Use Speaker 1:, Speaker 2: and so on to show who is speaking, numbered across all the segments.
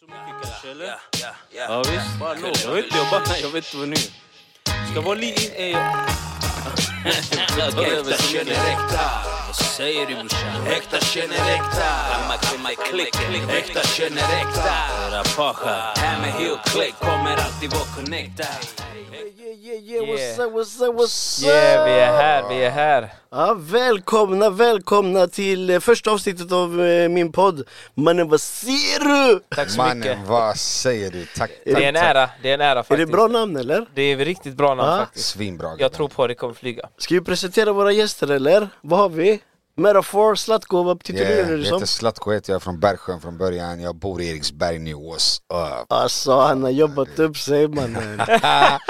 Speaker 1: Så mycket cash eller?
Speaker 2: Ja, ja, ja.
Speaker 1: Ja visst.
Speaker 2: Bara nog.
Speaker 1: Jag vet inte, jag bara, jag vet inte vad ni... Ska vara lite... Eh,
Speaker 2: Äkta känner äkta. Vad säger du brorsan? Äkta känner äkta. Gammal kvinna i klicken. Äkta känner äkta.
Speaker 1: Rapacha.
Speaker 2: Här med heel click kommer alltid vara connectad.
Speaker 3: what's up,
Speaker 4: what's up, what's
Speaker 3: Yeah, vi är här, vi är här.
Speaker 4: Ja, välkomna, välkomna till eh, första avsnittet av eh, min podd Mannen vad ser du?
Speaker 3: Tack så mycket.
Speaker 5: Mannen, vad säger du? Tack, tack,
Speaker 3: Det är en
Speaker 5: tack.
Speaker 3: ära, det är en ära
Speaker 4: Är
Speaker 3: faktiskt.
Speaker 4: det bra namn eller?
Speaker 3: Det är ett riktigt bra namn
Speaker 4: Ja.
Speaker 3: faktiskt.
Speaker 5: Svinbra gubben.
Speaker 3: Jag tror på att det kommer flyga.
Speaker 4: Ska vi presentera våra gäster eller? Vad har vi? Metafor, Zlatko, vad
Speaker 5: Yeah,
Speaker 4: titulerar du liksom-
Speaker 5: Jag
Speaker 4: dig som?
Speaker 5: heter Zlatko, heter jag är från Bergsjön från början. Jag bor i Eriksberg nu. What's up?
Speaker 4: Alltså han har jobbat upp sig mannen.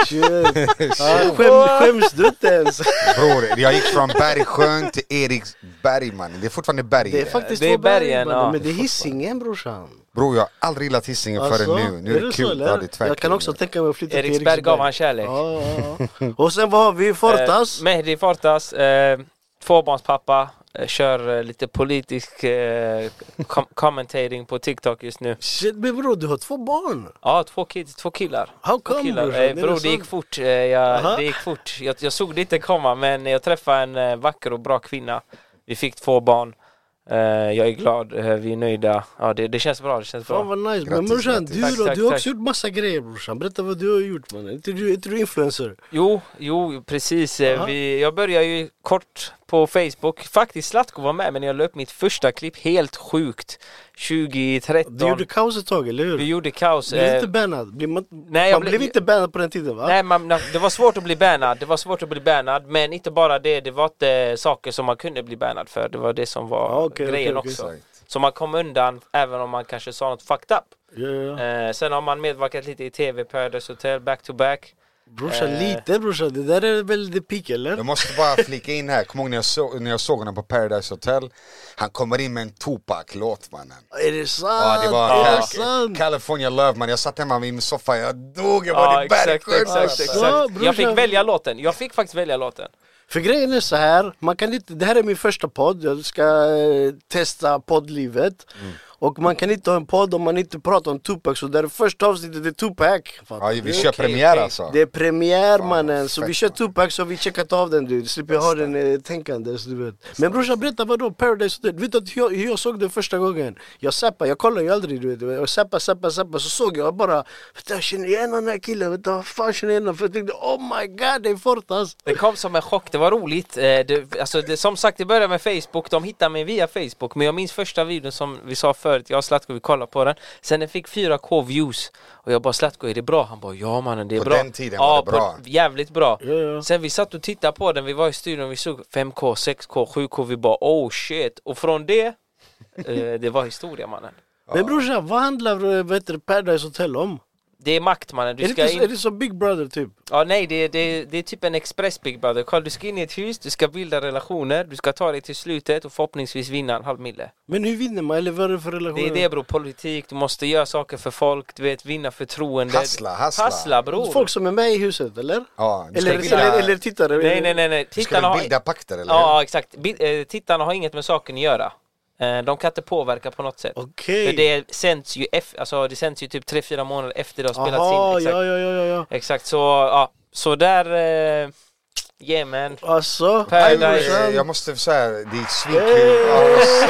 Speaker 4: Shit. Ja, skäm, skäms du inte ens?
Speaker 5: Bror, jag gick från Bergsjön till Eriksberg mannen. Det är fortfarande berg
Speaker 4: Det är
Speaker 5: där.
Speaker 4: faktiskt
Speaker 3: Det är
Speaker 4: två
Speaker 3: bergen,
Speaker 4: mannen,
Speaker 3: ja.
Speaker 4: Men det är Hisingen brorsan.
Speaker 5: Bror, jag har aldrig gillat Hisingen
Speaker 4: Alltså,
Speaker 5: förrän nu. Nu är det
Speaker 4: så,
Speaker 5: kul.
Speaker 4: eller?
Speaker 5: Ja, det är tvärtom.
Speaker 4: Jag kan också tänka mig att flytta till
Speaker 3: Eriksberg gav han kärlek.
Speaker 4: Ja, ja, ja. Och sen vad har vi? Fortas?
Speaker 3: Eh, Mehdi Fortas, eh, tvåbarnspappa, eh, kör eh, lite politisk eh, kom- commentating på TikTok just nu.
Speaker 4: Shit men bror du har två barn!
Speaker 3: Ja, två kids, två killar. Två
Speaker 4: How come,
Speaker 3: killar.
Speaker 4: brorsan?
Speaker 3: Eh,
Speaker 4: Det är
Speaker 3: bror,
Speaker 4: väl
Speaker 3: det gick
Speaker 4: sant?
Speaker 3: fort. Eh, jag,
Speaker 4: Aha.
Speaker 3: det gick fort. Jag, jag såg det inte komma, men jag träffade en eh, vacker och bra kvinna. Vi fick två barn. Eh, jag är glad, eh, vi är nöjda. Ja, det, det känns bra, det känns bra.
Speaker 4: Fan vad nice, men
Speaker 5: Grattis,
Speaker 4: brorsan
Speaker 5: grattis.
Speaker 4: du
Speaker 3: Tack,
Speaker 4: då?
Speaker 3: tack,
Speaker 4: Du har
Speaker 3: tack.
Speaker 4: också gjort massa grejer brorsan, berätta vad du har gjort mannen, inte du, inte du influencer?
Speaker 3: Jo, jo precis. Eh,
Speaker 4: Aha.
Speaker 3: Vi, jag började ju kort på Facebook. Faktiskt Zlatko var med, men jag la upp mitt första klipp helt sjukt.
Speaker 4: Du
Speaker 3: 2013.
Speaker 4: gjorde kaos ett tag, eller hur?
Speaker 3: vi gjorde kaos.
Speaker 4: Blev du
Speaker 3: eh,
Speaker 4: inte bannad? Blev man,
Speaker 3: Nej, jag
Speaker 4: man
Speaker 3: blev-
Speaker 4: blev inte bannad på den tiden va?
Speaker 3: Nej, man, na- det var svårt att bli bannad. Det var svårt att bli bannad, men inte bara det. Det var inte saker som man kunde bli bannad för. Det var det som var
Speaker 4: Ja, okej,
Speaker 3: grejen
Speaker 4: okej,
Speaker 3: också.
Speaker 4: okej.
Speaker 3: Så man kom undan även om man kanske sa något fucked up.
Speaker 4: Ja, ja, ja.
Speaker 3: Eh, sen har man medverkat lite i TV, Paradise Hotel, back to back.
Speaker 4: Brorsan
Speaker 3: eh.
Speaker 4: lite brorsan, det där är väl the peak eller?
Speaker 5: Jag måste bara flika in här. Kommer ihåg när jag, såg, när jag såg honom på Paradise Hotel? Han kommer in med en Tupac-låt mannen.
Speaker 4: Är det sant?
Speaker 5: Ja det var
Speaker 4: är Ah, det
Speaker 5: Cal-
Speaker 4: sant?
Speaker 5: California Love man, jag satt hemma vid min soffa, jag dog, jag var i
Speaker 3: exakt,
Speaker 5: Bergsjön
Speaker 3: exakt,
Speaker 5: alltså.
Speaker 3: exakt.
Speaker 4: Ja,
Speaker 3: jag
Speaker 4: brorsan.
Speaker 3: fick välja låten. Jag fick faktiskt välja låten.
Speaker 4: För grejen är så här, man kan inte, det här är min första podd, jag ska eh, testa poddlivet
Speaker 5: Mm.
Speaker 4: Och man kan inte ha en podd om man inte pratar om Tupac, så det här första avsnittet är Tupac fattar
Speaker 5: Ja,
Speaker 4: du?
Speaker 5: vi kör
Speaker 3: okej,
Speaker 5: premiär
Speaker 3: okej.
Speaker 5: alltså.
Speaker 4: Det är premiär
Speaker 5: Fan,
Speaker 4: mannen,
Speaker 5: vad
Speaker 4: så vi
Speaker 5: fett,
Speaker 4: kör
Speaker 5: mannen.
Speaker 4: Tupac så har vi checkat av den du, slipper jag ha den eh, tänkandes du vet Men brorsan berätta vadå Paradise Hotel, vet du att jag, hur jag såg den första gången? Jag zappade, jag kollar ju aldrig du vet, jag zappade, zappade, zappade så såg jag bara vet du, Jag känner igen den här killen, vet du, vad fan känner igen honom? För jag tänkte oh my god det är Fortas
Speaker 3: Det kom som en chock, det var roligt. Eh, Det, alltså, det, som sagt, det började med Facebook, de hittade mig via Facebook. Men jag minns första videon som vi sa förut, jag och Zlatko vi kollade på den. Sen den fick 4K views. Och jag bara Zlatko, är det bra? Han bara ja mannen det är
Speaker 5: På
Speaker 3: bra.
Speaker 5: den tiden var det bra.
Speaker 3: jävligt bra.
Speaker 4: Ja, ja.
Speaker 3: Sen vi satt och tittade på den, vi var i studion, vi såg 5K, 6K, 7K, vi bara oh shit. Och från det, eh, det var historia mannen.
Speaker 4: Men brorsan vad handlar eh, vad heter det, Paradise Hotel om?
Speaker 3: Det är makt mannen, du
Speaker 4: Är det,
Speaker 3: ska
Speaker 4: inte,
Speaker 3: in...
Speaker 4: är det som Big Brother typ?
Speaker 3: Ja nej det, det, det är typ en express Big Brother. Kolla, du ska in i ett hus, du ska bilda relationer, du ska ta dig till slutet och förhoppningsvis vinna en halv mille.
Speaker 4: Men hur vinner man? Eller vad är det för relation?
Speaker 3: Det är det bror, politik, du måste göra saker för folk, du vet vinna förtroende.
Speaker 5: Hustla, hustla.
Speaker 3: Hassla bror!
Speaker 4: Folk som är med i huset eller?
Speaker 5: Ja, du ska
Speaker 4: Eller,
Speaker 5: bilda,
Speaker 4: eller, eller tittare?
Speaker 3: Nej nej nej, nej.
Speaker 5: du ska
Speaker 3: tittarna
Speaker 5: väl
Speaker 3: har...
Speaker 5: bilda pakter eller?
Speaker 3: Ja exakt, Bi- eh, tittarna har inget med saken att göra. Eh, De kan inte påverka på något sätt.
Speaker 4: Okej.
Speaker 3: För det sänds ju, eff- alltså, det sänds ju typ 3-4 månader efter det har spelats
Speaker 4: Aha,
Speaker 3: in. Exakt.
Speaker 4: ja, ja, ja, ja, ja.
Speaker 3: exakt. så, ja. Så där, eh... yeah man.
Speaker 4: Alltså,
Speaker 5: Nej,
Speaker 3: Paradise.
Speaker 5: eh, Jag måste säga, det är svinkul. Alltså,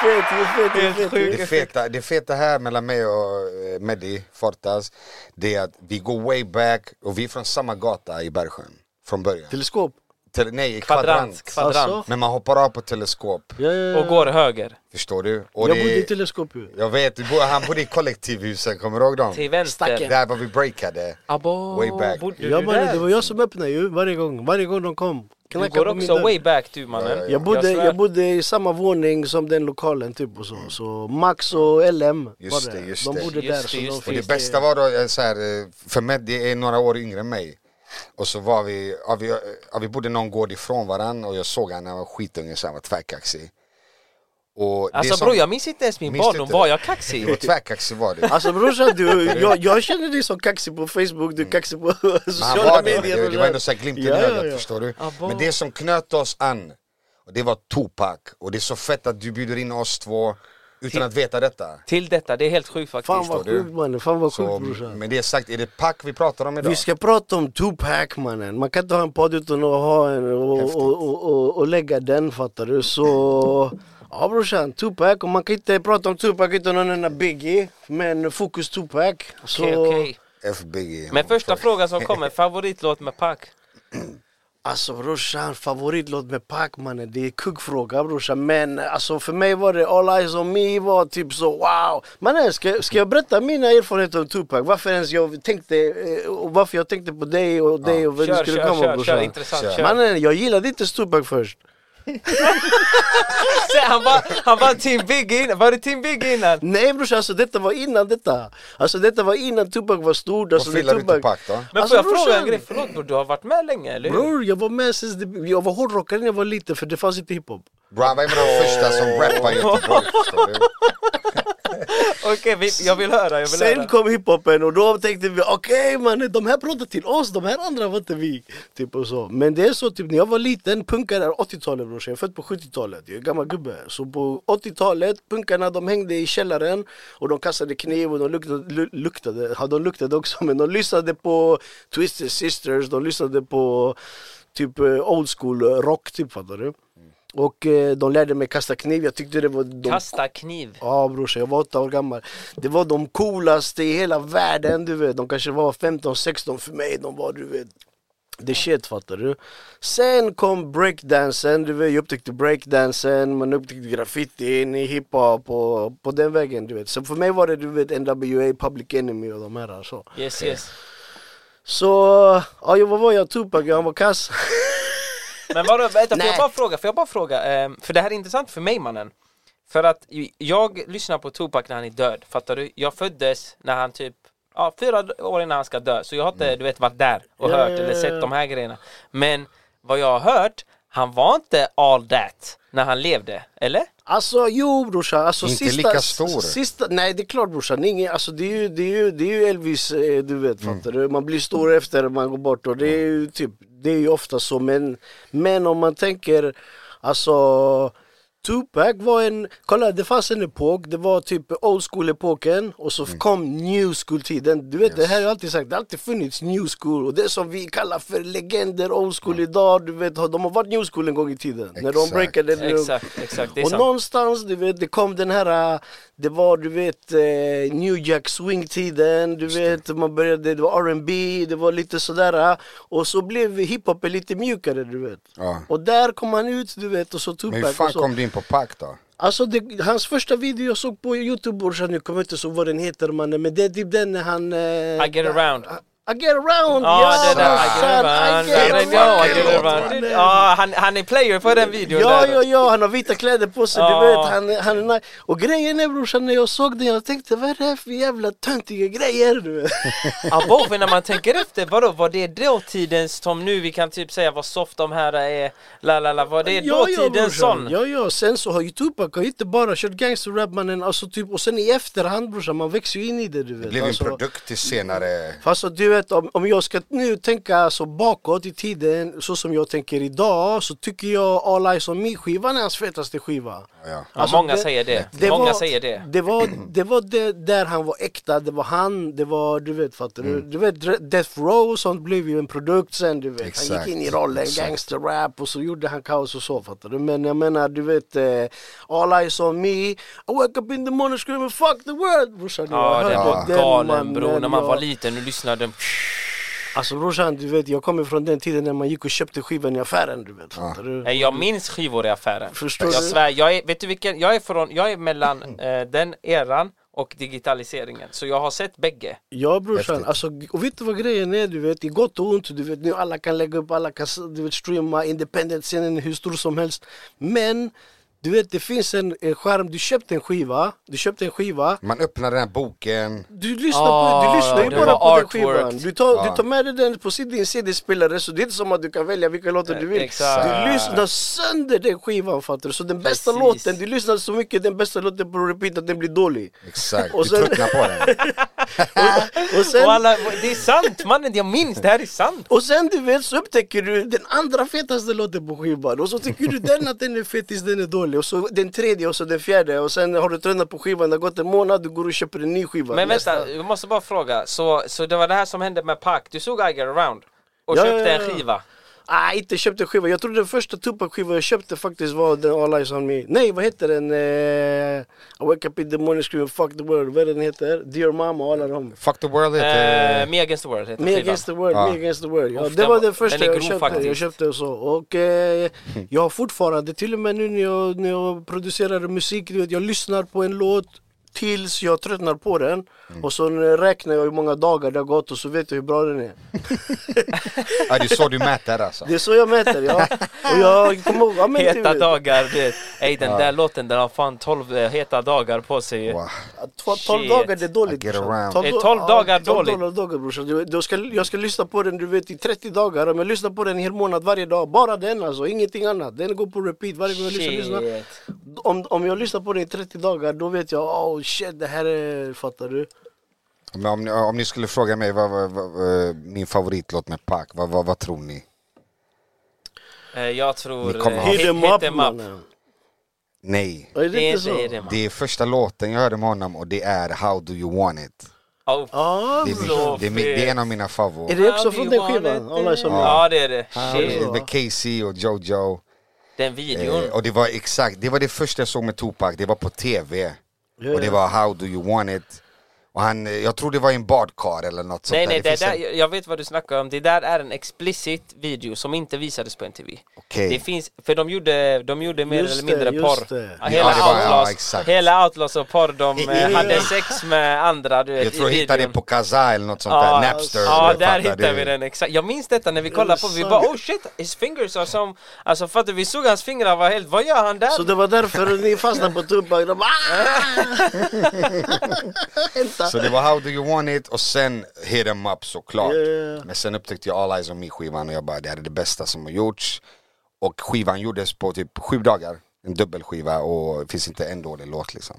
Speaker 4: fet ju, fet ju,
Speaker 3: Helt
Speaker 4: fet ju.
Speaker 3: sjukt.
Speaker 5: Det feta, det feta här mellan mig och eh, Mehdi Fortas, det är att vi går way back och vi är från samma gata i Bergsjön. Från början.
Speaker 4: Teleskop?
Speaker 5: Tele, nej,
Speaker 3: Kvadrant,
Speaker 5: kvadrant.
Speaker 3: kvadrant.
Speaker 4: Alltså.
Speaker 5: Men man hoppar av på teleskop,
Speaker 4: Ja, ja,
Speaker 3: Och
Speaker 4: ja.
Speaker 3: går höger.
Speaker 5: förstår du? Och
Speaker 4: Jag
Speaker 5: det-
Speaker 4: bodde i teleskop ju.
Speaker 5: Jag vet, du bor- han bodde i kollektivhusen, kommer du ihåg dem?
Speaker 3: Till vänster.
Speaker 4: Stacken.
Speaker 5: Där var vi breakade.
Speaker 3: Abo,
Speaker 5: Way back.
Speaker 3: Bodde du
Speaker 4: Ja,
Speaker 3: där?
Speaker 4: mannen, det var jag som öppnade ju varje gång, varje gång de kom.
Speaker 3: Du
Speaker 4: Knackade
Speaker 3: går
Speaker 4: på min
Speaker 3: också
Speaker 4: dörr.
Speaker 3: way back du mannen.
Speaker 4: Jag bodde,
Speaker 3: svär.
Speaker 4: jag, bodde i samma våning som den lokalen typ och så, så Max och LM
Speaker 5: Just
Speaker 4: var
Speaker 5: det, just
Speaker 4: De
Speaker 5: det.
Speaker 4: bodde
Speaker 3: Just
Speaker 4: där
Speaker 3: det,
Speaker 4: så
Speaker 3: just
Speaker 4: de
Speaker 3: det.
Speaker 5: Och
Speaker 4: fick
Speaker 5: det bästa var då, eh, så här, eh, för mig, det är några år yngre än mig. Och så var vi, ja, vi, ja, vi bodde någon gård ifrån varandra och jag såg han, han var skitunge så han var tvärkaxig. Och det
Speaker 3: Alltså
Speaker 5: som-
Speaker 3: bror jag minns inte ens min
Speaker 5: Minns du
Speaker 3: barndom,
Speaker 5: inte
Speaker 3: var
Speaker 5: det?
Speaker 3: jag
Speaker 5: Du var
Speaker 3: kaxig?
Speaker 5: tvärkaxig var du.
Speaker 4: Alltså brorsan, du, jag, jag känner dig som kaxig på Facebook, du är kaxig på
Speaker 5: Mm. Men han
Speaker 4: sociala
Speaker 5: var det,
Speaker 4: medier
Speaker 5: det, det var
Speaker 4: brorsan.
Speaker 5: ändå så här glimten i
Speaker 4: Ja, ja,
Speaker 5: ögat
Speaker 4: ja.
Speaker 5: förstår du.
Speaker 3: Ah, bra.
Speaker 5: Men det som knöt oss an, och det var Tupac. Och det är så fett att du bjuder in oss två Utan att veta detta.
Speaker 3: Till detta, det är helt sjukt faktiskt.
Speaker 4: Fan vad
Speaker 5: du.
Speaker 4: sjukt mannen, fan vad
Speaker 5: Så
Speaker 4: sjukt brorsan.
Speaker 5: med det sagt, är det pack vi pratar om idag?
Speaker 4: Vi ska prata om Tupac mannen, man kan inte ha en podd utan att ha en och,
Speaker 5: Häftigt.
Speaker 4: och, och, och, och lägga den fattar du. Så ja brorsan, Tupac och man kan inte prata om Tupac utan att nämna Biggie. Men fokus Tupac. Så
Speaker 3: Okej, okej.
Speaker 5: FBG.
Speaker 3: Men första frågan som kommer, favoritlåt med Pac?
Speaker 4: Alltså brorsan, favoritlåt med Pac mannen, det är kuggfråga brorsan. Men alltså för mig var det All Eyes On Me var typ så wow. Mannen ska, ska jag berätta mina erfarenheter om Tupac? Varför ens jag tänkte, eh, och varför jag tänkte på dig och dig och vem du
Speaker 3: Kör,
Speaker 4: skulle
Speaker 3: kör,
Speaker 4: komma
Speaker 3: kör,
Speaker 4: brorsan.
Speaker 3: kör, intressant,
Speaker 5: Kör.
Speaker 3: kör.
Speaker 4: Mannen, jag gillade inte Tupac först.
Speaker 3: Se, han, var, han var Team Big innan, var det Team Big innan?
Speaker 4: Nej brorsan, alltså detta var innan detta. Alltså detta var innan Tupac var stor. Alltså,
Speaker 5: gillar du
Speaker 4: Tupac-
Speaker 5: Tupac då?
Speaker 3: Men
Speaker 4: Alltså,
Speaker 3: får jag fråga en
Speaker 4: brorsan.
Speaker 3: grej, förlåt bror, du har varit med länge eller hur?
Speaker 4: Bror, jag var med sen, jag var hårdrockare när jag var liten för det fanns inte hiphop.
Speaker 5: Bro, han var en av de första som rappade i Göteborg förstår du.
Speaker 3: Okej, vi, jag vill höra, jag vill
Speaker 4: Sen
Speaker 3: höra.
Speaker 4: kom hiphopen och då tänkte vi okej mannen, de här pratade till oss, de här andra var inte vi. Typ och så. Men det är så typ när jag var liten, punkare är 80-talet brorsan, jag är född på 70-talet, jag är gammal gubbe. Så på 80-talet, punkarna de hängde i källaren och de kastade kniv och de luktade, lu- luktade, ja, de luktade också men de lyssnade på Twisted Sisters, de lyssnade på typ eh, old school eh, rock typ fattar du. Och eh, de lärde mig kasta kniv, jag tyckte det var de
Speaker 3: Kasta kniv.
Speaker 4: Ja brorsan, jag var åtta år gammal. Det var de coolaste i hela världen du vet. De kanske var 15-16 för mig. De var du vet, the shit fattar du. Sen kom breakdansen, du vet. Jag upptäckte breakdansen, man upptäckte graffitin, hiphop och på den vägen du vet. Så för mig var det du vet NWA, Public Enemy och de här så.
Speaker 3: Yes yes.
Speaker 4: Så, ja jag- vad var jag? Tupac, jag var kass.
Speaker 3: Men vadå, vänta, får jag
Speaker 4: Nej.
Speaker 3: bara fråga, får jag bara fråga, ehm, för det här är intressant för mig mannen. För att ju- jag lyssnar på Tupac när han är död, fattar du? Jag föddes när han typ, ja fyra d- år innan han ska dö, så jag har inte, du vet, varit där och
Speaker 4: Ja,
Speaker 3: hört
Speaker 4: ja,
Speaker 3: eller
Speaker 4: ja,
Speaker 3: sett
Speaker 4: ja.
Speaker 3: de här grejerna. Men vad jag har hört, han var inte all that när han levde, eller?
Speaker 4: Alltså jo brorsan, alltså
Speaker 5: Inte
Speaker 4: sista,
Speaker 5: lika stor.
Speaker 4: sista... Nej det är klart brorsan, ingen, alltså, det, är ju, det, är ju, det är ju Elvis, eh, du vet
Speaker 5: Mm.
Speaker 4: fattar du. Man blir stor efter man går bort och det är ju typ, det är ju ofta så men, men om man tänker, alltså Tupac var en, kolla det fanns en epok, det var typ old school epoken och så
Speaker 5: Mm.
Speaker 4: kom new school tiden. Du vet det här har jag alltid sagt, det har alltid funnits new school och det som vi kallar för legender old school idag, du vet de har varit new school en gång i tiden. När de
Speaker 5: Mm. Exakt.
Speaker 4: breakade det-
Speaker 3: Exakt, exakt, det är
Speaker 4: och
Speaker 3: sant.
Speaker 4: någonstans, du vet, det kom den här, äh, det var du vet eh, New Jack Swing-tiden, du vet, man började, det var R&B, det var lite sådär. äh, Och så blev hiphopen lite mjukare, du vet.
Speaker 5: Ja.
Speaker 4: Och där kom han ut, du vet, och så
Speaker 5: Men hur
Speaker 4: Tupac
Speaker 5: fan
Speaker 4: och så.
Speaker 5: kom du in på pack då?
Speaker 4: Alltså det, hans första video jag såg på youtube brorsan, jag kommer inte så vad den heter mannen, men det är typ den när han... Eh,
Speaker 3: I get around.
Speaker 4: I get around!
Speaker 3: Ja,
Speaker 4: ja,
Speaker 3: det där, I get
Speaker 4: brorsan,
Speaker 3: around,
Speaker 4: I get
Speaker 3: I know, I get
Speaker 5: Vilken låt,
Speaker 3: around.
Speaker 4: mannen.
Speaker 3: Ja, han- han är player på den videon
Speaker 4: Ja,
Speaker 3: där.
Speaker 4: ja, ja, han har vita kläder på sig,
Speaker 3: Ja.
Speaker 4: du vet. Han, han är nice. Och grejen är brorsan, när jag såg den jag tänkte vad är det här för jävla töntiga grejer? Du vet?
Speaker 3: Above, när man tänker efter, vadå, var det dåtidens som nu vi kan typ säga vad soft de här är, la la la, var det dåtidens sån?
Speaker 4: Ja, ja, sen så har ju Tupac har inte bara kört gangsterrap mannen, alltså typ, och sen i efterhand brorsan, man växer ju in i det du vet.
Speaker 5: Det blev en
Speaker 4: alltså,
Speaker 5: produkt till senare.
Speaker 4: Fast så du vet, om, om jag ska nu tänka alltså bakåt i tiden, så som jag tänker idag, så tycker jag All Eyes On Me-skivan är hans fetaste skiva.
Speaker 5: Ja.
Speaker 3: Ja,
Speaker 4: Alltså,
Speaker 3: många
Speaker 4: det-
Speaker 3: säger det, många
Speaker 4: var,
Speaker 3: säger det.
Speaker 4: Det var, det var det där han var äkta, det var han, det var du vet fattar du?
Speaker 3: Mm.
Speaker 4: Du vet Dre- Death Row och sånt blev ju en produkt sen du vet. Han
Speaker 5: Exakt,
Speaker 4: gick in i rollen
Speaker 5: exakt.
Speaker 4: gangsterrap och så gjorde han kaos och så fattar du? Men jag menar du vet eh, All Eyes On Me, I woke up in the morning screaming fuck the world brorsan. jag
Speaker 3: Ja,
Speaker 4: hörde
Speaker 3: den var
Speaker 4: den
Speaker 3: galen bro,
Speaker 4: mannen,
Speaker 3: när man var
Speaker 4: jag-
Speaker 3: liten och lyssnade.
Speaker 4: Alltså brorsan du vet jag kommer från den tiden när man gick och köpte skivan i affären du vet. Fattar du?
Speaker 3: Nej, Jag minns skivor i affären.
Speaker 4: Förstår
Speaker 3: jag
Speaker 4: du? Mm.
Speaker 3: svär, jag är, vet du vilken, jag är från, jag är mellan eh, den eran och digitaliseringen, så jag har sett bägge.
Speaker 4: Ja brorsan,
Speaker 5: Häftigt.
Speaker 4: alltså, och vet du vad grejen är? Du vet, I gott och ont, du vet nu alla kan lägga upp, alla kan du vet, streama, independent-scenen är hur stor som helst. Men du vet det finns en, en skärm, du köpte en skiva, du köpte en skiva,
Speaker 5: Man öppnade den här boken.
Speaker 4: du lyssnar, på,
Speaker 3: Ah,
Speaker 4: du lyssnar ju
Speaker 3: det
Speaker 4: bara
Speaker 3: var
Speaker 4: på den
Speaker 3: artwork.
Speaker 4: skivan. Du tar,
Speaker 5: Ah.
Speaker 4: du tar med dig den på sin- din CD-spelare så det är inte som att du kan välja vilka låtar du vill.
Speaker 3: Exakt.
Speaker 4: Du lyssnar sönder den skivan fattar du. Så den bästa
Speaker 3: Precis.
Speaker 4: låten, du lyssnar så mycket den bästa låten på repeat att den blir dålig.
Speaker 5: Exakt,
Speaker 4: Och
Speaker 5: du
Speaker 4: sen-
Speaker 5: tröttnade på den.
Speaker 4: och, och
Speaker 3: Och
Speaker 4: sen
Speaker 3: alla, det är sant mannen, jag minns, det här är sant!
Speaker 4: Och sen du vet så upptäcker du den andra fetaste låten på skivan och så tycker du den att den är fet tills den är dålig och så den tredje och så den fjärde och sen har du tröttnat på skivan, det har gått en månad, du går och köper en ny skiva
Speaker 3: Men
Speaker 4: Nästa.
Speaker 3: vänta, jag måste bara fråga, så, så det var det här som hände med Pac, du såg I get around och
Speaker 4: Ja,
Speaker 3: köpte
Speaker 4: ja,
Speaker 3: en
Speaker 4: ja.
Speaker 3: skiva?
Speaker 4: Nej, inte köpte skiva. Jag tror den första Tupac-skivan jag köpte faktiskt var den All Eyes On Me. Nej, vad heter den? Eh, I wake up in the morning screaming fuck the world. Vad är den heter? Dear Mama och alla de.
Speaker 5: Fuck the world heter...
Speaker 3: Eh, Me against the world heter
Speaker 4: Me
Speaker 3: skivan.
Speaker 4: against the world,
Speaker 5: Ja.
Speaker 4: me against the world. Ja,
Speaker 3: Uff,
Speaker 4: det
Speaker 3: den
Speaker 4: var
Speaker 3: var-
Speaker 4: den första
Speaker 3: den är
Speaker 4: jag
Speaker 3: grov
Speaker 4: köpte. Jag
Speaker 3: faktiskt.
Speaker 4: köpte och så. Och eh, jag har fortfarande, till och med nu när jag, när jag producerar musik, du vet, jag lyssnar på en låt tills jag tröttnar på den. Och så räknar jag hur många dagar det har gått och så vet jag hur bra den är.
Speaker 5: Ja, det är så du mäter alltså.
Speaker 4: Det är så jag mäter, ja. Och jag kommer ihåg, ja men du
Speaker 3: Heta
Speaker 4: vet.
Speaker 3: dagar, du vet. Ey den där låten den har fan 12 eh, heta dagar på sig
Speaker 5: Wow.
Speaker 4: Tolv
Speaker 3: Shit.
Speaker 4: dagar det är dåligt
Speaker 5: I get
Speaker 4: brorsan.
Speaker 5: around.
Speaker 3: Är
Speaker 4: da-
Speaker 3: 12
Speaker 4: ja,
Speaker 3: dagar
Speaker 4: 12
Speaker 3: dåligt?
Speaker 4: dagar dagar brorsan. Du- du ska- Jag ska lyssna på den du vet i 30 dagar. Om jag lyssnar på den en hel månad varje dag. Bara den alltså, ingenting annat. Den går på repeat varje gång jag lyssnar. lyssnar.
Speaker 3: Shit.
Speaker 4: Om, om jag lyssnar på den i 30 dagar då vet jag, oh shit det här är, fattar du?
Speaker 5: Men om, ni, om ni skulle fråga mig vad, vad, vad eh, min favoritlåt med Pac, vad, vad, vad tror ni?
Speaker 3: Eh, Jag tror...
Speaker 5: Ni kommer
Speaker 3: eh,
Speaker 5: ha-
Speaker 4: Hit
Speaker 3: Hit-
Speaker 4: them
Speaker 3: Hit
Speaker 4: up
Speaker 3: Em
Speaker 4: mannen.
Speaker 5: Nej.
Speaker 4: Är
Speaker 3: Det
Speaker 4: det
Speaker 3: är
Speaker 4: inte så?
Speaker 3: inte det man.
Speaker 5: Det är första låten jag hörde med honom och det är How do you want it.
Speaker 3: Oh,
Speaker 4: Ja,
Speaker 5: Det är, min,
Speaker 3: Så
Speaker 5: det är, min, det är en av mina
Speaker 4: är
Speaker 5: favoriter.
Speaker 4: det också
Speaker 3: How
Speaker 4: från
Speaker 3: do
Speaker 4: den
Speaker 3: you
Speaker 4: skivan?
Speaker 3: want it?
Speaker 4: All Eyes On Me?
Speaker 3: Ja det är det,
Speaker 5: Det
Speaker 3: shit.
Speaker 5: är Med Casey och Jojo.
Speaker 3: Den
Speaker 5: Eh,
Speaker 3: videon.
Speaker 5: och det var exakt, det var det första jag såg med Tupac, det var på TV.
Speaker 4: Ja,
Speaker 5: Och det
Speaker 4: ja.
Speaker 5: var How do you want it. Och han, eh, jag tror det var i en badkar eller något sånt
Speaker 3: Nej nej,
Speaker 5: där.
Speaker 3: det
Speaker 5: finns
Speaker 3: där,
Speaker 5: en-
Speaker 3: jag- jag vet vad du snackar om, det där är en explicit video som inte visades på NTV
Speaker 5: Okej.
Speaker 3: Det finns, för de gjorde, de gjorde mer
Speaker 4: Just
Speaker 3: eller mindre
Speaker 4: det, just
Speaker 3: porr
Speaker 4: det.
Speaker 3: Ja, Hela
Speaker 5: Ja, det var- ja,
Speaker 3: outlaws,
Speaker 5: exakt.
Speaker 3: hela outlaws och porr, de eh,
Speaker 5: Ja.
Speaker 3: hade sex med andra du vet
Speaker 5: Jag tror
Speaker 3: i
Speaker 5: jag hittade det
Speaker 3: videon.
Speaker 5: på Kazaa eller något sånt
Speaker 3: Ja,
Speaker 5: där, Napster.
Speaker 3: Ja,
Speaker 5: jag
Speaker 3: där
Speaker 5: fattar,
Speaker 3: hittade
Speaker 5: det-
Speaker 3: vi den exakt. Jag minns detta när vi kollade på, vi
Speaker 4: sant.
Speaker 3: bara oh shit, his fingers are som, alltså fattar du, vi såg hans fingrar var helt, vad gör han där?
Speaker 4: Så det var därför ni fastnade på Tupac. De bara, "Ah!" Vänta.
Speaker 5: Så det var How Do You Want It och sen Hit Em Up såklart.
Speaker 4: Ja, ja, ja.
Speaker 5: Men sen upptäckte jag All Eyes On Me skivan och jag bara det här är det bästa som har gjorts. Och skivan gjordes på typ sju dagar. En dubbelskiva och det finns inte en dålig låt liksom.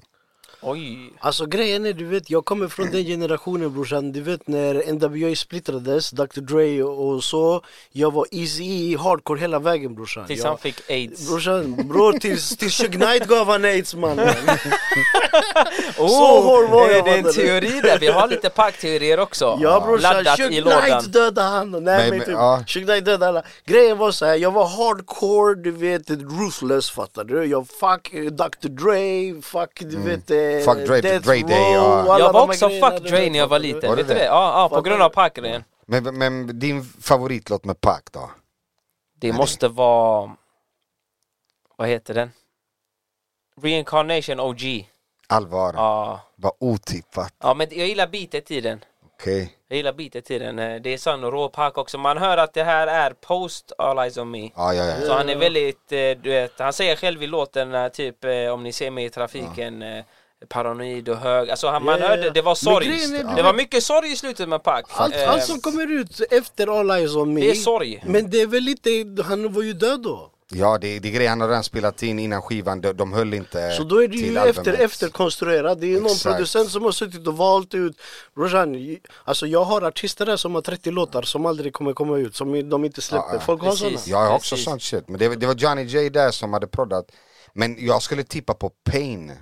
Speaker 3: Oj.
Speaker 4: Alltså grejen är, du vet, jag kommer från den generationen brorsan, du vet när NWA splittrades, Dr Dre och så, jag var easy i hardcore hela vägen brorsan.
Speaker 3: Tills
Speaker 4: jag,
Speaker 3: han fick aids.
Speaker 4: Brorsan, bror tills, tills Suge Knight gav han aids mannen.
Speaker 3: Oh,
Speaker 4: Så hård var
Speaker 3: det-
Speaker 4: jag,
Speaker 3: Det är en
Speaker 4: fattar du?
Speaker 3: teori där, vi har lite packteorier också.
Speaker 4: Ja brorsan,
Speaker 3: Laddat i
Speaker 4: Suge
Speaker 3: lådan.
Speaker 4: Knight dödade han. Nej men,
Speaker 5: Men- men,
Speaker 4: typ,
Speaker 5: ja.
Speaker 4: Suge Knight dödade alla. Grejen var så här, jag var hardcore, du vet, ruthless fattar du. Jag fuck eh, Dr Dre, fuck du vet, eh,
Speaker 5: Mm. Fuck Dre-
Speaker 4: Death
Speaker 5: Dre Day,
Speaker 4: Row,
Speaker 5: ja.
Speaker 4: alla
Speaker 3: Jag var
Speaker 4: de här
Speaker 3: också
Speaker 4: grejerna,
Speaker 3: fuck
Speaker 4: du
Speaker 3: Dre
Speaker 4: vet,
Speaker 3: när jag var
Speaker 4: fattar du?
Speaker 3: liten,
Speaker 5: Var
Speaker 3: vet du
Speaker 5: det
Speaker 3: det?
Speaker 5: det?
Speaker 3: Ja, ja på
Speaker 4: Fattar
Speaker 3: grund
Speaker 4: du?
Speaker 3: av packgrejen.
Speaker 5: Men, men din favoritlåt med Pac då?
Speaker 3: Det måste vara... Vad heter den? Reincarnation OG.
Speaker 5: Allvar,
Speaker 3: Ja,
Speaker 5: vad otippat.
Speaker 3: ja men jag gillar beatet i den.
Speaker 5: Okej.
Speaker 3: Jag gillar beatet i den. Eh, Det är sån rå pack också. Man hör att det här är post All Eyes On Me.
Speaker 5: Ja, ja, ja.
Speaker 3: Så han är väldigt, eh, du vet, han säger själv i låten eh, typ eh, om ni ser mig i trafiken eh, paranoid och hög, alltså han, man
Speaker 4: Ja, ja,
Speaker 3: hörde
Speaker 4: ja.
Speaker 3: det var sorg.
Speaker 4: Men grejen är, du
Speaker 3: Det var
Speaker 4: vet-
Speaker 3: mycket sorg i slutet med Pac.
Speaker 4: Allt,
Speaker 3: Eh,
Speaker 4: allt som kommer ut efter All Eyes On Me
Speaker 3: Det är sorg.
Speaker 4: Men det är väl lite, han var ju död då
Speaker 5: Ja, det, det är grejer han har redan spelat in innan skivan, de, de höll inte
Speaker 4: Så då är det
Speaker 5: till
Speaker 4: ju
Speaker 5: albumet.
Speaker 4: efter, efterkonstruerat Det är ju någon
Speaker 5: Exakt.
Speaker 4: producent som har suttit och valt ut Roshan, j- alltså jag har artister där som har 30 låtar som aldrig kommer komma ut Som i- de inte släpper,
Speaker 5: Ja, ja.
Speaker 4: folk har
Speaker 3: Precis.
Speaker 4: sådana
Speaker 5: Jag har också
Speaker 3: Precis.
Speaker 5: sånt shit, men det, det var Johnny J där som hade proddat. Men jag skulle tippa på Pain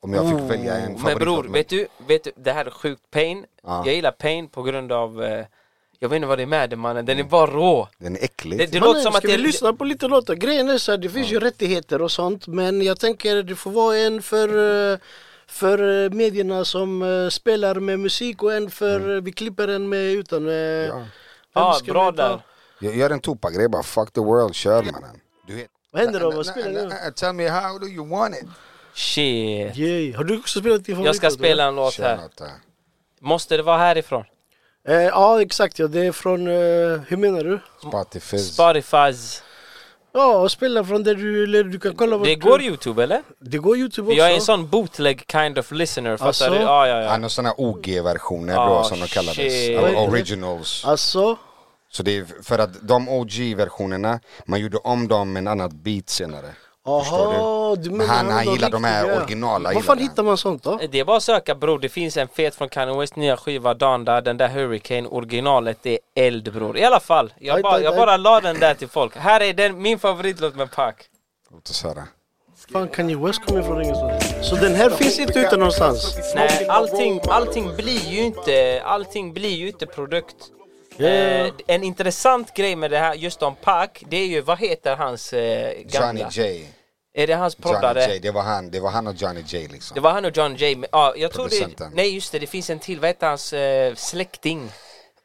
Speaker 5: om jag
Speaker 4: Oh,
Speaker 5: fick välja en
Speaker 3: Men
Speaker 5: favoritlåt.
Speaker 3: bror, vet du, vet du, det här är sjukt pain.
Speaker 5: Ja.
Speaker 3: Jag gillar pain på grund av, eh, jag vet inte vad det är med den mannen, den är bara rå.
Speaker 5: Den är äcklig.
Speaker 3: Det, det
Speaker 4: Mannen,
Speaker 3: låter som att
Speaker 4: ska vi
Speaker 3: det
Speaker 4: lyssna på lite låtar? Grejen är så här, det finns ju rättigheter och sånt men jag tänker det får vara en för eh, för eh, medierna som eh, spelar med musik och en för
Speaker 5: Mm.
Speaker 4: eh, vi klipper en med utan eh, vem
Speaker 3: Ja,
Speaker 4: ska
Speaker 3: bra
Speaker 4: vi ta?
Speaker 3: där.
Speaker 5: Jag gör en Tupac-grej bara, fuck the world, kör mannen. Du vet.
Speaker 4: Vad händer om man spelar
Speaker 5: Nej,
Speaker 4: nu?
Speaker 5: nej, nej, Tell me how do you want it?
Speaker 3: Shit.
Speaker 4: Yay. Har du också spelat din
Speaker 3: Jag
Speaker 4: favoritlåt?
Speaker 3: ska spela en låt
Speaker 5: Kör
Speaker 3: här.
Speaker 5: något där.
Speaker 3: Måste det vara härifrån?
Speaker 4: Eh, ja exakt, ja, det är från, eh, hur menar du?
Speaker 5: Spotty Fizz.
Speaker 3: Spotify.
Speaker 4: Ja, spela från där du, eller du kan kolla vart
Speaker 3: Det
Speaker 4: du-
Speaker 3: går Youtube eller?
Speaker 4: Det går Youtube också?
Speaker 3: Jag är en sån bootleg kind of listener, fattar
Speaker 4: Asså?
Speaker 3: du? Ja, ja, ja.
Speaker 5: Han har sådana OG-versioner
Speaker 3: Ah,
Speaker 5: då som de kallades,
Speaker 3: shit.
Speaker 5: av originals.
Speaker 4: Alltså,
Speaker 5: Så det är för att de OG-versionerna, man gjorde om dem med en annat beat senare. Förstår du?
Speaker 4: Aha, du menar
Speaker 5: Men han-
Speaker 4: var
Speaker 5: han gillar de här
Speaker 4: riktiga.
Speaker 5: originala,
Speaker 4: Var
Speaker 5: gillar
Speaker 4: fan
Speaker 5: det.
Speaker 4: hittar man sånt då?
Speaker 3: Det är bara att söka bror, det finns en fet från Kanye West nya skiva Donda, den där Hurricane originalet det är eld bror. I alla fall, jag,
Speaker 4: Aj,
Speaker 3: bara,
Speaker 4: aj,
Speaker 3: jag
Speaker 4: aj.
Speaker 3: bara la den där till folk. Här är den, min favoritlåt med Pac.
Speaker 5: Låt oss höra.
Speaker 4: Fan Kanye West kommer från ingenstans. Så den här finns inte ute någonstans?
Speaker 3: Nej, allting, allting blir ju inte, allting blir ju inte produkt. Eh, en intressant grej med det här, just om Pac, det är ju vad heter hans eh,
Speaker 5: Johnny
Speaker 3: gamla?
Speaker 5: J.
Speaker 3: Är det hans
Speaker 5: Johnny J.
Speaker 3: proddare?
Speaker 5: Det var han, det var han och Johnny J liksom.
Speaker 3: Det var han och John Jay, men, ja, jag tror det,
Speaker 5: Producenten.
Speaker 3: nej just det, det finns en till, vad heter hans eh, släkting?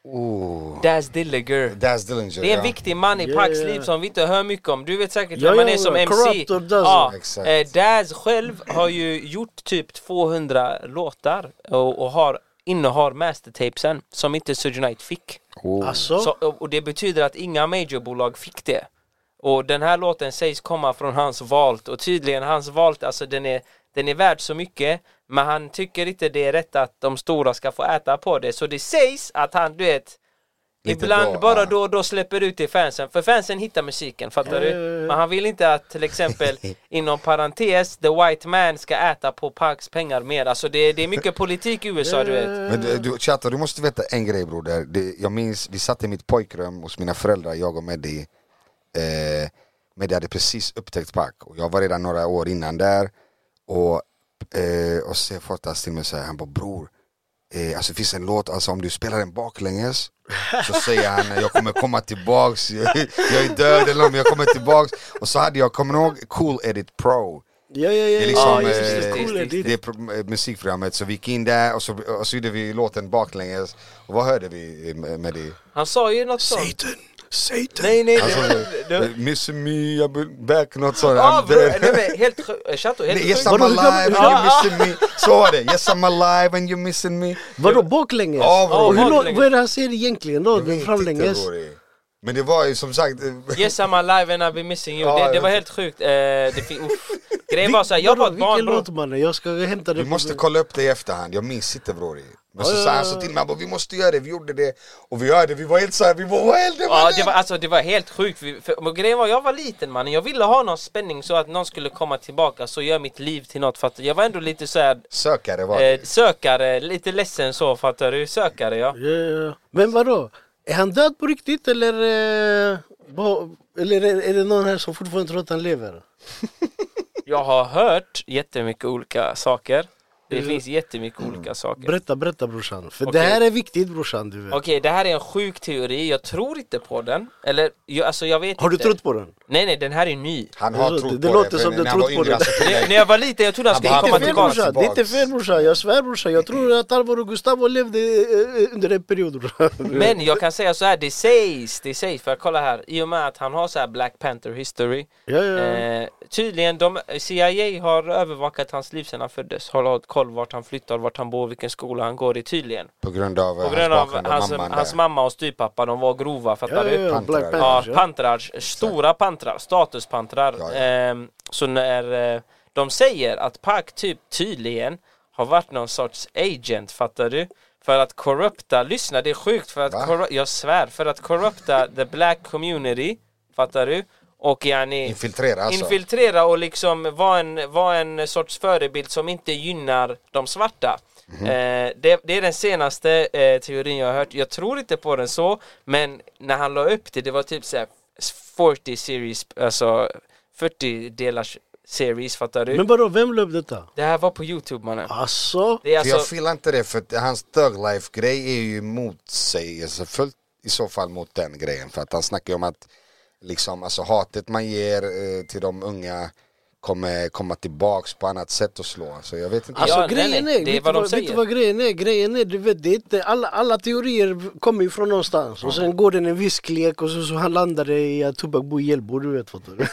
Speaker 5: Ooh.
Speaker 3: Daz Dilliger.
Speaker 5: Daz Dillinger.
Speaker 3: Det är en
Speaker 5: ja.
Speaker 3: viktig man i
Speaker 4: Ja,
Speaker 3: Pacs
Speaker 4: ja, ja.
Speaker 3: liv som vi inte hör mycket om. Du vet säkert
Speaker 4: Ja,
Speaker 3: vem man
Speaker 4: ja,
Speaker 3: är som
Speaker 4: ja.
Speaker 3: MC.
Speaker 4: Corrupt of Daz,
Speaker 3: Ja,
Speaker 5: exakt.
Speaker 3: eh, Daz själv har ju gjort typ 200 låtar och, och har innehar mastertapesen som inte Suge Knight fick.
Speaker 5: Ooh.
Speaker 4: Alltså?
Speaker 3: Så, och och det betyder att inga majorbolag fick det. Och den här låten sägs komma från hans valt och tydligen hans valt, alltså den är, den är värd så mycket men han tycker inte det är rätt att de stora ska få äta på det. Så det sägs att han, du vet,
Speaker 5: Lite
Speaker 3: ibland
Speaker 5: då,
Speaker 3: bara
Speaker 5: ja.
Speaker 3: då och då släpper ut till fansen. För fansen hittar musiken, fattar du? Men han vill inte att till exempel, inom parentes, the white man ska äta på Pacs pengar mer. Alltså det, det är mycket politik i USA, du vet.
Speaker 5: Men du, du, Chatta, du måste veta en grej broder. Det, jag minns, vi satt i mitt pojkrum hos mina föräldrar, jag och Mehdi. Eh, Mehdi hade precis upptäckt Pac och jag var redan några år innan där. Och, eh, och så Fortas till mig och säger, han bara bror, eh, alltså det finns en låt, alltså om du spelar den baklänges så säger han jag kommer komma tillbaks, jag, jag är död eller om jag kommer tillbaks. Och så hade jag, kommer ni ihåg Cool Edit Pro?
Speaker 4: Ja, ja, ja.
Speaker 5: Det är
Speaker 4: ja. Ja,
Speaker 5: liksom,
Speaker 4: just det,
Speaker 5: eh,
Speaker 4: cool är
Speaker 5: det är pro- eh, musikprogrammet, så vi gick in där och så, och så gjorde vi låten baklänges. Och vad hörde vi eh, med- med det?
Speaker 3: Han sa ju något sånt.
Speaker 4: Satan, Satan.
Speaker 3: Nej, nej,
Speaker 5: Alltså,
Speaker 3: det, det,
Speaker 5: eh, Miss me, I'll be back, något sånt.
Speaker 3: Ja,
Speaker 5: I'm
Speaker 3: bror,
Speaker 5: dead.
Speaker 3: nej men helt sjukt, Chateau, helt
Speaker 5: Nej, Yes
Speaker 3: sjukt.
Speaker 5: I'm
Speaker 4: Vadå, hur gammal-
Speaker 5: alive and
Speaker 4: hur
Speaker 5: you're missing me. Så var det, yes I'm alive and you're missing me.
Speaker 4: Vadå baklänges?
Speaker 5: Ja, vadå?
Speaker 4: och hur
Speaker 3: Baklänges.
Speaker 4: lång, vad är det han säger egentligen då?
Speaker 5: Jag vet
Speaker 4: Den
Speaker 5: inte,
Speaker 4: framlänges?
Speaker 5: bror. Men det var ju som sagt, eh,
Speaker 3: Yes I'm alive and I'll be missing you.
Speaker 5: Ja,
Speaker 3: det, det
Speaker 5: jag
Speaker 3: var
Speaker 5: vet.
Speaker 3: helt sjukt. Eh, det fin- uff. Grejen var såhär, jag
Speaker 4: Vadå,
Speaker 3: var ett barn
Speaker 4: Vilken
Speaker 3: bror.
Speaker 4: låt mannen? Jag ska hämta det.
Speaker 5: Vi
Speaker 4: på-
Speaker 5: måste kolla upp det i efterhand, jag minns inte bror. Men så sa han så till mig, han bara, vi måste göra det, vi gjorde det. Och vi gör det, vi var helt såhär, vi bara vad är det? vad
Speaker 3: Ja,
Speaker 5: är
Speaker 3: det var, alltså, det var helt sjukt. Vi- För, men grejen var, jag var liten man. Jag ville ha någon spänning så att någon skulle komma tillbaka så gör mitt liv till något. För att jag var ändå lite såhär
Speaker 5: Sökare var det.
Speaker 3: eh, sökare, lite ledsen så fattar du. Sökare ja.
Speaker 4: Ja, ja, ja. Men vadå? Är han död på riktigt eller? eh, ba- Eller är är det någon här som fortfarande tror att han lever?
Speaker 3: Jag har hört jättemycket olika saker. Det
Speaker 4: Mm.
Speaker 3: finns jättemycket olika saker.
Speaker 4: Berätta, berätta brorsan. För
Speaker 3: Okej.
Speaker 4: det här är viktigt brorsan, du vet.
Speaker 3: Okej, det här är en sjuk teori. Jag tror inte på den. Eller, jag, alltså jag vet
Speaker 4: Har du
Speaker 3: inte.
Speaker 4: trott på den?
Speaker 3: Nej, nej, den här är ny.
Speaker 5: Han har
Speaker 4: Det-
Speaker 5: trott
Speaker 4: det
Speaker 5: på
Speaker 4: låter
Speaker 5: det,
Speaker 4: som
Speaker 5: för
Speaker 4: du
Speaker 5: när han var
Speaker 4: trott på
Speaker 5: yngre,
Speaker 4: det.
Speaker 5: alltså, för
Speaker 3: När-
Speaker 5: mig-
Speaker 3: När jag var liten jag trodde han
Speaker 5: Han
Speaker 3: skulle
Speaker 5: bara,
Speaker 4: Det
Speaker 3: komma
Speaker 4: är fel
Speaker 5: tillbaks,
Speaker 3: tillbaka.
Speaker 4: brorsan, det är inte
Speaker 5: tillbaks.
Speaker 4: fel brorsan. Jag svär brorsan, jag tror att Alvaro och Gustavo levde eh, under en period brorsan.
Speaker 3: Men jag kan säga så här, det sägs, det sägs, för kolla här, i och med att han har så här Black Panther history
Speaker 4: Ja, ja.
Speaker 3: eh, Tydligen, de, CIA har övervakat hans liv sedan han föddes, har hållit koll vart han flyttar, vart han bor, vilken skola han går i tydligen
Speaker 5: På grund av, eh,
Speaker 3: På grund av
Speaker 5: hans bakgrund och
Speaker 3: hans,
Speaker 5: mamman eh,
Speaker 3: hans
Speaker 5: där.
Speaker 3: mamma och styvpappa, de var grova, fattar
Speaker 4: ja,
Speaker 3: du?
Speaker 4: ja, ja, Black
Speaker 5: Pantrar.
Speaker 4: Panthers,
Speaker 3: Ja,
Speaker 4: ja.
Speaker 3: pantrar, stora pantrar, statuspantrar.
Speaker 5: Ja, ja.
Speaker 3: Ehm, så när eh, de säger att Pac typ tydligen har varit någon sorts agent, fattar du? För att korrupta, lyssna det är sjukt, för att
Speaker 5: Va?
Speaker 3: korru- jag svär, för att korrupta the black community, fattar du? Och yani,
Speaker 5: Infiltrera alltså.
Speaker 3: infiltrera och liksom vara en, vara en sorts förebild som inte gynnar de svarta. Eh, det, det är den senaste eh, teorin jag har hört. Jag tror inte på den så, men när han la upp det, det var typ såhär 40 series, alltså 40 delars series, fattar du?
Speaker 4: Men vadå, vem löv detta?
Speaker 3: det här var på Youtube mannen.
Speaker 4: Alltså?
Speaker 3: Det är
Speaker 5: För jag
Speaker 3: alltså,
Speaker 5: filar inte det för att hans thug life grej är ju motsägelsefullt i så fall mot den grejen för att han snackar ju om att liksom alltså hatet man ger eh, till de unga kommer komma tillbaks på annat sätt och slå så jag vet inte
Speaker 4: Alltså
Speaker 3: Ja, nej,
Speaker 4: grejen
Speaker 3: nej,
Speaker 4: är,
Speaker 3: det är
Speaker 4: vet,
Speaker 3: vad
Speaker 4: vad
Speaker 3: de
Speaker 4: vad, vet
Speaker 3: säger.
Speaker 4: du vad grejen är? Grejen är, du vet, det är inte, alla, alla teorier kommer ju från någonstans och sen går den en viss lek och så, så han landar i att Tupac bor i Hjällbo, du vet fattar du?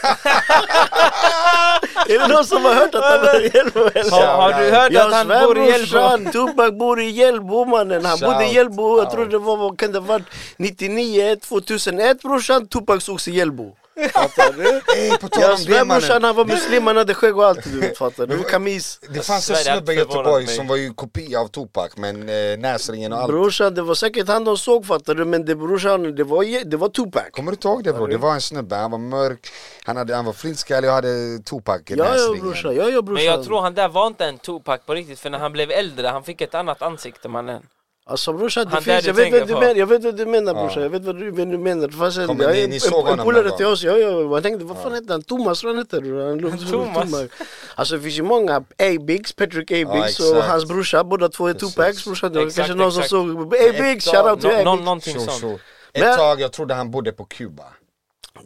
Speaker 4: är det någon som har hört att han bor i Hjällbo eller?
Speaker 3: har, har du hört
Speaker 4: Jag
Speaker 3: att han
Speaker 4: svär,
Speaker 3: bor i Hjällbo?
Speaker 4: brorsan, Tupac bor i Hjällbo mannen, han
Speaker 5: Shout
Speaker 4: bodde i Hjällbo, jag
Speaker 5: out.
Speaker 4: tror det var, vad kan det ha varit, 99, 2001 brorsan, Tupac sågs i Hjällbo Fattar du?
Speaker 5: Ey, på tal
Speaker 4: Jag
Speaker 5: om det
Speaker 4: svär
Speaker 5: mannen.
Speaker 4: morsan han var muslim, han hade skägg och allt du vet fattar du? Kamis
Speaker 5: Det fanns en
Speaker 3: Sverige hade
Speaker 5: snubbe i
Speaker 3: förvånat
Speaker 5: Göteborg
Speaker 3: mig.
Speaker 5: som var ju kopia av Tupac men eh, näsringen och allt.
Speaker 4: Brorsan, det var säkert han de såg fattar du men det brorsan, det var, je- det var Tupac
Speaker 5: Kommer du inte ihåg det bror? Det var en snubbe, han var mörk, han, hade, han var flintskallig och hade Tupac i
Speaker 4: Ja ja
Speaker 5: näsringen.
Speaker 4: brorsan, ja ja brorsan
Speaker 3: Men jag tror han där var inte en Tupac på riktigt för när han blev äldre han fick ett annat ansikte mannen.
Speaker 4: Alltså brorsan, det
Speaker 3: Han där
Speaker 4: finns,
Speaker 3: du
Speaker 4: jag vet,
Speaker 3: tänker
Speaker 4: vad du
Speaker 3: på.
Speaker 4: menar, jag vet vad du menar brorsan, jag vet vad du, vad du menar Det fanns en,
Speaker 5: Kommer
Speaker 4: jag,
Speaker 5: ni-
Speaker 4: en,
Speaker 5: ni såg
Speaker 4: en
Speaker 5: honom
Speaker 4: polare
Speaker 5: någon
Speaker 4: till
Speaker 5: gång?
Speaker 4: oss, ja, ja, man tänkte vad fan hette han? Thomas tror jag han heter, han låg-
Speaker 3: Thomas.
Speaker 4: Thomas. Alltså det finns ju många, A-Biggs, Patrick A-Biggs och
Speaker 5: exakt.
Speaker 4: hans brorsa, båda två är Tupacs brorsa, det var
Speaker 3: Exakt,
Speaker 4: kanske någon som
Speaker 3: exakt.
Speaker 4: såg A-Biggs, shoutout till
Speaker 3: Nå- nå-
Speaker 4: A-Biggs
Speaker 3: någonting
Speaker 5: Tjo,
Speaker 3: sånt.
Speaker 5: tjo. Ett
Speaker 4: Men-
Speaker 5: tag jag trodde han bodde på Kuba.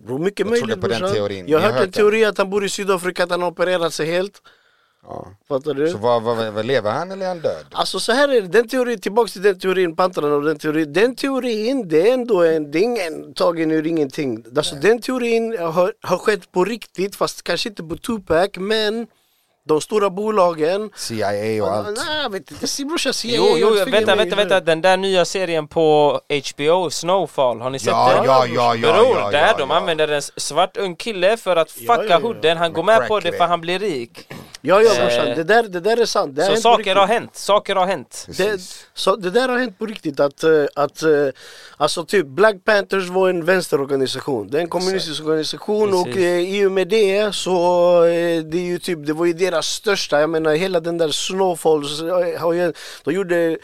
Speaker 4: Bro, mycket
Speaker 5: Jag
Speaker 4: möjligt
Speaker 5: trodde på den
Speaker 4: brorsan.
Speaker 5: teorin.
Speaker 4: Jag har
Speaker 5: Jag
Speaker 4: hört en
Speaker 5: hört den.
Speaker 4: teori att han bor i Sydafrika, att han har opererat sig helt Fattar du?
Speaker 5: Så vad, vad, vad, lever han eller är han död?
Speaker 4: Alltså så här är det, den teorin, tillbaks till den teorin, pantrarna och den teorin. Den teorin, det är ändå en, det är ingen, tagen ur ingenting. Alltså den teorin har, har skett på riktigt, fast kanske inte på Tupac, men de stora bolagen.
Speaker 5: CIA och allt.
Speaker 4: Nej, jag vet inte, Se, brorsan, CIA.
Speaker 3: Jo, jo,
Speaker 4: jag fick
Speaker 3: vänta,
Speaker 4: mig-
Speaker 3: vänta, vänta. Den där nya serien på HBO, Snowfall, har ni sett
Speaker 5: Ja,
Speaker 3: den?
Speaker 5: ja, ja, ja,
Speaker 3: Bror,
Speaker 5: ja,
Speaker 3: där
Speaker 5: ja,
Speaker 3: de
Speaker 5: ja.
Speaker 3: använder en svart ung kille för att fucka
Speaker 4: ja, ja.
Speaker 3: hooden. Han
Speaker 5: Men
Speaker 3: går med på det
Speaker 5: crackling.
Speaker 3: för han blir rik.
Speaker 4: Ja, ja
Speaker 3: Eh,
Speaker 4: brorsan, det där, det där är sant. Det har
Speaker 3: Så
Speaker 4: hänt på
Speaker 3: saker
Speaker 4: riktigt.
Speaker 3: har hänt, saker har hänt.
Speaker 4: Det,
Speaker 5: Precis.
Speaker 4: så det där har hänt på riktigt att, eh, att eh, alltså typ Black Panthers var en vänsterorganisation, det är en kommunistisk organisation och
Speaker 3: Precis.
Speaker 4: eh, i och med det så eh, det är ju typ, det var ju deras största, jag menar hela den där Snowfalls, eh, har ju- de gjorde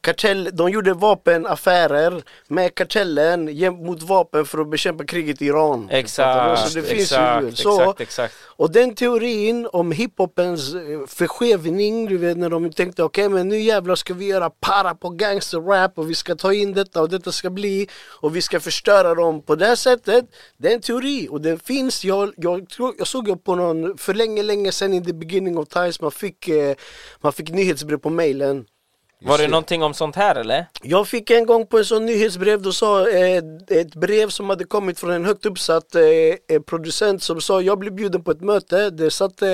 Speaker 4: Kartell, de gjorde vapenaffärer med kartellen jäm- mot vapen för att bekämpa kriget i Iran.
Speaker 3: Exakt,
Speaker 4: Alltså, det finns ju-
Speaker 3: exakt,
Speaker 4: så-
Speaker 3: exakt, exakt.
Speaker 4: och den teorin om hiphopens eh, förskevning, du vet när de tänkte okej men nu jävlar ska vi göra para på gangsterrap och vi ska ta in detta och detta ska bli och vi ska förstöra dem på det här sättet. Det är en teori och den finns. Jag, jag, tror, jag såg ju på någon för länge, länge sedan in the beginning of times man fick, eh, man fick nyhetsbrev på mailen.
Speaker 3: Var det någonting om sånt här eller?
Speaker 4: Jag fick en gång på en sån nyhetsbrev, då sa eh, ett brev som hade kommit från en högt uppsatt eh, eh, producent som sa jag blev bjuden på ett möte, det satt eh,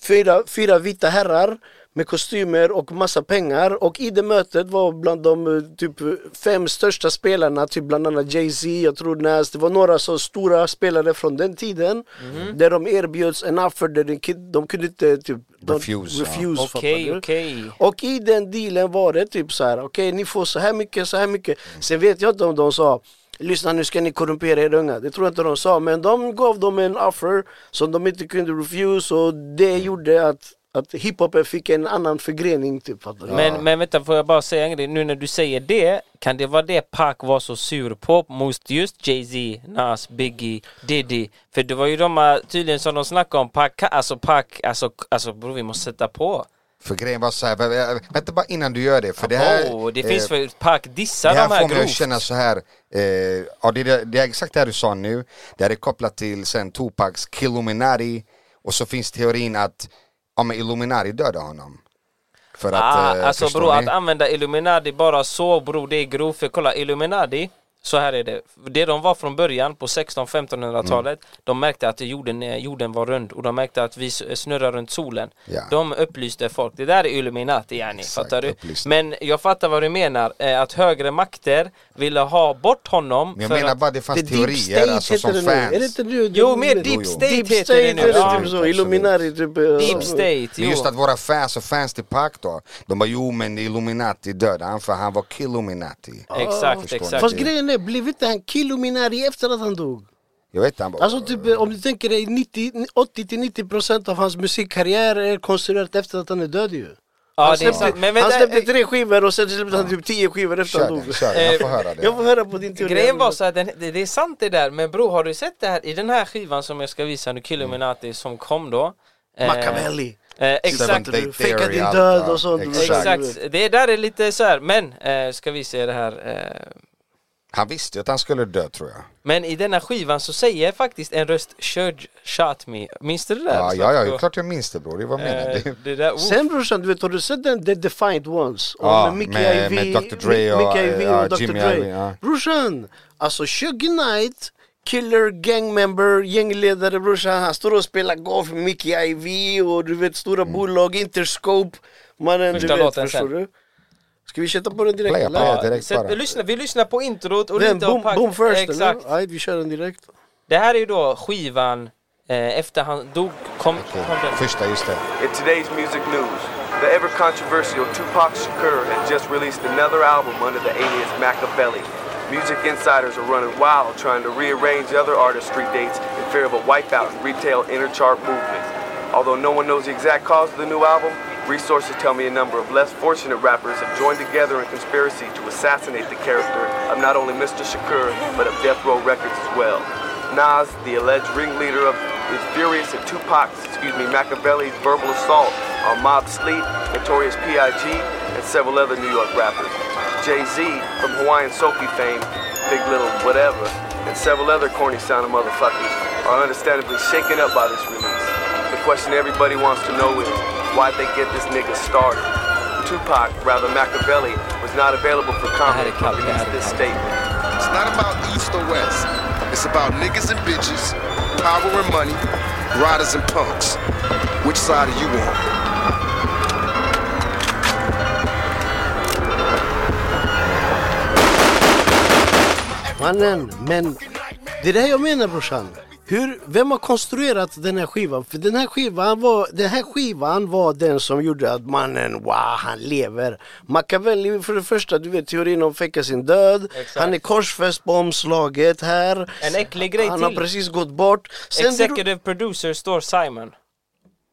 Speaker 4: fyra, fyra vita herrar med kostymer och massa pengar och i det mötet var bland de eh, typ fem största spelarna, typ bland annat Jay-Z, jag tror Nas, det var några så stora spelare från den tiden
Speaker 3: Mhm.
Speaker 4: där de erbjöds en offer där de, ki- de kunde inte typ de-
Speaker 5: Refuse, ja.
Speaker 4: refuse fattar
Speaker 3: Okej,
Speaker 4: du?
Speaker 3: okej.
Speaker 4: Och i den dealen var det typ så här, okej ni får så här mycket, så här mycket. Sen vet jag inte om de sa, lyssna nu ska ni korrumpera er unga. Det tror jag inte de sa, men de gav dem en offer som de inte kunde refuse och det gjorde att, att hiphopen fick en annan förgrening typ. fattar du?
Speaker 3: Men, men vänta, får jag bara säga en grej? Nu när du säger det, kan det vara det Pac var så sur på mot just Jay-Z, Nas, Biggie, Diddy? För det var ju de här, tydligen som de snackade om, Pac, alltså Pac, alltså, alltså bror vi måste sätta på.
Speaker 5: För grejen var så här, vä- vä- vänta bara innan du gör det. För det här,
Speaker 3: oh, det
Speaker 5: eh,
Speaker 3: finns för Pac dissar
Speaker 5: det
Speaker 3: de
Speaker 5: här
Speaker 3: här
Speaker 5: får mig att
Speaker 3: grovt.
Speaker 5: känna så här, eh, ja, det, är, det är exakt det här du sa nu, det här är kopplat till sen Tupacs Killuminati och så finns teorin att ja, men Illuminati dödade honom. För att,
Speaker 3: Ah,
Speaker 5: eh,
Speaker 3: alltså
Speaker 5: förstår
Speaker 3: bror,
Speaker 5: ni?
Speaker 3: att använda Illuminati bara så bror, det är grovt. För kolla, Illuminati, så här är det. Det de var från början på 16-1500-talet,
Speaker 5: Mm.
Speaker 3: de märkte att jorden, eh, jorden var rund och de märkte att vi s- eh, snurrar runt solen.
Speaker 5: Ja.
Speaker 3: De upplyste folk. Det där är Illuminati, yani, fattar du?
Speaker 5: upplyste.
Speaker 3: Men jag fattar vad du menar, eh, att högre makter ville ha bort honom
Speaker 5: Men jag
Speaker 3: för
Speaker 5: menar
Speaker 3: att...
Speaker 5: bara det fanns
Speaker 4: deep
Speaker 5: teorier alltså, som
Speaker 4: heter
Speaker 5: fans.
Speaker 4: det nu. Är det inte nu?
Speaker 3: Jo, mer deep
Speaker 5: Jo, jo.
Speaker 3: state
Speaker 4: Deep
Speaker 3: heter
Speaker 4: state
Speaker 3: det
Speaker 4: är
Speaker 3: nu.
Speaker 4: det
Speaker 3: Ja.
Speaker 4: typ så,
Speaker 5: Absolut.
Speaker 4: Illuminari typ. eh,
Speaker 3: Deep state,
Speaker 5: Men
Speaker 3: jo.
Speaker 5: just att våra fans och fans till Pac då, de bara jo men Illuminati dödade han för han var Killuminati.
Speaker 3: Exakt,
Speaker 5: Ah, Förstår ni?
Speaker 3: exakt.
Speaker 4: Fast grejen är, blev inte han killuminari efter att han dog?
Speaker 5: Jag vet han bara,
Speaker 4: Alltså typ eh, om du tänker dig 80-90% av hans musikkarriär är konstruerat efter att han är död ju.
Speaker 3: Ja,
Speaker 4: han,
Speaker 3: det är sant.
Speaker 4: släppte,
Speaker 3: Men vänta,
Speaker 4: han släppte
Speaker 3: eh,
Speaker 4: tre skivor och sen släppte han typ tio skivor efter
Speaker 5: kör
Speaker 4: han dog.
Speaker 5: den, kör den, jag får höra
Speaker 4: Jag får
Speaker 5: det.
Speaker 4: höra på din teori.
Speaker 3: Grejen var så att den, det, det är sant det där, men bro har du sett det här i den här skivan som jag ska visa nu,
Speaker 5: Mm.
Speaker 3: Killuminati som kom då? Eh,
Speaker 4: Machiavelli.
Speaker 3: Eh,
Speaker 5: Seventh
Speaker 3: exakt,
Speaker 5: Day
Speaker 4: Fejka
Speaker 5: Theory,
Speaker 4: din
Speaker 5: allt
Speaker 4: död
Speaker 5: där.
Speaker 4: och sånt.
Speaker 3: exakt. Det där är lite så här, men eh, ska vi se det här. Eh,
Speaker 5: Han visste ju att han skulle dö tror jag.
Speaker 3: men i denna skivan så säger faktiskt en röst Shurge shot me. Minns du det där?
Speaker 5: Ja, ja, ja, det är klart jag minns det bror, det var meningen.
Speaker 3: Eh,
Speaker 5: Det-
Speaker 3: det där, oh.
Speaker 4: Sen brorsan, du vet, har du sett den The Defiant Ones? Och
Speaker 5: Ja,
Speaker 4: med Mickey
Speaker 5: med-
Speaker 4: Ivey,
Speaker 5: med Dr. Dre och,
Speaker 4: Mickey Ivey
Speaker 5: ja,
Speaker 4: och Dr.
Speaker 5: Jimmy
Speaker 4: Dre.
Speaker 5: Ivey, ja.
Speaker 4: Brorsan, alltså Shuggy Knight, killer, gangmember, gängledare brorsan. Han står och spelar golf med Mickey Ivey och du vet stora
Speaker 5: Mm.
Speaker 4: bolag, Interscope. Mannen,
Speaker 3: Första
Speaker 4: du vet,
Speaker 3: låten
Speaker 4: förstår
Speaker 3: sen.
Speaker 4: du? Ska vi sätta på den direkt
Speaker 5: Playa, playa
Speaker 4: eller?
Speaker 5: direkt
Speaker 3: Så att
Speaker 5: bara.
Speaker 3: vi, lyssnar, vi lyssnar på introt och
Speaker 4: Den,
Speaker 3: lite om
Speaker 4: boom,
Speaker 3: Pac-
Speaker 4: boom first
Speaker 3: Exakt.
Speaker 4: eller? Right, vi kör den direkt.
Speaker 3: Det här är ju då skivan eh, efter han dog. Kom,
Speaker 5: Okej,
Speaker 3: kom den.
Speaker 5: Första, just det.
Speaker 6: In today's music news, the ever controversial Tupac Shakur has just released another album under the alias Machiavelli. Music insiders are running wild trying to rearrange other artists' street dates in fear of a wipeout and retail inner chart movement. Although no one knows the exact cause of the new album, resources tell me a number of less fortunate rappers have joined together in conspiracy to assassinate the character of not only Mr. Shakur, but of Death Row Records as well. Nas, the alleged ringleader of, is furious at Tupac's, excuse me, Machiavelli's verbal assault on Mob Sleep, Notorious P.I.G., and several other New York rappers. Jay-Z, from Hawaiian Soapy fame, Big Little Whatever, and several other corny sounding motherfuckers are understandably shaken up by this release. The question everybody wants to know is, why'd they get this nigga started? Tupac, rather Machiavelli, was not available for comment
Speaker 3: copy, I
Speaker 6: but
Speaker 3: had
Speaker 6: released
Speaker 3: a
Speaker 6: this
Speaker 3: copy.
Speaker 6: statement.
Speaker 7: It's not about east or west. It's about niggas and bitches, power and money, riders and punks. Which side are you on?
Speaker 4: Mannen, men det är det här jag menar brorsan. Hur, vem har konstruerat den här skivan? För den här skivan var, den här skivan var den som gjorde att mannen, wow, han lever. Machiavelli, för det första, du vet teorin om fäcka sin död. Han är korsfäst på omslaget här.
Speaker 3: En äcklig grej
Speaker 4: Han har
Speaker 3: till.
Speaker 4: precis gått bort.
Speaker 3: Executive producer står Simon.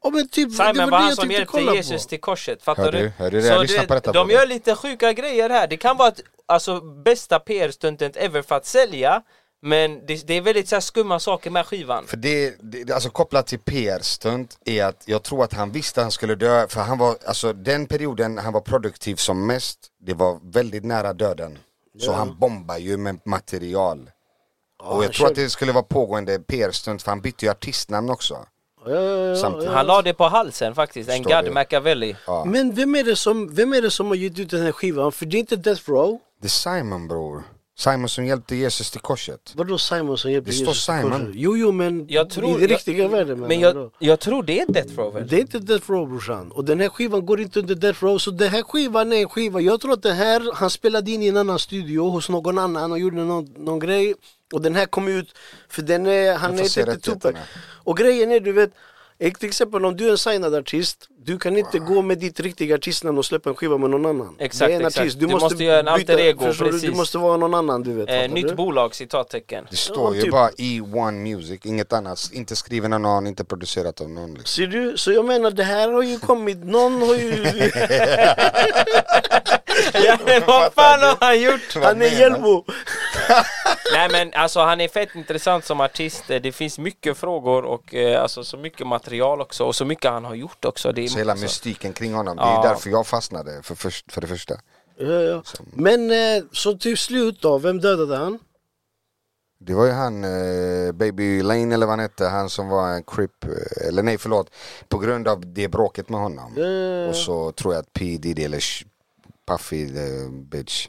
Speaker 4: oh, men typ, det
Speaker 3: Simon var
Speaker 4: det
Speaker 3: han
Speaker 4: jag
Speaker 3: som
Speaker 4: tyckte
Speaker 3: hjälpte
Speaker 4: kolla på.
Speaker 3: Jesus till korset, fattar
Speaker 5: Hör
Speaker 3: du?
Speaker 5: du? Hör du det? Jag
Speaker 3: du
Speaker 5: lyssnar på detta,
Speaker 3: de
Speaker 5: Bobby.
Speaker 3: gör lite sjuka grejer här, det kan vara att, alltså, bästa PR-stunten ever för att sälja men det, det är väldigt så här, skumma saker med skivan.
Speaker 5: För det, det, det- alltså kopplat till PR-stunt är att jag tror att han visste att han skulle dö, för han var, alltså den perioden han var produktiv som mest, det var väldigt nära döden. Så han bombar ju med material. och
Speaker 4: han
Speaker 5: jag tror att
Speaker 4: kör-
Speaker 5: det skulle vara pågående PR-stunt, för han bytte ju artistnamn också.
Speaker 4: Ja, ja, ja.
Speaker 5: Samtidigt.
Speaker 3: Han la det på halsen faktiskt, en
Speaker 5: Förstår
Speaker 3: Gad
Speaker 5: du?
Speaker 3: Machiavelli.
Speaker 4: Men vem är, det som, vem är det som har gett ut den här skivan? För det är inte Death Row.
Speaker 5: Det är Simon bror. Simon som hjälpte Jesus till korset.
Speaker 4: Vadå Simon som hjälper
Speaker 5: Det står
Speaker 4: Jesus till
Speaker 5: Simon.
Speaker 4: korset? Jo, jo, men
Speaker 3: Jag tror,
Speaker 4: i den riktiga
Speaker 3: jag,
Speaker 4: världen.
Speaker 3: men
Speaker 4: menar
Speaker 3: jag,
Speaker 4: då.
Speaker 3: jag tror det är Death Row väl?
Speaker 4: Det är inte Death Row brorsan. Och den här skivan går inte under Death Row. Så den här skivan är en skiva. Jag tror att den här, han spelade in i en annan studio hos någon annan och gjorde någon, någon grej. Och den här kom ut, för den är, han
Speaker 5: får
Speaker 4: är
Speaker 5: se
Speaker 4: inte Tupac.
Speaker 5: rättigheterna.
Speaker 4: Och grejen är, du vet, eh, till exempel om du är en signad artist, du kan inte gå med ditt riktiga artistnamn och släppa en skiva med någon annan.
Speaker 3: Exakt,
Speaker 4: det är en
Speaker 3: exakt.
Speaker 4: artist, du,
Speaker 3: Du
Speaker 4: måste,
Speaker 3: måste göra en alter
Speaker 4: byta-
Speaker 3: ego,
Speaker 4: förstår Du,
Speaker 3: precis.
Speaker 4: du måste vara någon annan, du vet.
Speaker 3: Eh,
Speaker 4: fattar
Speaker 3: nytt
Speaker 4: du?
Speaker 3: bolag, citattecken.
Speaker 5: Det står ju
Speaker 4: typ.
Speaker 5: bara E1 Music, inget annat. Inte skriven av någon, inte producerat av någon. Liksom.
Speaker 4: Ser du? Så jag menar det här har ju kommit, någon har ju...
Speaker 3: Ja, men vad fan har han gjort?
Speaker 4: Han är
Speaker 5: menar du?
Speaker 4: Hjällbo!
Speaker 3: Nej men alltså han är fett intressant som artist, Eh, det finns mycket frågor och eh, alltså, så mycket material också och så mycket han har gjort också. Det är,
Speaker 5: Så hela
Speaker 3: alltså,
Speaker 5: mystiken kring honom, det
Speaker 3: Ja.
Speaker 5: är därför jag fastnade för, först, för det första.
Speaker 4: Ja, ja. Men eh, så till slut då, vem dödade han?
Speaker 5: Det var ju han, eh, Baby Lane eller vad han hette, han som var en crip, eh, eller nej förlåt, på grund av det bråket med honom. Och så tror jag att P Diddy eller Sh- Puffy the bitch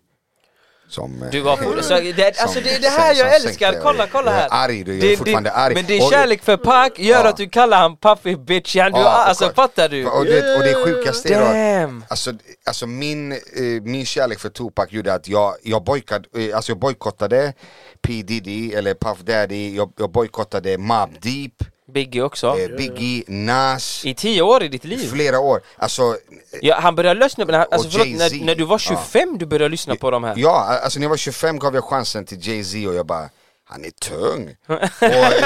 Speaker 5: som... eh,
Speaker 3: Du var full, så det, alltså
Speaker 5: som-
Speaker 3: det är det här
Speaker 5: som-
Speaker 3: jag
Speaker 5: som
Speaker 3: älskar,
Speaker 5: sänkte-
Speaker 3: kolla kolla
Speaker 5: jag är
Speaker 3: här!
Speaker 5: Arg du, jag
Speaker 3: Din-
Speaker 5: är
Speaker 3: din-
Speaker 5: fortfarande arg.
Speaker 3: Men din
Speaker 5: Och-
Speaker 3: kärlek för Pac gör
Speaker 5: Ja.
Speaker 3: att du kallar han Puffy bitch, ja, du,
Speaker 5: Ja,
Speaker 3: alltså
Speaker 5: och-
Speaker 3: fattar du?
Speaker 5: Och det, och det sjukaste är då
Speaker 3: Damn.
Speaker 5: att, alltså, alltså min, eh, min kärlek för Tupac gjorde att jag, jag, boykad, eh, alltså jag bojkottade P Diddy eller Puff Daddy, jag, jag bojkottade Mobb Deep,
Speaker 3: Biggie också,
Speaker 5: eh, Biggie, Nas,
Speaker 3: i tio år i ditt liv!
Speaker 5: flera år. Alltså,
Speaker 3: Ja, han började lyssna, men han, alltså,
Speaker 5: Och
Speaker 3: förlåt, när,
Speaker 5: Jay-Z.
Speaker 3: när du var
Speaker 5: Ja.
Speaker 3: 25 du började lyssna på de här
Speaker 5: ja, alltså när jag var 25 gav jag chansen till Jay-Z och jag bara han är tung! och,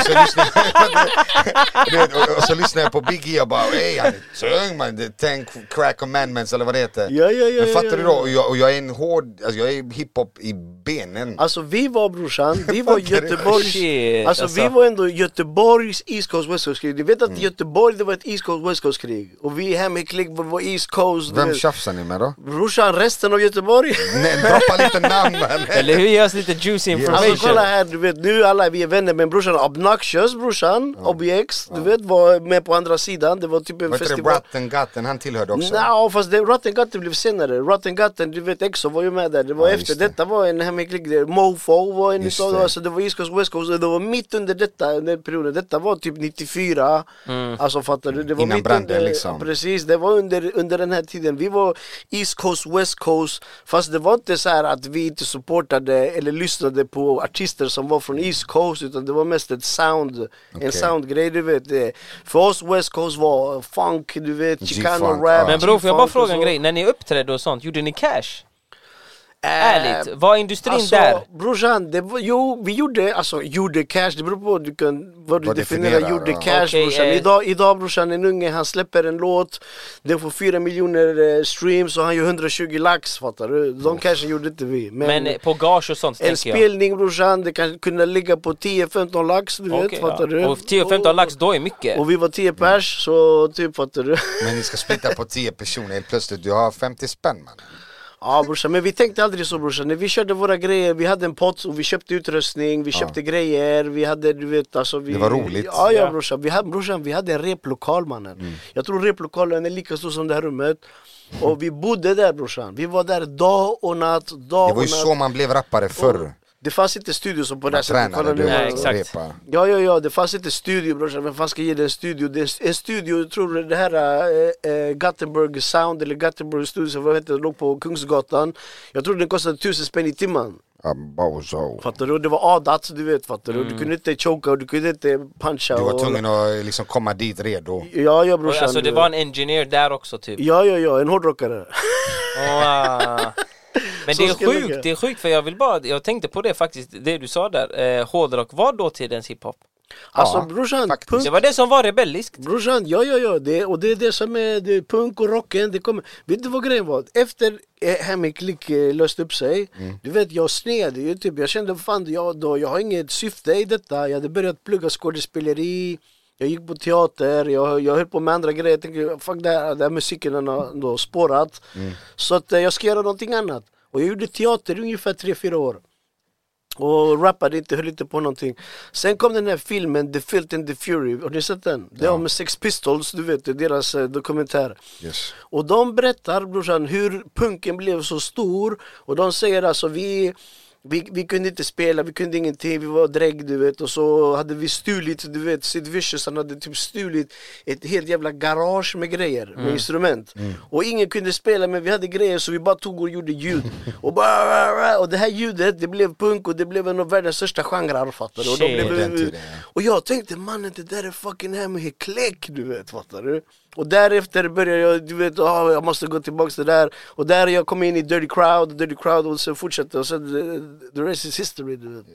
Speaker 5: så lyssnade, Du vet, och, och så lyssnade jag på Biggie och bara ey han är tung man, Det- tänk crack commandments eller vad det heter
Speaker 4: Ja, ja, ja,
Speaker 5: Men fattar
Speaker 4: ja, ja.
Speaker 5: du då, och jag, och jag är en hård, alltså jag är hiphop i benen
Speaker 4: Alltså vi var brorsan, vi var Göteborgs...
Speaker 3: Shit,
Speaker 4: alltså, vi
Speaker 3: alltså.
Speaker 4: var ändå Göteborgs East Coast West Coast-krig. Du vet
Speaker 5: Mm.
Speaker 4: att Göteborg det var ett East Coast West Coast-krig. Och vi här med Klick var East Coast. du
Speaker 5: Vem
Speaker 4: vet.
Speaker 5: tjafsar ni med då?
Speaker 4: brorsan, resten av Göteborg.
Speaker 5: Nej, droppa lite namn man!
Speaker 3: Eller hur? Ge oss lite juicy information!
Speaker 4: Alltså kolla här, du vet nu alla vi är vänner men brorsan Obnoxious brorsan, Objex, du vet var med på andra sidan. Det var typ en
Speaker 5: Vad heter det,
Speaker 4: festival.
Speaker 5: Bratten Gatten, han tillhörde också?
Speaker 4: Ja, fast det, Rottengatten blev senare. Rottengatten, du vet Exo var ju med där. Det var
Speaker 5: Ja,
Speaker 4: efter,
Speaker 5: just det.
Speaker 4: detta var en hemlig grej. Mofo var en
Speaker 5: Just
Speaker 4: utav
Speaker 5: det.
Speaker 4: det. Alltså, det var East Coast, West Coast. och Det var mitt under detta, den perioden. Detta var typ 94. Alltså fattar du? Det var
Speaker 5: Mm. Innan
Speaker 4: mitt
Speaker 5: branden,
Speaker 4: under,
Speaker 5: liksom.
Speaker 4: ja, Precis, det var under, under den här tiden. Vi var East Coast, West Coast. Fast det var inte så här att vi inte supportade eller lyssnade på artister som var från East Coast utan det var mest ett sound,
Speaker 5: Okej.
Speaker 4: en soundgrej du vet. Eh, För oss West Coast var funk, du vet, chicano
Speaker 5: G-funk,
Speaker 4: rap,
Speaker 5: ja.
Speaker 3: Men bror, får jag bara
Speaker 4: G-funk och
Speaker 3: fråga en
Speaker 4: så.
Speaker 3: grej? När ni uppträdde och sånt, gjorde ni cash?
Speaker 4: Eh,
Speaker 3: Ärligt, var industrin
Speaker 4: Alltså
Speaker 3: där?
Speaker 4: brorsan, det var, jo vi gjorde, alltså gjorde cash, det beror på du kan, vad du
Speaker 5: Vad
Speaker 4: definierar,
Speaker 5: definierar,
Speaker 4: gjorde
Speaker 5: ja.
Speaker 4: cash
Speaker 3: Okej,
Speaker 4: brorsan.
Speaker 3: eh.
Speaker 4: Idag, idag brorsan, en unge han släpper en låt, den får 4 miljoner eh, streams och han gör 120 lax fattar du? De cashen gjorde inte vi. Men,
Speaker 3: Men eh, på gage och sånt
Speaker 4: en
Speaker 3: tänker jag.
Speaker 4: spelning brorsan, det kan kunna ligga på 10-15 lax du
Speaker 3: Okej,
Speaker 4: vet fattar du?
Speaker 3: ja. Och 10-15 lax, då är mycket.
Speaker 4: Och, och vi var 10 pers så typ fattar du?
Speaker 5: Men ni ska splitta på 10 personer helt plötsligt, du har 50 spänn man.
Speaker 4: Ja brorsan, men vi tänkte aldrig så brorsan. När vi körde våra grejer, vi hade en pott och vi köpte utrustning, vi köpte grejer, vi hade du vet alltså vi,
Speaker 5: Det var roligt. Mm.
Speaker 4: Ja, ja
Speaker 3: Ja.
Speaker 4: brorsan. Vi, hade, brorsan, vi hade en replokal mannen. Jag tror replokalen är lika stor som det här rummet. Och vi bodde där brorsan. Vi var där dag och natt, dag
Speaker 5: Det var
Speaker 4: och
Speaker 5: ju
Speaker 4: natt.
Speaker 5: så man blev rappare förr.
Speaker 4: Det fanns inte studio som på det här
Speaker 5: Man
Speaker 4: sättet. Kolla
Speaker 5: tränade,
Speaker 4: nu.
Speaker 3: Ja,
Speaker 5: du var
Speaker 3: exakt.
Speaker 5: repar.
Speaker 4: Ja, ja, ja, det fanns inte studio brorsan, vem fan ska ge dig en studio? Det är en studio, jag tror det här äh, äh, Gothenburg Sound eller Gothenburg Studio, vad heter det, låg på Kungsgatan. Jag tror den kostade tusen spänn i timmen.
Speaker 5: Ja, bozo.
Speaker 4: Fattar du? Och Det var adat, du vet, fattar du?
Speaker 3: Mm.
Speaker 4: Du kunde inte choka och du kunde inte puncha.
Speaker 5: Du var
Speaker 4: och-
Speaker 5: tvungen att liksom komma dit redo.
Speaker 4: Ja, ja
Speaker 3: Och
Speaker 4: brorsan.
Speaker 3: Alltså
Speaker 4: du
Speaker 3: det
Speaker 4: vet.
Speaker 3: var en engineer där också typ.
Speaker 4: Ja, ja, ja, en hårdrockare.
Speaker 3: Wow. Men
Speaker 4: Så
Speaker 3: det är
Speaker 4: skulle jag-
Speaker 3: sjukt, det är sjukt för jag vill bara, jag tänkte på det faktiskt, det du sa där, eh, hårdrock var dåtidens hiphop.
Speaker 4: Alltså
Speaker 5: Ja,
Speaker 4: brorsan,
Speaker 5: faktiskt.
Speaker 4: punk
Speaker 3: Det var det som var rebelliskt.
Speaker 4: Brorsan, ja ja ja, det, och det är det som är det, är punk och rocken, det kommer Vet du vad grejen var? Efter eh, Hammy Click eh, löste upp sig, du vet jag sned ju typ, jag kände fan jag, då, jag har inget syfte i detta, jag hade börjat plugga skådespeleri jag gick på teater, jag, jag höll på med andra grejer, jag tänkte fuck det här, den här musiken den har ändå spårat. Så att eh, jag ska göra någonting annat. Och jag gjorde teater i ungefär 3-4 år. Och rappade inte, höll inte på någonting. Sen kom den här filmen The Filth and the Fury, har ni sett den? Det är med Sex Pistols, du vet, det är deras eh, dokumentär.
Speaker 5: Yes.
Speaker 4: Och de berättar brorsan hur punken blev så stor och de säger alltså vi vi, vi kunde inte spela, vi kunde ingenting, vi var drägg du vet och så hade vi stulit, du vet Sid Vicious han hade typ stulit ett helt jävla garage med grejer,
Speaker 5: Mm.
Speaker 4: med instrument Och ingen kunde spela men vi hade grejer så vi bara tog och gjorde ljud och, bara, och det här ljudet det blev punk och det blev en av världens största genrer fattar du? Och, de
Speaker 3: Shit.
Speaker 4: blev,
Speaker 5: På den tiden, ja.
Speaker 4: och jag tänkte mannen det där är fucking hem klick du vet fattar du? Och därefter började jag, du vet, ah jag måste gå tillbaks till det där Och där jag kom in i Dirty Crowd, Dirty Crowd och sen fortsatte och sen eh, the rest is history du vet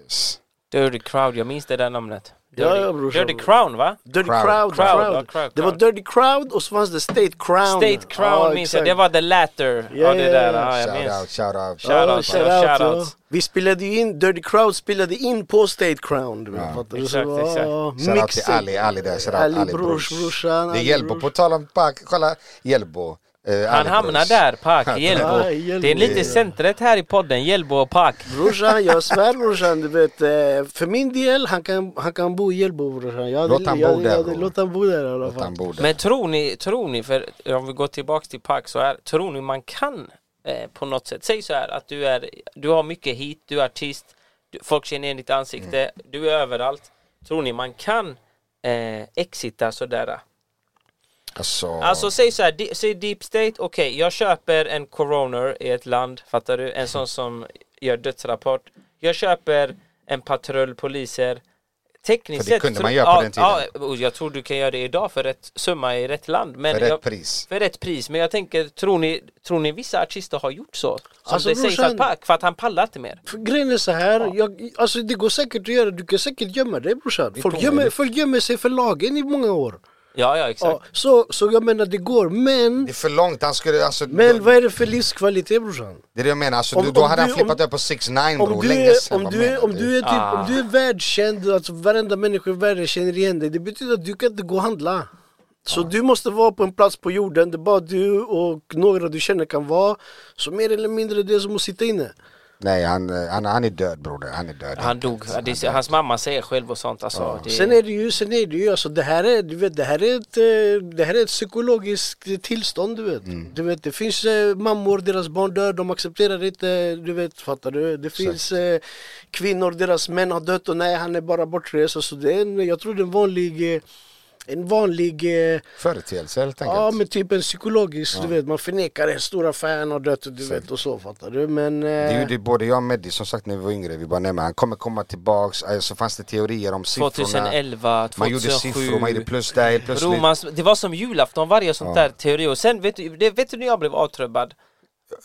Speaker 3: Dirty Crowd, jag minns det där namnet. Dirty,
Speaker 4: Ja, ja, brorsan.
Speaker 3: Dirty Crown va?
Speaker 4: Dirty
Speaker 5: Crowd.
Speaker 4: Crowd, crowd,
Speaker 3: Crowd, ja, crowd,
Speaker 4: Det var
Speaker 3: crowd.
Speaker 4: Dirty Crowd och så fanns det State Crown
Speaker 3: State Crown
Speaker 4: Ja,
Speaker 3: minns jag,
Speaker 4: exakt.
Speaker 3: det var the latter.
Speaker 4: Ja,
Speaker 3: ja det
Speaker 4: ja,
Speaker 3: där,
Speaker 4: ja.
Speaker 3: ja, jag minns.
Speaker 5: Shout out, shout out.
Speaker 3: Shout
Speaker 4: Ja,
Speaker 3: out, shout out.
Speaker 4: ja. Vi spelade ju in, Dirty Crowd spelade in på State Crown du vet, fattar du? Så
Speaker 3: Exakt,
Speaker 4: det var,
Speaker 3: exakt.
Speaker 4: ja,
Speaker 5: Shout out till
Speaker 4: mixen.
Speaker 5: Ali, Ali där, shout out
Speaker 4: Ali
Speaker 5: Ali,
Speaker 4: Brors,
Speaker 5: Brors.
Speaker 4: brorsan,
Speaker 5: Det
Speaker 4: Ali
Speaker 5: är Hjällbo,
Speaker 4: Brors.
Speaker 5: på tal om Pack, kolla Hjällbo. eh, Ali
Speaker 3: Han
Speaker 5: Brors.
Speaker 3: hamnar där, Pak,
Speaker 4: Ja,
Speaker 3: Hjällbo.
Speaker 4: Hjällbo.
Speaker 3: Det är lite centret här i podden, Hjällbo och Pak.
Speaker 4: Brorsan, jag svär brorsan, du vet. eh, För min del, han kan, han kan bo i Hjällbo brorsan. Jag hade,
Speaker 5: Låt han
Speaker 4: jag,
Speaker 5: bo
Speaker 4: hade-
Speaker 5: där,
Speaker 4: jag hade-
Speaker 5: bror.
Speaker 4: Låt han bo där i alla
Speaker 5: Att han
Speaker 4: fall.
Speaker 5: bor där.
Speaker 3: Men tror ni, tror ni, för om vi går tillbaks till Pac så här, tror ni man kan eh, på något sätt, säg så här att du är, du har mycket hit, du är artist, du, folk känner igen ditt ansikte, du är överallt. Tror ni man kan eh, exita sådär?
Speaker 5: Alltså,
Speaker 3: Alltså säg så här, di, säg deep state, okej jag köper en coroner i ett land, fattar du? En sån som gör dödsrapport. Jag köper en patrull poliser. Tekniskt
Speaker 5: För det
Speaker 3: sett
Speaker 5: kunde
Speaker 3: tro-
Speaker 5: man göra på
Speaker 3: ja,
Speaker 5: den tiden.
Speaker 3: Ja, och jag tror du kan göra det idag för rätt summa i rätt land. Men
Speaker 5: för rätt
Speaker 3: jag,
Speaker 5: pris.
Speaker 3: för rätt pris, men jag tänker, tror ni, tror ni vissa artister har gjort så? Som
Speaker 4: Alltså,
Speaker 3: det sägs
Speaker 4: brorsan-
Speaker 3: att Pac, för att han pallar inte mer.
Speaker 4: För Grejen är så här, jag, alltså det går säkert att göra, du kan säkert gömma dig brorsan. Folk gömmer, folk gömmer sig för lagen i många år.
Speaker 3: Ja, ja, exakt.
Speaker 4: Ja, så, så jag menar det går, men,
Speaker 5: Det är för långt, han skulle, alltså,
Speaker 4: men vad är det för livskvalitet brorsan?
Speaker 5: det är det jag menar, alltså,
Speaker 4: Om-
Speaker 5: du, då
Speaker 4: om
Speaker 5: hade
Speaker 4: du-
Speaker 5: han
Speaker 4: om-
Speaker 5: flippat över på 6 9
Speaker 4: Om
Speaker 5: bror,
Speaker 4: du,
Speaker 5: länge
Speaker 4: är,
Speaker 5: sedan.
Speaker 4: om,
Speaker 5: vad
Speaker 4: du är,
Speaker 5: menar
Speaker 4: om du är typ, om du är världskänd, alltså varenda människa i världen känner igen dig, det betyder att du kan inte gå och handla. Så du måste vara på en plats på jorden där bara du och några du känner kan vara. Så mer eller mindre det är som att sitta inne.
Speaker 5: Nej, han, eh, han, han är död broder, han är död.
Speaker 3: Han dog, det, hans mamma säger själv och sånt alltså. Det,
Speaker 4: Eh. Sen är det ju, sen är det ju, alltså det här är, du vet, det här är ett, eh, det här är ett psykologiskt tillstånd du vet.
Speaker 5: Mm.
Speaker 4: Du vet, det finns eh, mammor, deras barn dör, de accepterar inte, du vet, fattar du? Det finns eh, kvinnor, deras män har dött och nej han är bara bortrest. Alltså det är en, jag tror det är en vanlig eh, en vanlig eh,
Speaker 5: Företeelse helt enkelt.
Speaker 4: Ja men typ en psykologisk, du vet man förnekar det, stora fan har dött och du vet och så fattar du men...
Speaker 5: Det är ju
Speaker 4: Eh,
Speaker 5: det både jag och Mehdi, som sagt när vi var yngre, vi bara nej men han kommer komma tillbaks, Eh, så fanns det teorier om siffrorna
Speaker 3: 2011, 2007
Speaker 5: Man gjorde siffror, man gjorde plus där helt plötsligt
Speaker 3: Romans, det var som julafton, varje sånt där teori och sen vet du, det, vet du när jag blev avtrubbad?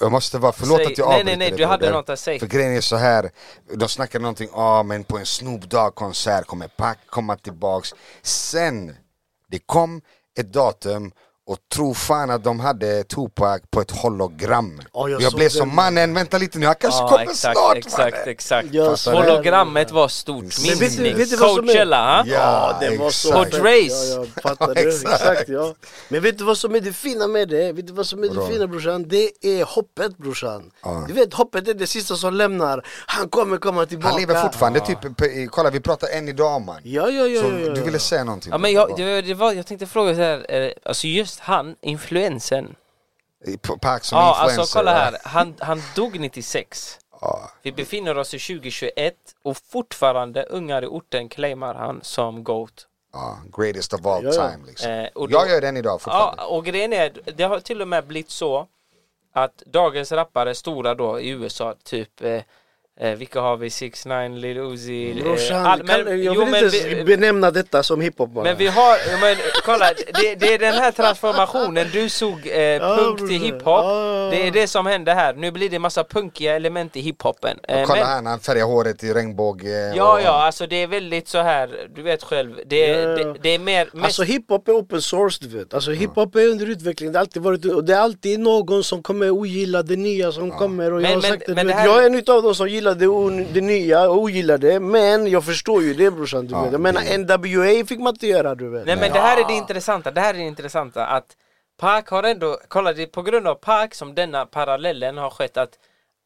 Speaker 5: Jag måste vara, förlåt
Speaker 3: Säg-
Speaker 5: att jag
Speaker 3: nej, nej,
Speaker 5: avbryter
Speaker 3: nej,
Speaker 5: dig,
Speaker 3: du hade
Speaker 5: broder.
Speaker 3: något att säga.
Speaker 5: För grejen är så här, de snackade någonting, ja men på en Snoop Dogg konsert kommer Pac komma tillbaks Sen, det kom ett datum och tro fan att de hade Tupac på ett hologram
Speaker 4: Ja, jag
Speaker 5: Jag
Speaker 4: såg
Speaker 5: blev som
Speaker 4: den.
Speaker 5: mannen, vänta lite nu, han kanske
Speaker 3: Ja,
Speaker 5: kommer
Speaker 3: exakt,
Speaker 5: snart
Speaker 3: exakt,
Speaker 5: mannen.
Speaker 3: exakt.
Speaker 4: Jag
Speaker 3: Fattar
Speaker 4: svär.
Speaker 3: du? Hologrammet var stort, minns
Speaker 4: vet du-
Speaker 3: ni?
Speaker 4: vet du vad som är-
Speaker 3: Coachella, ha?
Speaker 4: Ja, det var så
Speaker 5: exakt.
Speaker 3: På Drace.
Speaker 4: Ja, ja, fattar
Speaker 5: Ja,
Speaker 4: du?
Speaker 5: exakt.
Speaker 4: Exakt ja. Men vet du vad som är det fina med det? Vet du vad som är det fina brorsan? Det är hoppet brorsan. Du vet hoppet är det sista som lämnar. Han kommer komma tillbaka.
Speaker 5: Han lever fortfarande, typ, p- kolla vi pratar än idag man
Speaker 4: Ja, ja, ja.
Speaker 5: Så
Speaker 4: ja, ja.
Speaker 5: du ville säga någonting?
Speaker 3: Ja men jag, det, det var, jag tänkte fråga så här, eh, alltså just han, influensen.
Speaker 5: P- Pac som
Speaker 3: Ja
Speaker 5: influencer
Speaker 3: alltså kolla
Speaker 5: va?
Speaker 3: här, han, han dog 96.
Speaker 5: Ja.
Speaker 3: Vi befinner oss i 2021 och fortfarande ungar i orten claimar han som GOAT.
Speaker 5: Ja, greatest of all
Speaker 4: Ja, ja.
Speaker 5: time liksom.
Speaker 3: Eh, och då-
Speaker 5: Jag gör den idag fortfarande.
Speaker 3: Ja, och grejen är, det har till och med blivit så att dagens rappare, stora då i USA, typ eh, eh, vilka har vi? 6 9 Lil Uzi, eh,
Speaker 4: Brorsan,
Speaker 3: all- men-
Speaker 4: kan, jag
Speaker 3: jo,
Speaker 4: vill
Speaker 3: men
Speaker 4: inte
Speaker 3: vi-
Speaker 4: ens benämna detta som hiphop bara.
Speaker 3: Men vi har, ja, men kolla, det, det är den här transformationen, du såg eh, punk till
Speaker 4: brorsan.
Speaker 3: hiphop,
Speaker 4: Ja, ja, ja.
Speaker 3: det är det som händer här, nu blir det massa punkiga element i hiphopen. Eh,
Speaker 5: Kolla
Speaker 3: men-
Speaker 5: här när han färgar håret i regnbåge.
Speaker 3: Ja,
Speaker 5: och-
Speaker 3: ja, alltså det är väldigt så här, du vet själv, det,
Speaker 4: Ja, ja.
Speaker 3: det, det är mer, mest,
Speaker 4: Alltså hiphop är open source du vet, alltså hiphop är under utveckling, det har alltid varit, och det är alltid någon som kommer ogilla det nya som kommer och
Speaker 3: Men-
Speaker 4: jag har
Speaker 3: men-
Speaker 4: sagt det,
Speaker 3: men
Speaker 4: du
Speaker 3: det
Speaker 4: vet,
Speaker 3: här-
Speaker 4: jag är en utav de som gillar det, o- det nya och ogillar det, men jag förstår ju det brorsan du vet, jag menar NWA fick man inte göra du vet
Speaker 3: nej men det här är det intressanta, det här är det intressanta att Park har ändå, kolla det är på grund av Park som denna parallellen har skett att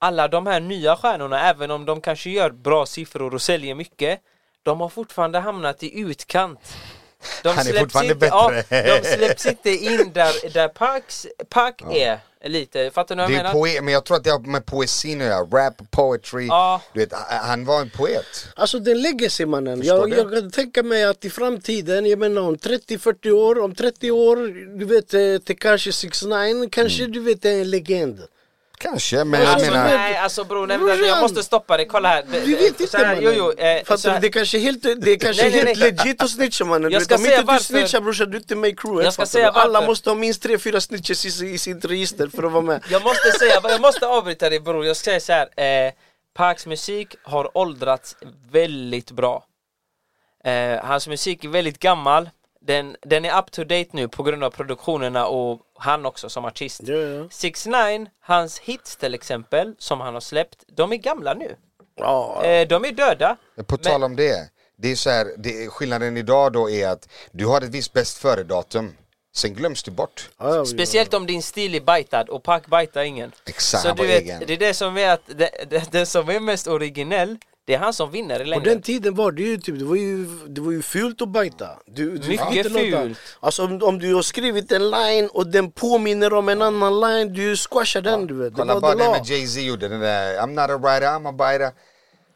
Speaker 3: alla de här nya stjärnorna, även om de kanske gör bra siffror och säljer mycket, de har fortfarande hamnat i utkant. De
Speaker 5: Han är
Speaker 3: släpps
Speaker 5: fortfarande
Speaker 3: inte,
Speaker 5: bättre.
Speaker 3: Ja, de släpps inte in där, där Parks, Park är lite, fattar ni vad
Speaker 5: Det
Speaker 3: jag
Speaker 5: är
Speaker 3: menar?
Speaker 5: poe- men jag tror att det har med poesin att göra, rap, poetry.
Speaker 3: Ja.
Speaker 5: Du vet, han han var en poet.
Speaker 4: Alltså den lägger sig mannen.
Speaker 5: Förstår
Speaker 4: Jag,
Speaker 5: du?
Speaker 4: jag kan tänka mig att i framtiden, jag menar om 30-40 år, om 30 år, du vet eh, Tekashi 69 kanske
Speaker 3: Mm.
Speaker 4: du vet är en legend.
Speaker 5: Kanske, men jag
Speaker 3: Alltså,
Speaker 5: menar,
Speaker 3: nej, alltså bror, nej, vänta, jag
Speaker 4: Brorsan!
Speaker 3: måste stoppa dig, kolla här.
Speaker 4: Vi vet
Speaker 3: Så
Speaker 4: inte
Speaker 3: här,
Speaker 4: mannen.
Speaker 3: jo, jo, eh, så
Speaker 4: Fattar
Speaker 3: här-
Speaker 4: du? Det är kanske helt, det är kanske
Speaker 3: Nej, nej,
Speaker 4: helt
Speaker 3: nej.
Speaker 4: legit att snitcha mannen.
Speaker 3: Jag
Speaker 4: Du vet,
Speaker 3: ska
Speaker 4: om
Speaker 3: säga
Speaker 4: inte
Speaker 3: varför.
Speaker 4: du snitchar brorsan, du är inte med i crewet.
Speaker 3: Jag ska
Speaker 4: fattar du?
Speaker 3: säga
Speaker 4: Alla
Speaker 3: varför.
Speaker 4: måste ha minst 3-4 snitches i, i sitt register för att vara med.
Speaker 3: Jag måste säga, jag måste avbryta dig bror, jag ska säga så här. Eh, Parks musik har åldrats väldigt bra. Eh, hans musik är väldigt gammal, den, den är up to date nu på grund av produktionerna och han också som artist.
Speaker 4: Ja, ja.
Speaker 3: 6 9 hans hits till exempel, som han har släppt, de är gamla nu.
Speaker 4: Ja.
Speaker 3: Eh, de är döda.
Speaker 5: på tal om det. Det är så här, det är, skillnaden idag då är att du har ett visst bäst före-datum, sen glöms du bort.
Speaker 4: Ja, ja,
Speaker 3: Speciellt om din stil är bajtad och Park bajtar ingen.
Speaker 5: Exakt,
Speaker 3: Så
Speaker 5: han
Speaker 3: du
Speaker 5: var
Speaker 3: vet,
Speaker 5: egen.
Speaker 3: det är det som är att det, det, det som är mest originell, det är han som vinner i
Speaker 4: På
Speaker 3: längden.
Speaker 4: den tiden var det ju typ, det var ju, det var ju fult att bajta. Du, du fick
Speaker 3: Mycket
Speaker 4: inte låta-
Speaker 3: fult.
Speaker 4: Alltså om, om du har skrivit en line och den påminner om en annan line, du squashar den du vet. Det
Speaker 5: Kolla
Speaker 4: var
Speaker 5: bara
Speaker 4: the
Speaker 5: det
Speaker 4: law.
Speaker 5: med Jay-Z gjorde, den där I'm not a writer, I'm a biter.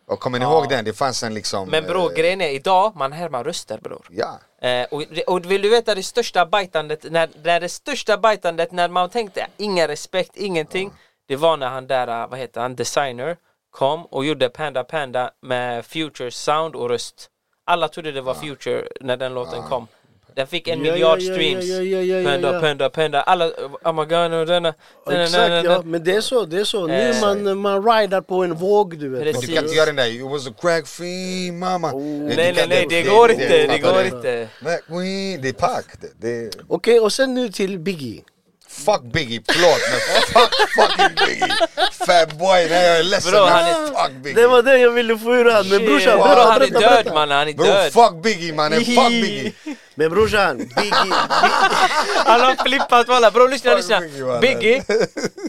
Speaker 5: Och kommer ni ihåg den? Det fanns en liksom...
Speaker 3: Men bror,
Speaker 5: eh,
Speaker 3: grejen är idag, man härmar röster bror.
Speaker 5: Ja.
Speaker 3: Eh, och, och vill du veta det största bajtandet, när, när det största bajtandet när man tänkte ingen respekt, ingenting. Det var när han där, eh, vad heter han, designer kom och gjorde Panda Panda med Future sound och röst. Alla trodde det var Future när den låten kom. Den fick en
Speaker 4: Ja,
Speaker 3: miljard
Speaker 4: ja, ja,
Speaker 3: streams.
Speaker 4: ja, ja, ja, ja,
Speaker 3: panda,
Speaker 4: ja.
Speaker 3: panda, panda. Alla, oh my god, denna, denna, denna,
Speaker 4: Exakt ja, men det är så, det är så. Nu
Speaker 3: Eh.
Speaker 4: man, man rider på en våg du vet.
Speaker 3: Precis.
Speaker 5: Du kan inte göra den där, it was a crack fiend mama. Du
Speaker 3: Nej,
Speaker 5: kan
Speaker 3: nej, nej,
Speaker 5: inte-
Speaker 3: det går inte, det
Speaker 5: fattar
Speaker 3: går
Speaker 5: du?
Speaker 3: inte.
Speaker 5: Nej, we- Det är pack. Det, det,
Speaker 4: Okej och sen nu till Biggie.
Speaker 5: fuck Biggie, förlåt men fuck fucking Biggie. Fat boy, nej jag är ledsen
Speaker 3: Bro, han
Speaker 5: men
Speaker 3: är-
Speaker 5: fuck Biggie.
Speaker 4: Det var det jag ville få ur han, men brorsan
Speaker 3: Bror,
Speaker 4: berätta,
Speaker 3: han är
Speaker 4: berätta,
Speaker 3: död
Speaker 4: berätta.
Speaker 3: mannen, han är
Speaker 5: Bro,
Speaker 3: död.
Speaker 5: fuck Biggie mannen, fuck Biggie.
Speaker 4: Men brorsan, Biggie,
Speaker 3: Han har flippat walla, bror lyssna
Speaker 5: Fuck
Speaker 3: lyssna
Speaker 5: Biggie, mannen.
Speaker 3: Biggie,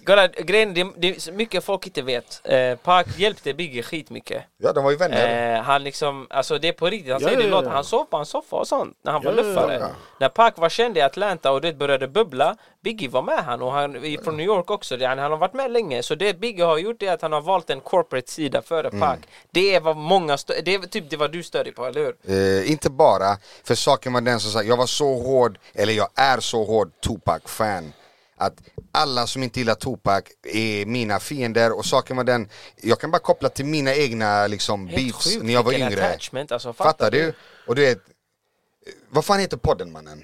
Speaker 3: kolla grejen det, det är så mycket folk inte vet eh, Park hjälpte Biggie skitmycket
Speaker 5: Ja de var ju vänner.
Speaker 3: eh, Han liksom, alltså det är på riktigt, han
Speaker 4: Ja,
Speaker 3: säger det i
Speaker 4: ja, ja.
Speaker 3: låten, han sov på hans soffa och sånt när han var
Speaker 4: Ja, ja, ja.
Speaker 3: luffare När Park var känd i Atlanta och det började bubbla Biggie var med han och han är från New York också, Det- han, han har varit med länge Så det Biggie har gjort är att han har valt en corporate sida före
Speaker 5: Mm.
Speaker 3: Park Det är vad många, stö- det är typ det vad du stör dig på, eller hur?
Speaker 5: Eh, inte bara, för saken var den en som sa jag var så hård, eller jag är så hård Tupac-fan. Att alla som inte gillar Tupac är mina fiender och saken var den, jag kan bara koppla till mina egna liksom
Speaker 3: Helt
Speaker 5: beefs
Speaker 3: sjukt,
Speaker 5: när jag var
Speaker 3: vilken
Speaker 5: yngre.
Speaker 3: attachment, alltså, fattar
Speaker 5: fattar, du? Och du vet, eh, vad fan heter podden mannen?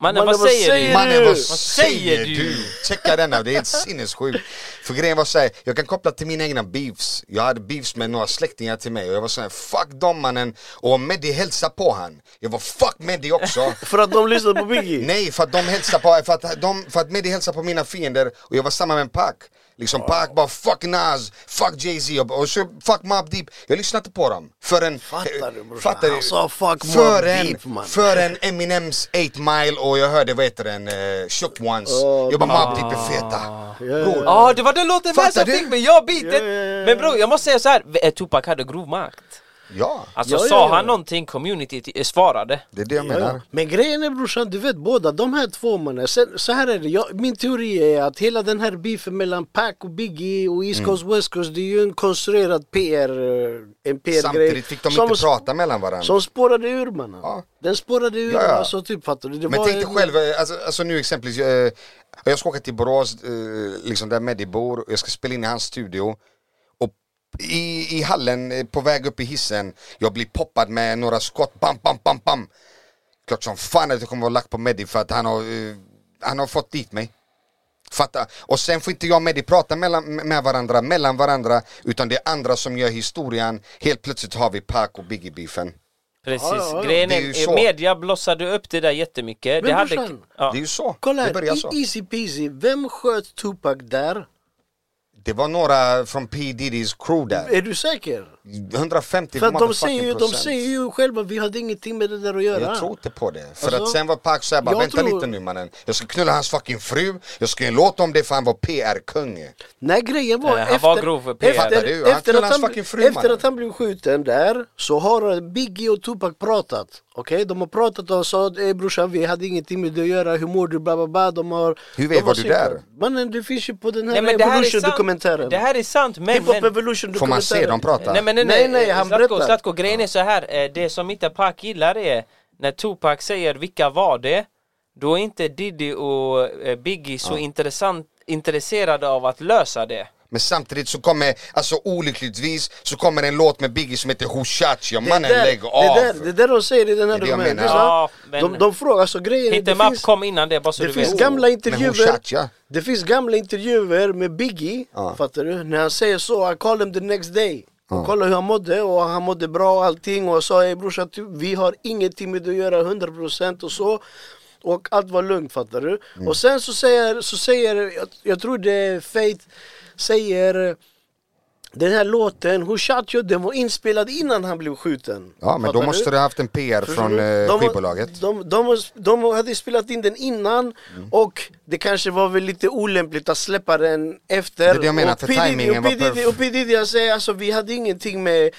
Speaker 3: Mannen vad säger du?
Speaker 5: Mannen vad
Speaker 3: säger
Speaker 5: säger
Speaker 3: du?
Speaker 5: du? Checka denna, det är helt sinnessjukt. För grejen var såhär, jag kan koppla till mina egna beefs. Jag hade beefs med några släktingar till mig och jag var såhär, fuck dem mannen. Och om Mehdi hälsade på han, jag var fuck Mehdi också.
Speaker 4: För att de lyssnar på Biggie?
Speaker 5: Nej, för att de hälsar på, för att, de, för att Mehdi hälsar på mina fiender och jag var samma med Pac. Liksom Pac bara fuck Nas, fuck Jay-Z och, och så fuck Mobb Deep. Jag lyssnade inte på dem förrän...
Speaker 4: Fattar du, brorsan?
Speaker 5: fattar du?
Speaker 4: Han sa fuck Mobb
Speaker 5: förrän,
Speaker 4: Deep, man.
Speaker 5: Förrän Eminems 8 Mile och jag hörde vad heter den, uh, Shook Ones. jag bara Mobb Deep är feta. Bror,
Speaker 3: Ja, det var den låten
Speaker 5: Fattar
Speaker 3: Vasa
Speaker 5: du?
Speaker 3: fick mig, jag bitet!
Speaker 4: Ja, ja, ja, ja.
Speaker 3: Men bror, jag måste säga så här. eh, Tupac hade grov makt.
Speaker 5: ja,
Speaker 3: Alltså
Speaker 4: Ja, ja,
Speaker 3: sa
Speaker 4: ja.
Speaker 3: han någonting, communityt eh, svarade.
Speaker 5: det är det jag
Speaker 4: Ja,
Speaker 5: menar.
Speaker 4: ja. Men grejen är brorsan, du vet båda de här två mannen, Sen- så här är det, jag, min teori är att hela den här beefen mellan Pac och Biggie och
Speaker 5: Mm.
Speaker 4: East Coast West Coast det är ju en konstruerad PR, eh, en PR-grej
Speaker 5: Samtidigt fick de
Speaker 4: som,
Speaker 5: inte prata mellan varandra.
Speaker 4: Som spårade ur mannen,
Speaker 5: Ja.
Speaker 4: den spårade ur,
Speaker 5: Ja, ja.
Speaker 4: alltså typ fattar du? Det
Speaker 5: Men
Speaker 4: var
Speaker 5: tänk dig
Speaker 4: en-
Speaker 5: själv, eh, alltså, alltså nu exempelvis, eh, jag ska åka till Borås, eh, liksom där Mehdi bor, och jag ska spela in i hans studio. Och i, i hallen, eh, på väg upp i hissen, jag blir poppad med några skott, bam, bam, bam, bam. Klart som fan att jag kommer vara lack på Mehdi för att han har, eh, han har fått dit mig. Fatta. Och sen får inte jag och Mehdi prata mellan, med varandra, mellan varandra, utan det är andra som gör historien. Helt plötsligt har vi Pac och Biggie-beefen.
Speaker 3: Precis,
Speaker 4: Ja, ja, ja.
Speaker 3: grejen
Speaker 5: Det är ju
Speaker 3: är, eh,
Speaker 5: så.
Speaker 3: media blossade upp det där jättemycket.
Speaker 4: Men
Speaker 3: det hade,
Speaker 4: brorsan,
Speaker 3: ja.
Speaker 5: Det är ju så,
Speaker 4: Kolla
Speaker 5: det börjar
Speaker 4: här,
Speaker 5: så.
Speaker 4: e- easy peasy, vem sköt Tupac där?
Speaker 5: Det var några från P Diddy's crew där.
Speaker 4: Är du säker?
Speaker 5: 150
Speaker 4: För att de
Speaker 5: motherfucking
Speaker 4: säger, ju, de
Speaker 5: procent.
Speaker 4: säger ju själva vi hade ingenting med det där att göra.
Speaker 5: Jag tror inte på det. För
Speaker 4: Alltså,
Speaker 5: att sen var Park såhär bara,
Speaker 4: jag
Speaker 5: vänta
Speaker 4: tror-
Speaker 5: lite nu mannen. Jag ska knulla hans fucking fru, jag ska göra en låt om det för han var PR-kung.
Speaker 4: Nej grejen var
Speaker 3: Nej, Eh, han
Speaker 4: efter,
Speaker 3: var grov för PR.
Speaker 5: Fattar du? Han
Speaker 4: efter,
Speaker 5: knullade
Speaker 4: att
Speaker 5: hans
Speaker 4: han,
Speaker 5: fucking fru,
Speaker 4: efter
Speaker 5: mannen.
Speaker 4: att han blev skjuten där så har Biggie och Tupac pratat. Okej, de har pratat och sa Ey brorsan vi hade ingenting med det att göra, hur mår du? Bla, bla, bla. De har,
Speaker 5: Hur vet-
Speaker 4: de har
Speaker 5: var du
Speaker 4: synkat.
Speaker 5: där?
Speaker 4: Mannen det finns ju på den här
Speaker 3: Nej, men det här är sant.
Speaker 4: Evolution-dokumentären.
Speaker 3: Det här är sant, men...
Speaker 4: Hip Hop
Speaker 3: men
Speaker 4: Evolution
Speaker 5: Får man se dem
Speaker 4: dokumentären.
Speaker 5: prata?
Speaker 3: Nej, men, nej, nej,
Speaker 4: Nej, nej, han
Speaker 3: Zlatko,
Speaker 4: berättar.
Speaker 3: Zlatko, grejen är så här, eh, det som inte Pac gillar är när Tupac säger vilka var det, då är inte Diddy och eh, Biggie så intressant, intresserade av att lösa det.
Speaker 5: Men samtidigt så kommer, alltså olyckligtvis, så kommer en låt med Biggie som heter Who Shot You. Mannen
Speaker 4: där-
Speaker 5: lägg
Speaker 4: det
Speaker 5: av!
Speaker 4: där, det där de säger i den här
Speaker 5: Det är det jag
Speaker 4: dokumentären.
Speaker 5: menar.
Speaker 3: Ja,
Speaker 4: Lyssna.
Speaker 3: men-
Speaker 4: de, de frågar, alltså grejen är,
Speaker 3: Hit em
Speaker 4: det
Speaker 3: up
Speaker 4: finns,
Speaker 3: kom innan det, bara så
Speaker 4: det
Speaker 3: du
Speaker 4: finns
Speaker 3: vet.
Speaker 4: gamla
Speaker 5: Men
Speaker 4: intervjuer
Speaker 5: hon tjat, ja.
Speaker 4: Det finns gamla intervjuer med Biggie, fattar du? När han säger så, I call him the next day och kolla hur han mådde och han mådde bra och allting och sa ey brorsan ty- vi har ingenting med det att göra 100% och så och allt var lugnt fattar du?
Speaker 5: Mm.
Speaker 4: Och sen så säger, så säger jag, jag tror det är Fate säger den här låten, Who Shot You, den var inspelad innan han blev skjuten
Speaker 5: Ja men då
Speaker 4: Fattar
Speaker 5: måste du ha haft en PR
Speaker 4: Förstår
Speaker 5: från
Speaker 4: du?
Speaker 5: eh,
Speaker 4: De-
Speaker 5: skivbolaget. Mm.
Speaker 4: De, de, de, hade spelat in den innan och det kanske var väl lite olämpligt att släppa den efter.
Speaker 5: Det är det jag menar,
Speaker 4: och
Speaker 5: för
Speaker 4: P. Diddy-
Speaker 5: tajmingen
Speaker 4: och
Speaker 5: var
Speaker 4: P. Diddy-
Speaker 5: perf-
Speaker 4: Och P Diddy, jag säger alltså vi hade ingenting med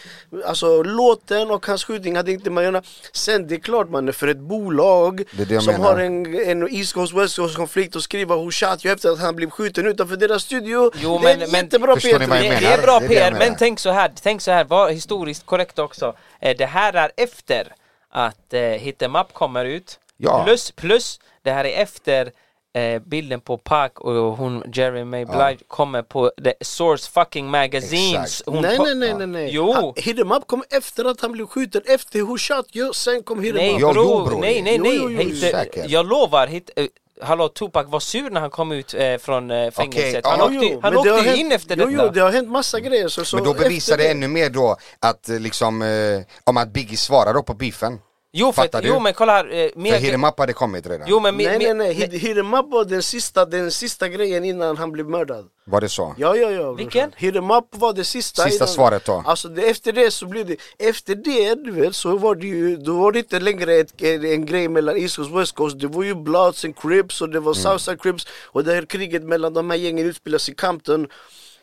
Speaker 4: alltså, låten och hans skjutning hade inte med att göra. Sen det är klart man är för ett bolag
Speaker 5: Det är det jag
Speaker 4: som
Speaker 5: menar.
Speaker 4: har en, en East Coast West Coast konflikt och skriva Who shot you efter att han blev skjuten utanför deras studio.
Speaker 3: Jo,
Speaker 4: det
Speaker 3: men-
Speaker 4: är en
Speaker 3: men-
Speaker 4: jättebra
Speaker 5: Förstår ni vad jag
Speaker 4: PR.
Speaker 3: Det,
Speaker 5: menar?
Speaker 3: det är bra
Speaker 5: Det är det jag
Speaker 3: PR, men
Speaker 5: menar.
Speaker 3: tänk så här, tänk så här, var historiskt korrekt också. Eh, Det här är efter att eh, Hit em up kommer ut.
Speaker 5: Ja.
Speaker 3: Plus, plus, det här är efter eh, bilden på Pac och hon Jerry May Blige kommer på The Source fucking Magazines.
Speaker 5: Exakt.
Speaker 3: Hon
Speaker 4: nej,
Speaker 3: po-
Speaker 4: nej, nej, nej, nej.
Speaker 3: Jo.
Speaker 4: Ha- Hit em up kom efter att han blev skjuten, efter Who shot you, sen kom Hit em
Speaker 3: Nej
Speaker 4: up.
Speaker 5: Ja,
Speaker 3: bror,
Speaker 5: jo, bror.
Speaker 3: nej nej
Speaker 4: Jo,
Speaker 3: nej.
Speaker 4: jo, jo,
Speaker 3: Hit- eh,
Speaker 5: jo. Säkert.
Speaker 3: jag lovar, hit, eh, hallå Tupac var sur när han kom ut eh, från eh, fängelset.
Speaker 5: ja,
Speaker 3: han
Speaker 5: jo,
Speaker 3: åkte, ju- han
Speaker 4: men det
Speaker 3: åkte
Speaker 4: har
Speaker 3: ju
Speaker 4: hänt-
Speaker 3: in efter
Speaker 4: jo,
Speaker 3: detta.
Speaker 4: Jo, det har hänt massa grejer. Så, så
Speaker 5: Men då bevisar
Speaker 4: efter
Speaker 5: det ännu mer då att eh, liksom, eh, om att Biggie svarar då på beefen.
Speaker 3: jo, för,
Speaker 5: Fattar
Speaker 3: att-
Speaker 5: du?
Speaker 3: jo men kolla här. Eh, mer,
Speaker 5: För Hit Em Up hade kommit redan.
Speaker 3: jo, men, mi-
Speaker 4: Nej,
Speaker 3: mi-
Speaker 4: nej, nej. Hit- Hit em up var den sista, den sista grejen innan han blev mördad.
Speaker 5: Var det så?
Speaker 4: Ja, ja, ja.
Speaker 3: Vilken?
Speaker 4: Hit em up var det sista.
Speaker 5: Sista
Speaker 4: innan-
Speaker 5: svaret då.
Speaker 4: Alltså, det, efter det så blev det... Efter det, du vet, så var det ju... Då var det inte längre ett, en, en grej mellan East Coast och West Coast. Det var ju
Speaker 5: Mm.
Speaker 4: Bloods and Crips och det var Southside Crips. Och det här kriget mellan de här gängen utspelades i Compton.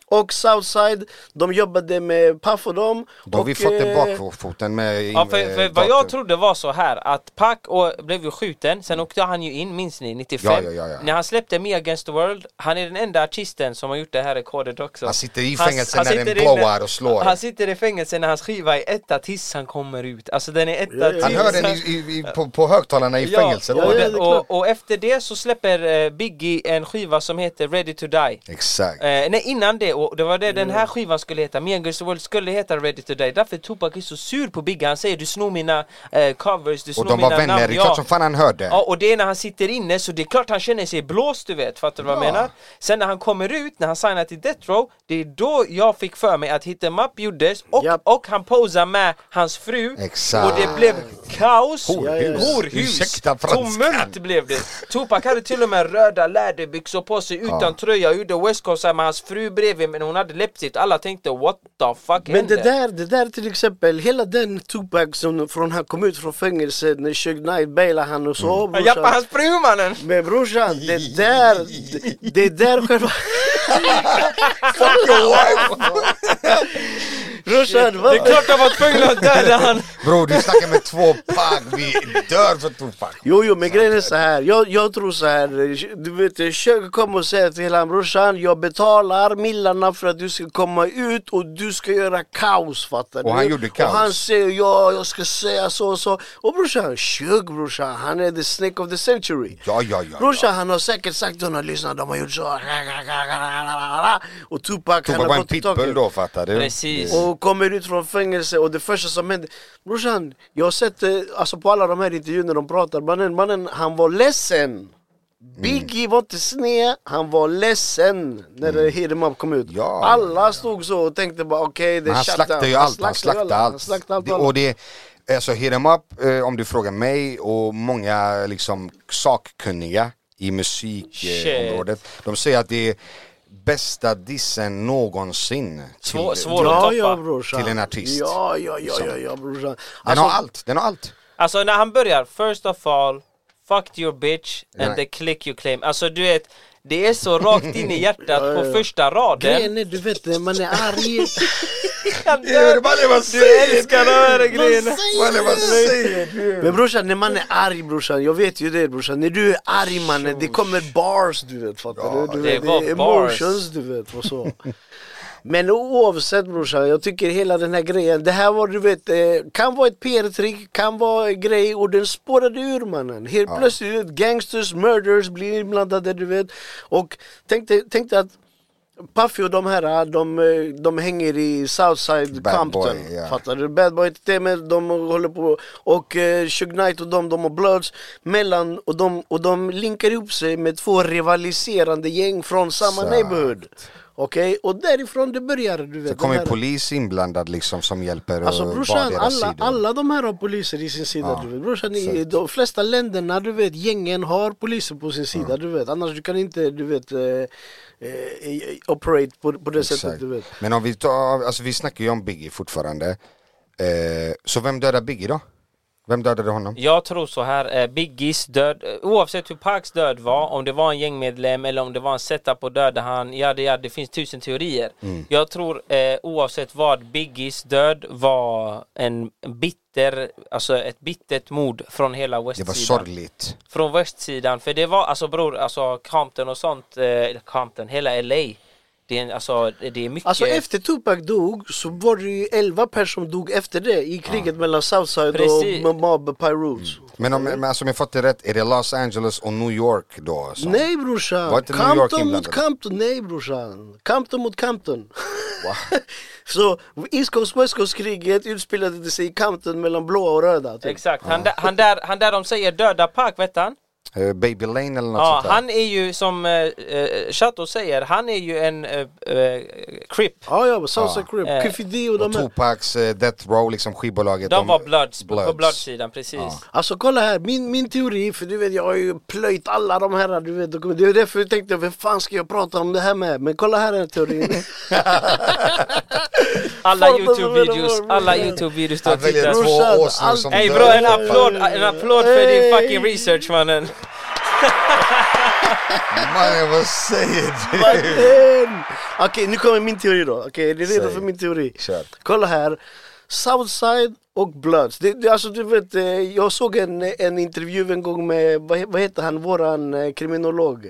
Speaker 4: och Southside, de jobbade med Puff och dem.
Speaker 5: Då har
Speaker 4: och,
Speaker 5: vi fått det
Speaker 4: eh,
Speaker 5: bakfoten med eh,
Speaker 3: Ja, för, för vad
Speaker 5: datorn.
Speaker 3: jag trodde var så här att Pac och blev ju skjuten, sen åkte han ju in, minns ni? 95?
Speaker 5: Ja, ja, ja, ja.
Speaker 3: När han släppte Me Against the World, han är den enda artisten som har gjort det här rekordet också.
Speaker 5: Han sitter i
Speaker 3: Han-
Speaker 5: fängelse
Speaker 3: han
Speaker 5: när
Speaker 3: sitter
Speaker 5: den
Speaker 3: inne-
Speaker 5: blowar och slår.
Speaker 3: Han sitter i fängelse när hans skiva är etta tills han kommer ut. Alltså den är etta
Speaker 4: Ja, ja.
Speaker 3: tills...
Speaker 5: Han hör den i, i, i, på, på högtalarna i fängelset.
Speaker 3: Ja,
Speaker 5: då.
Speaker 3: och,
Speaker 4: ja, det är
Speaker 3: den,
Speaker 4: klart.
Speaker 3: och, och efter det så släpper eh, Biggie en skiva som heter Ready to Die.
Speaker 5: Exakt. Mm.
Speaker 3: Eh, nej innan det, och det var det den här skivan skulle heta, Me and Girls the World skulle heta Ready to Die Därför Tupac är så sur på Biggie, han säger du snor mina eh, covers, du snor
Speaker 5: Och de
Speaker 3: mina
Speaker 5: var vänner,
Speaker 3: namn
Speaker 5: det är klart som fan han hörde.
Speaker 3: Ja och det är när han sitter inne så det är klart han känner sig blåst du vet, fattar du vad jag menar? Sen när han kommer ut, när han signar till Death Row, det är då jag fick för mig att Hit Em Up gjordes och,
Speaker 4: Japp.
Speaker 3: och han posar med hans fru
Speaker 5: Exakt.
Speaker 3: och det blev kaos,
Speaker 5: Horhus.
Speaker 3: horhus,
Speaker 5: Ursäkta franskan.
Speaker 3: tomt blev det. Tupac hade till och med röda läderbyxor på sig utan tröja och gjorde West Coast med hans fru bredvid men hon hade läppstift, alla tänkte what the fuck
Speaker 4: Men det
Speaker 3: händer?
Speaker 4: där, det där till exempel, hela den Tupac som från han kom ut från fängelset när Suge Knight bailade han och så brorsan.
Speaker 3: Jappa hans fru mannen!
Speaker 4: Men brorsan, det där, det, det där själva... brorsan,
Speaker 3: Det är
Speaker 4: vad...
Speaker 3: klart de var tvungna att döda han!
Speaker 5: Bro, du snackar med två pack, vi dör för Tupac.
Speaker 4: Jo, jo, men grejen är så här. Jag, jag tror så här. Du vet, Suge kommer och säger till honom brorsan, jag betalar millarna för att du ska komma ut och du ska göra kaos, fattar du?
Speaker 5: Och han gjorde kaos.
Speaker 4: Och han säger ja, jag ska säga så och så. Och brorsan, Suge brorsan, han är the snake of the century.
Speaker 5: Ja, ja, ja. ja.
Speaker 4: Brorsan han har säkert sagt till honom, lyssna de har gjort så Och Tupac, han
Speaker 5: Tupac
Speaker 4: har
Speaker 5: var en
Speaker 4: gått i
Speaker 5: pitbull
Speaker 4: taket
Speaker 5: då fattar du.
Speaker 3: Precis.
Speaker 4: och kommer ut från fängelse och det första som händer Brorsan, jag har sett eh, alltså på alla de här intervjuerna de pratar mannen, mannen han var ledsen
Speaker 5: Mm.
Speaker 4: Biggie var inte sned, han var ledsen när mm. Hit Em Up kom ut
Speaker 5: Ja,
Speaker 4: Alla stod så och tänkte bara okej det
Speaker 5: Men
Speaker 4: är
Speaker 5: han
Speaker 4: shut
Speaker 5: slaktade
Speaker 4: down.
Speaker 5: ju allt, han
Speaker 4: slaktade ju
Speaker 5: slaktade
Speaker 4: alla.
Speaker 5: allt.
Speaker 4: Han slaktade allt
Speaker 5: Det-
Speaker 4: och alla.
Speaker 5: Och det, alltså hit em up, eh, om du frågar mig och många liksom sakkunniga i
Speaker 3: Shit.
Speaker 5: musikområdet, de säger att det är bästa dissen någonsin. till-
Speaker 3: Svår, svår att
Speaker 4: ja,
Speaker 3: toppa.
Speaker 4: ja, brorsan.
Speaker 5: Till en artist.
Speaker 4: Ja, ja, ja, ja, ja brorsan
Speaker 5: Den
Speaker 4: Alltså,
Speaker 5: har allt, den har allt.
Speaker 3: Alltså när han börjar, first of all, fucked your bitch and
Speaker 5: Ja.
Speaker 3: the click you claim. Alltså du vet, det är så rakt in i hjärtat på första raden.
Speaker 4: Grejen är, du vet när man är arg
Speaker 3: Han
Speaker 5: Ja, det
Speaker 3: dör.
Speaker 5: är bara det man
Speaker 3: Du
Speaker 5: säger.
Speaker 3: älskar att höra grejerna.
Speaker 5: Vad är det man säger?
Speaker 4: Men brorsan, när man är arg brorsan, jag vet ju det brorsan, när du är arg mannen, det kommer bars du vet, fattar du? du
Speaker 3: det
Speaker 4: vet,
Speaker 3: var
Speaker 4: är
Speaker 3: bars.
Speaker 4: emotions du vet och så. Men oavsett brorsan, jag tycker hela den här grejen, det här var du vet, eh, kan vara ett PR-trick, kan vara en grej och den spårade ur mannen. Helt plötsligt, du vet, gangsters, murders blir inblandade du vet. Och tänk dig, tänk dig att Puffy och de här, de, eh, de hänger i Southside
Speaker 5: Bad
Speaker 4: Compton.
Speaker 5: boy, ja.
Speaker 4: Fattar du? Bad Boy Entertainment, de håller på och eh, Suge Knight och de, de har Bloods mellan och de, och de linkar ihop sig med två rivaliserande gäng från samma
Speaker 5: Exakt.
Speaker 4: neighborhood. Okej, och därifrån det börjar du vet.
Speaker 5: Det
Speaker 4: de
Speaker 5: kommer
Speaker 4: här-
Speaker 5: polis inblandad liksom som hjälper
Speaker 4: Alltså
Speaker 5: eh,
Speaker 4: brorsan,
Speaker 5: vardera
Speaker 4: alla,
Speaker 5: sidor.
Speaker 4: alla de här har poliser i sin sida
Speaker 5: Ja,
Speaker 4: du vet. Brorsan, i
Speaker 5: exakt.
Speaker 4: de flesta länderna du vet, gängen har poliser på sin sida du vet. Annars du kan inte du vet eh, eh, operate på, på det sättet
Speaker 5: Exakt.
Speaker 4: du vet.
Speaker 5: Men om vi tar, alltså vi snackar ju om Biggie fortfarande. Eh, så vem dödar Biggie då? Vem dödade honom?
Speaker 3: Jag tror så här, eh, Biggies död, eh, oavsett hur Parks död var, om det var en gängmedlem eller om det var en setup och döda han, ja det, ja, det finns tusen teorier.
Speaker 5: Mm.
Speaker 3: Jag tror eh, oavsett vad, Biggies död var en bitter, alltså ett bittert mod från hela
Speaker 5: Det var
Speaker 3: västsidan.
Speaker 5: sorgligt.
Speaker 3: från västsidan för det var alltså bror, alltså Compton och sånt, eh, Compton, hela LA. Det är, en- alltså, det är mycket...
Speaker 4: Alltså efter Tupac dog så var det ju 11 personer som dog efter det
Speaker 5: Ah.
Speaker 4: i kriget mellan Southside
Speaker 3: Precis.
Speaker 4: och Mob Pirates.
Speaker 5: Men om, men alltså, om jag fått det rätt, är det Los Angeles och New York då? alltså? som-
Speaker 4: Nej brorsan!
Speaker 5: Var inte New York
Speaker 4: Compton mot
Speaker 5: inblandad?
Speaker 4: Compton, nej brorsan! Compton mot Compton! så East Coast West Coast-kriget utspelade det sig i Compton mellan blåa och röda. Typ.
Speaker 3: Exakt, han, där, han, där, han där de säger döda Park, vet han?
Speaker 5: Eh, Baby Lane eller något
Speaker 3: Ja,
Speaker 5: sånt där?
Speaker 3: han är ju som eh, eh, Chateau säger, han är ju en eh, eh, crip.
Speaker 4: Ja ja, Southside Crip,
Speaker 3: Eh,
Speaker 4: Cliffy D och
Speaker 5: Ah, Och
Speaker 4: de här.
Speaker 5: Tupacs eh, Death Row, liksom skivbolaget.
Speaker 3: De var bloods, på
Speaker 5: Bloods.
Speaker 3: bloodsidan, precis.
Speaker 4: Alltså kolla här, min, min teori, för du vet jag har ju plöjt alla de här, du vet, dokument- det är därför jag tänkte vem fan ska jag prata om det här med? Men kolla här är teorin.
Speaker 3: Alla
Speaker 4: Fan,
Speaker 3: Youtube-videos,
Speaker 4: vad-
Speaker 3: alla Youtube-videos du har
Speaker 5: Han väljer
Speaker 3: tittat.
Speaker 5: två
Speaker 4: Brorsan,
Speaker 5: åsnor
Speaker 4: allt-
Speaker 5: som
Speaker 3: Ey
Speaker 5: dör.
Speaker 3: bro, en applåd, en applåd för din fucking research mannen!
Speaker 5: Mannen vad säger du?
Speaker 4: Martin! Okej, nu kommer min teori då. Okej, är ni redo
Speaker 5: Säg.
Speaker 4: för min teori?
Speaker 5: Kör.
Speaker 4: Kolla här. Southside och Bloods. Det, det, alltså, du vet, eh, jag såg en, en intervju en gång med, vad, he- vad heter han, våran eh, kriminolog?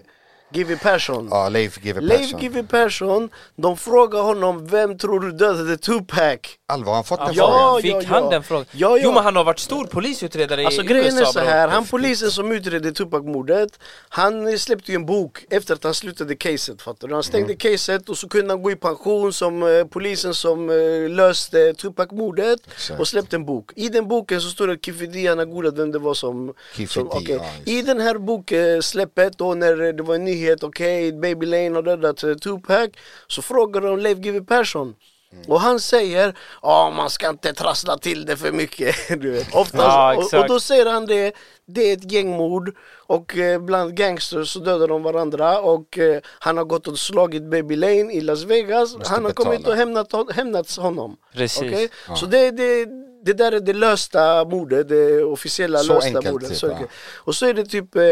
Speaker 4: GW Persson.
Speaker 5: Ja, Leif GW
Speaker 4: Leif
Speaker 5: Persson.
Speaker 4: GW Persson, de frågar honom vem tror du dödade Tupac?
Speaker 5: Allvar, har han fått den
Speaker 3: Ja,
Speaker 5: frågan?
Speaker 3: Fick
Speaker 4: ja,
Speaker 3: han
Speaker 4: ja.
Speaker 3: den frågan?
Speaker 4: Ja, ja.
Speaker 3: Jo men han har varit stor polisutredare
Speaker 4: Alltså
Speaker 3: i
Speaker 4: grejen är
Speaker 3: USA
Speaker 4: så
Speaker 3: bror.
Speaker 4: här, han polisen som utredde Tupac-mordet, han eh, släppte ju en bok efter att han slutade caset fattar du? Han stängde caset och så kunde han gå i pension som eh, polisen som eh, löste Tupac-mordet
Speaker 5: Exakt.
Speaker 4: och släppte en bok. I den boken så står det att Kifidi Anagola, vem det var som... som
Speaker 5: Kifidi,
Speaker 4: okej.
Speaker 5: ja, just det.
Speaker 4: I den här boksläppet då när det var en nyhet, okej Baby Lane har dödat eh, Tupac, så frågade de Leif GW Persson
Speaker 3: Mm.
Speaker 4: Och han säger, ja man ska inte trassla till det för mycket. Du vet. Oftast,
Speaker 3: Ja,
Speaker 4: och, och
Speaker 3: exakt.
Speaker 4: då säger han det, det är ett gängmord och eh, bland gangsters så dödar de varandra och eh, han har gått och slagit Baby Lane i Las Vegas.
Speaker 5: Måste
Speaker 4: han har
Speaker 5: betala.
Speaker 4: kommit och hämnat, hon- hämnats honom.
Speaker 3: Precis.
Speaker 4: Okej? Så det, det, det där är det lösta mordet, det officiella
Speaker 5: Så
Speaker 4: lösta
Speaker 5: enkelt,
Speaker 4: mordet.
Speaker 5: typ,
Speaker 4: så
Speaker 5: ja.
Speaker 4: enkelt. Och så är det typ eh,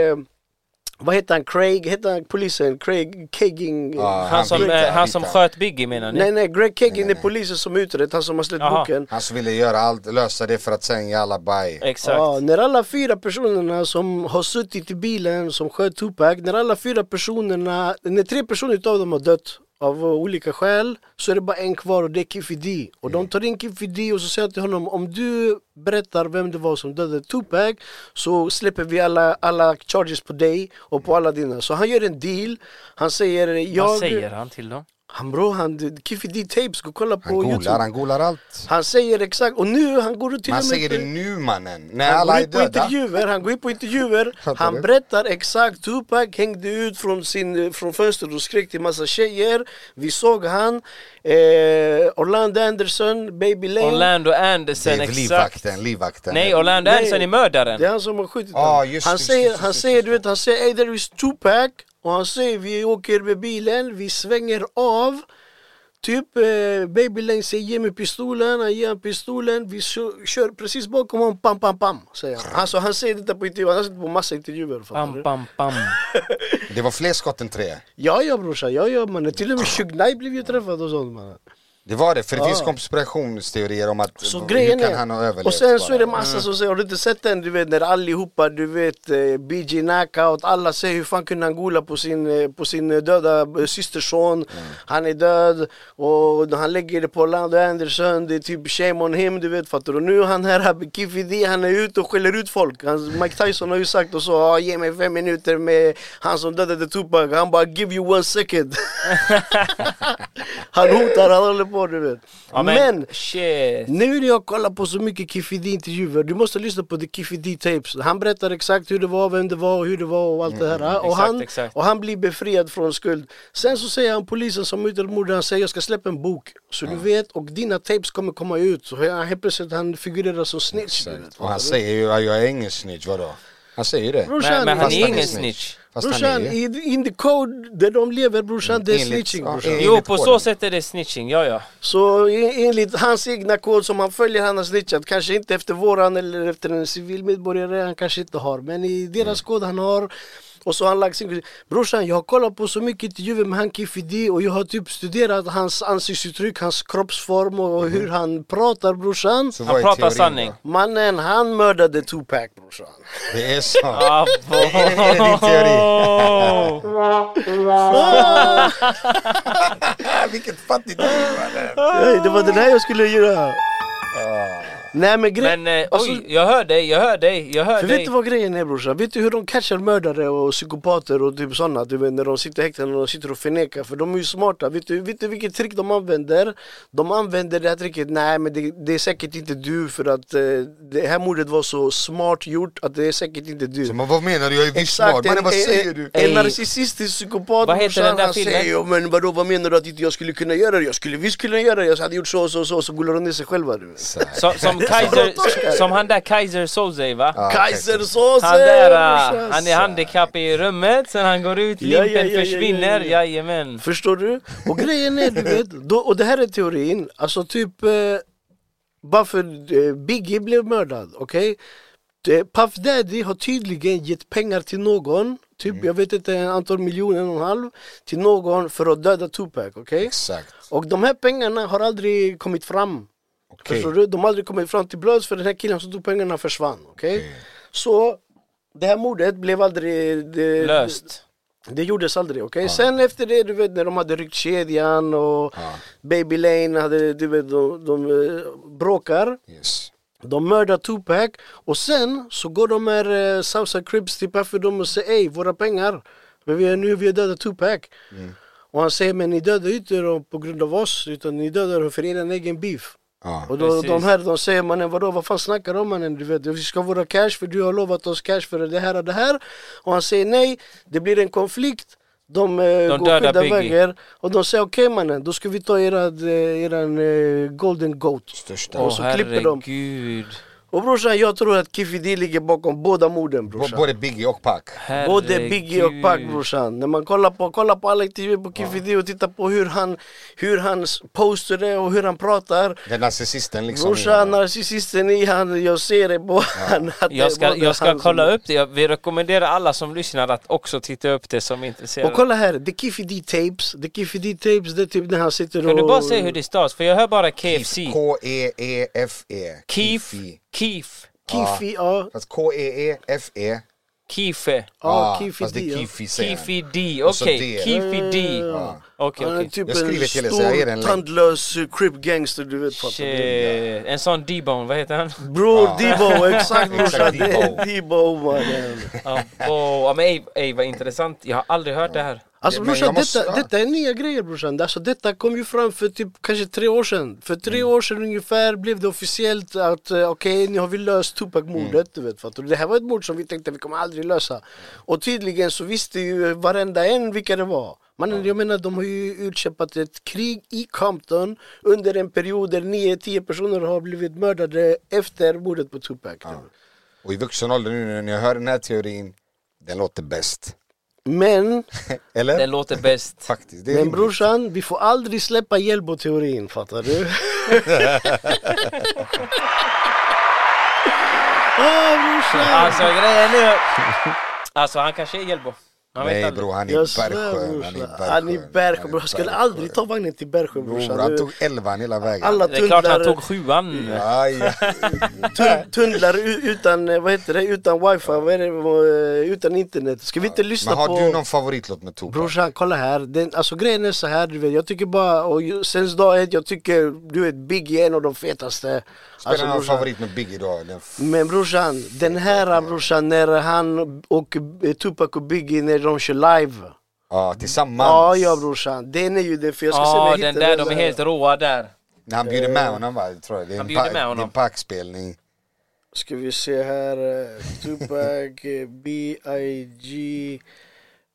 Speaker 4: vad heter han, Craig, heter han polisen, Craig Kegging?
Speaker 5: Ja,
Speaker 3: Han som,
Speaker 5: ville-
Speaker 3: eh, han som
Speaker 5: ville-
Speaker 3: sköt Biggie menar ni?
Speaker 4: Nej nej, Greg Kegging är polisen som utrett, han som har släppt
Speaker 3: Jaha.
Speaker 4: boken.
Speaker 5: Han som ville göra allt, lösa det för att sen ge alla baj.
Speaker 3: Exakt.
Speaker 4: Ja, när alla fyra personerna som har suttit i bilen som sköt Tupac, när alla fyra personerna, när tre personer utav dem har dött av eh, olika skäl så är det bara en kvar och det är Kifidi. Och de tar in Kifidi och så säger jag till honom om du berättar vem det var som dödade Tupac så släpper vi alla, alla charges på dig och på alla dina. Så han gör en deal, han säger jag...
Speaker 3: Vad säger han till dem?
Speaker 4: Han bro, han, Kifidi tapes, gå och kolla på
Speaker 5: Han golar,
Speaker 4: youtube.
Speaker 5: han golar allt.
Speaker 4: Han säger exakt, och nu han går ut till
Speaker 5: Men han
Speaker 4: och med
Speaker 5: säger det
Speaker 4: till-
Speaker 5: nu mannen, när
Speaker 4: han
Speaker 5: alla
Speaker 4: går
Speaker 5: är
Speaker 4: in på
Speaker 5: döda.
Speaker 4: intervjuer, han går in på intervjuer,
Speaker 5: Fattar
Speaker 4: han
Speaker 5: du?
Speaker 4: berättar exakt Tupac hängde ut från, sin, från fönstret och skrek till massa tjejer. Vi såg han, eh, Orlando Anderson, Baby Lane.
Speaker 3: Orlando Anderson,
Speaker 5: Dave,
Speaker 3: exakt.
Speaker 5: livvakten, livvakten.
Speaker 3: Nej, Orlando
Speaker 4: Nej.
Speaker 3: Anderson är mördaren.
Speaker 4: Det är han som har skjutit
Speaker 5: Ah,
Speaker 4: honom.
Speaker 5: just
Speaker 4: Han
Speaker 5: det,
Speaker 4: säger,
Speaker 5: just det,
Speaker 4: han
Speaker 5: just det,
Speaker 4: säger,
Speaker 5: just
Speaker 4: du vet, han säger "Hey, there is Tupac och han säger vi åker med bilen, vi svänger av. Typ eh, Baby Lane säger ge mig pistolen, han ger han pistolen, vi kör, kör precis bakom honom, pam pam pam säger han. Alltså han säger detta på intervjuer, han har sett på massa intervjuer. fattar du?
Speaker 3: Pam, pam, pam.
Speaker 5: Det var fler skott än tre.
Speaker 4: Ja, ja brorsan, ja, ja mannen. Till och med Shug Knight blev ju träffad och sånt mannen.
Speaker 5: Det var det, för det finns konspirationsteorier om att
Speaker 4: Så
Speaker 5: hur
Speaker 4: grejen
Speaker 5: kan
Speaker 4: är,
Speaker 5: han ha överlevt
Speaker 4: och sen så
Speaker 5: bara? Mm.
Speaker 4: är det massa som säger, har du inte sett den? Du vet när allihopa, du vet eh, BG Knockout, alla säger hur fan kunde han gola på sin, eh, på sin eh, döda eh, systerson,
Speaker 5: Mm.
Speaker 4: han är död och han lägger det på Orlando Anderson, det är typ shame on him, du vet fattar du? Och nu är han här, Kifidi, han är ute och skäller ut folk. Han, Mike Tyson har ju sagt och så, ah, ge mig fem minuter med han som dödade Tupac, han bara give you one second. han hotar, han håller på du vet.
Speaker 3: Ja,
Speaker 4: men
Speaker 3: shit.
Speaker 4: nu när jag kollar på så mycket Kifidi-intervjuer, du måste lyssna på the Kifidi-tapes. Han berättar exakt hur det var, vem det var, och hur det var och allt det
Speaker 5: Mm,
Speaker 4: här. och,
Speaker 3: exakt,
Speaker 4: han,
Speaker 3: exakt.
Speaker 4: och han blir befriad från skuld. Sen så säger han polisen som utredde mordet, han säger jag ska släppa en bok. Så du vet, och dina tapes kommer komma ut. Så han- helt plötsligt han figurerar som snitch. du vet.
Speaker 5: Och han säger ju, jag är ingen snitch, vadå? Han säger ju det.
Speaker 4: Brorsan,
Speaker 3: Men, men han
Speaker 5: Fast
Speaker 3: är ingen
Speaker 5: snitch.
Speaker 3: snitch.
Speaker 5: Fast
Speaker 4: brorsan
Speaker 5: han är ju...
Speaker 4: i- in the code där de lever brorsan, det är
Speaker 5: Enligt-
Speaker 4: snitching
Speaker 5: ja,
Speaker 4: brorsan.
Speaker 5: enligt
Speaker 3: Jo, på
Speaker 5: koden.
Speaker 3: så sätt är det snitching, ja ja.
Speaker 4: Så en- enligt hans egna kod som han följer, han har snitchat. Kanske inte efter våran eller efter en civil medborgare, han kanske inte har. Men i deras kod han har. Och så har han lagt sin... Brorsan, jag har kollat på så mycket intervjuer med han Kifidi och jag har typ studerat hans ansiktsuttryck, hans kroppsform och hur han pratar brorsan.
Speaker 5: Så
Speaker 3: Han
Speaker 5: vad är
Speaker 3: pratar
Speaker 5: teorin då?
Speaker 3: sanning.
Speaker 4: Mannen, han mördade Tupac brorsan.
Speaker 5: Det är så.
Speaker 3: Ah,
Speaker 5: är det din teori? Vilket fattigt liv han är.
Speaker 4: Nej, det var den här jag skulle göra. Nej men grejen...
Speaker 3: Men eh,
Speaker 4: alltså,
Speaker 3: oj, jag hör dig, jag hör dig, jag hör
Speaker 4: För vet
Speaker 3: dig.
Speaker 4: du vad grejen är brorsan? Vet du hur de catchar mördare och psykopater och typ sådana? Du vet när de sitter i häkten och de sitter och förnekar för de är ju smarta. Vet du, vet du vilket trick de använder? De använder det här tricket, nej men det, det är säkert inte du för att eh, det här mordet var så smart gjort att det är säkert inte du.
Speaker 5: Så, men vad menar du? Jag är visst smart. Mannen vad säger du?
Speaker 4: En, en
Speaker 3: Ey.
Speaker 4: narcissistisk psykopat
Speaker 3: Vad heter
Speaker 4: brorsan,
Speaker 3: den där
Speaker 4: han
Speaker 3: filmen?
Speaker 4: säger "Ja, men vadå vad menar du att inte jag skulle kunna göra det? Jag skulle visst kunna göra det, jag hade gjort så och så och så och så gullar de ner sig själva du vet.
Speaker 3: Som, som, Kaiser, som han där Kaiser Soze va?
Speaker 5: Ja, exakt.
Speaker 4: Kaisersåsen!
Speaker 3: Han där,
Speaker 4: brorsan.
Speaker 3: ah, han är handikapp i rummet, sen han går ut,
Speaker 4: Ja, ja,
Speaker 3: limpen
Speaker 4: ja, ja,
Speaker 3: försvinner,
Speaker 4: ja, ja.
Speaker 3: jajamän.
Speaker 4: Förstår du? Och grejen är, du vet, då, och det här är teorin, alltså typ eh, varför eh, Biggie blev mördad, okej? Eh, Puff Daddy har tydligen gett pengar till någon typ, jag vet inte, en antal miljoner, en och en halv till någon för att döda Tupac, okej?
Speaker 5: Exakt.
Speaker 4: Och de här pengarna har aldrig kommit fram.
Speaker 5: Okej.
Speaker 4: Förstår du? De har aldrig kommit fram till blöds för den här killen som tog pengarna försvann. Okej? Så det här mordet blev aldrig... Det,
Speaker 3: Löst.
Speaker 4: Det, det gjordes aldrig. Okej? Sen efter det, du vet när de hade ryckt kedjan och Baby Lane hade, du vet, de, de, eh, bråkar.
Speaker 5: Yes.
Speaker 4: De mördar Tupac och sen så går de här eh, Southside Crips till Puffydom och säger ey våra pengar, men vi är nu vi har dödat Tupac. Och han säger men ni dödar ju inte dem på grund av oss utan ni dödar dem för er egen beef.
Speaker 5: Ja.
Speaker 4: Och då,
Speaker 3: Precis.
Speaker 4: de här de säger mannen vadå vad fan snackar de om mannen du vet vi ska ha våra cash för du har lovat oss cash för det här och det här. Och han säger nej det blir en konflikt. De, eh, går
Speaker 3: dödar
Speaker 4: skilda
Speaker 3: Biggie.
Speaker 4: vägar och de säger okej mannen då ska vi ta eran, eh, eran eh, golden goat.
Speaker 5: Största.
Speaker 4: Och
Speaker 3: Åh
Speaker 4: så klipper de.
Speaker 3: herregud.
Speaker 4: Och brorsan jag tror att Kiffi D ligger bakom båda morden
Speaker 5: B-
Speaker 4: brorsan.
Speaker 5: både Biggie och Pac.
Speaker 4: Både Biggie och Pac brorsan. När man kollar på, kollar på alla intervjuer på Kiffi D och tittar på hur han, hur hans poster är och hur han pratar.
Speaker 5: Den narcissisten liksom.
Speaker 4: Brorsan, narcissisten i han, jag ser det på han. att det är
Speaker 3: Jag ska,
Speaker 4: både
Speaker 3: jag ska
Speaker 4: han som-
Speaker 3: kolla upp det. Jag- Vi rekommenderar alla som lyssnar att också titta upp det som är
Speaker 4: Och
Speaker 3: intresserade.
Speaker 4: kolla här, The Kiffi D Tapes. The Kiffi D Tapes, det är typ när han sitter och...
Speaker 3: Kan du bara säga hur det stavas? För jag hör bara KFC.
Speaker 4: E
Speaker 5: K-E-E-F-E.
Speaker 3: Keef.
Speaker 5: E.
Speaker 3: Keef.
Speaker 4: Kiffi, ja.
Speaker 5: Fast E K-E-E-F-E.
Speaker 3: Keefe.
Speaker 4: Ja,
Speaker 5: Ah,
Speaker 4: Kiffi
Speaker 5: fast det
Speaker 4: D.
Speaker 5: är
Speaker 4: ja.
Speaker 5: Keefi säger han.
Speaker 3: Keefe D.
Speaker 5: Och så
Speaker 3: Okej,
Speaker 5: D.
Speaker 3: Keefe D. Okej,
Speaker 4: Han är
Speaker 3: okej.
Speaker 4: typ
Speaker 5: Jag skriver
Speaker 4: en
Speaker 5: till er så jag ger en
Speaker 4: stor,
Speaker 5: länk.
Speaker 4: tandlös eh, crip gangster, du vet fattar du?
Speaker 3: Shit. En sån D-bone, vad heter han?
Speaker 4: Bror, Debo, exakt
Speaker 5: Exakt,
Speaker 4: brorsan. Det
Speaker 5: Debo.
Speaker 4: är Debo oh mannen.
Speaker 3: Ja, åh, ja, men ey, ey, vad intressant. Jag har aldrig hört det här.
Speaker 4: Alltså
Speaker 5: Men
Speaker 4: brorsan,
Speaker 5: jag måste-
Speaker 4: detta,
Speaker 5: ja.
Speaker 4: detta är nya grejer brorsan. Alltså, detta kom ju fram för typ kanske tre år sedan. För tre
Speaker 5: Mm.
Speaker 4: år sedan ungefär blev det officiellt att eh, okej, nu har vi löst Tupac-mordet.
Speaker 5: Mm.
Speaker 4: Du vet, fattar du? det här var ett mord som vi tänkte vi kommer aldrig lösa. Och tydligen så visste ju varenda en vilka det var. Man, jag menar de har ju utkämpat ett krig i Compton under en period där 9-10 personer har blivit mördade efter mordet på Tupac.
Speaker 5: Och i vuxen ålder nu när jag hör den här teorin, den låter bäst.
Speaker 4: Men
Speaker 5: Eller?
Speaker 3: Den låter bäst.
Speaker 5: Faktiskt. Det är
Speaker 4: Men
Speaker 5: rimligt.
Speaker 4: brorsan, vi får aldrig släppa Hjällbo-teorin, fattar du? Åh brorsan!
Speaker 3: Alltså grejen är... Alltså han kanske är Hjällbo. Man vet
Speaker 5: Nej
Speaker 3: aldrig.
Speaker 5: bror, han är i
Speaker 4: Jag svär
Speaker 5: Bergsjön. Han är i
Speaker 4: brorsan,
Speaker 5: Bergsjön.
Speaker 4: han är i Bergsjön bror,
Speaker 5: i
Speaker 4: han skulle
Speaker 5: Bergsjön.
Speaker 4: aldrig ta vagnen till Bergsjön
Speaker 5: Bror,
Speaker 4: brorsan.
Speaker 5: han
Speaker 4: Du-
Speaker 5: tog elvan hela vägen.
Speaker 4: Alla
Speaker 3: Det är klart han
Speaker 4: tunnlar,
Speaker 3: tog sjuan.
Speaker 5: Aj,
Speaker 4: tun- tunnlar u- utan, eh, vad heter det, utan wifi, vad är det, eh, utan internet. Ska vi inte lyssna
Speaker 5: Men har
Speaker 4: på...
Speaker 5: du någon favoritlåt med Tupac?
Speaker 4: Brorsan kolla här, den, alltså grejen är så här du vet, jag tycker bara, och ju- sen dag ett, jag tycker du vet Biggie är en av de fetaste Alltså,
Speaker 5: Spelar någon
Speaker 4: brorsan.
Speaker 5: favorit med Biggie då? Den f-
Speaker 4: Men brorsan, den här brorsan när han och eh, Tupac och Biggie när de kör live.
Speaker 5: ja, tillsammans.
Speaker 4: Ja, ja brorsan. Den är ju den för jag ska se om
Speaker 3: Ja,
Speaker 4: jag
Speaker 3: den
Speaker 4: hittar
Speaker 3: där, de är helt
Speaker 4: här.
Speaker 3: råa där.
Speaker 5: När han bjuder
Speaker 4: Eh.
Speaker 5: med honom va? Tror jag. Det är
Speaker 3: Han
Speaker 5: en
Speaker 3: bjuder
Speaker 5: pa-
Speaker 3: med honom.
Speaker 5: det är en Pac-spelning.
Speaker 4: Ska vi se här. eh, Tupac, eh, B.I.G.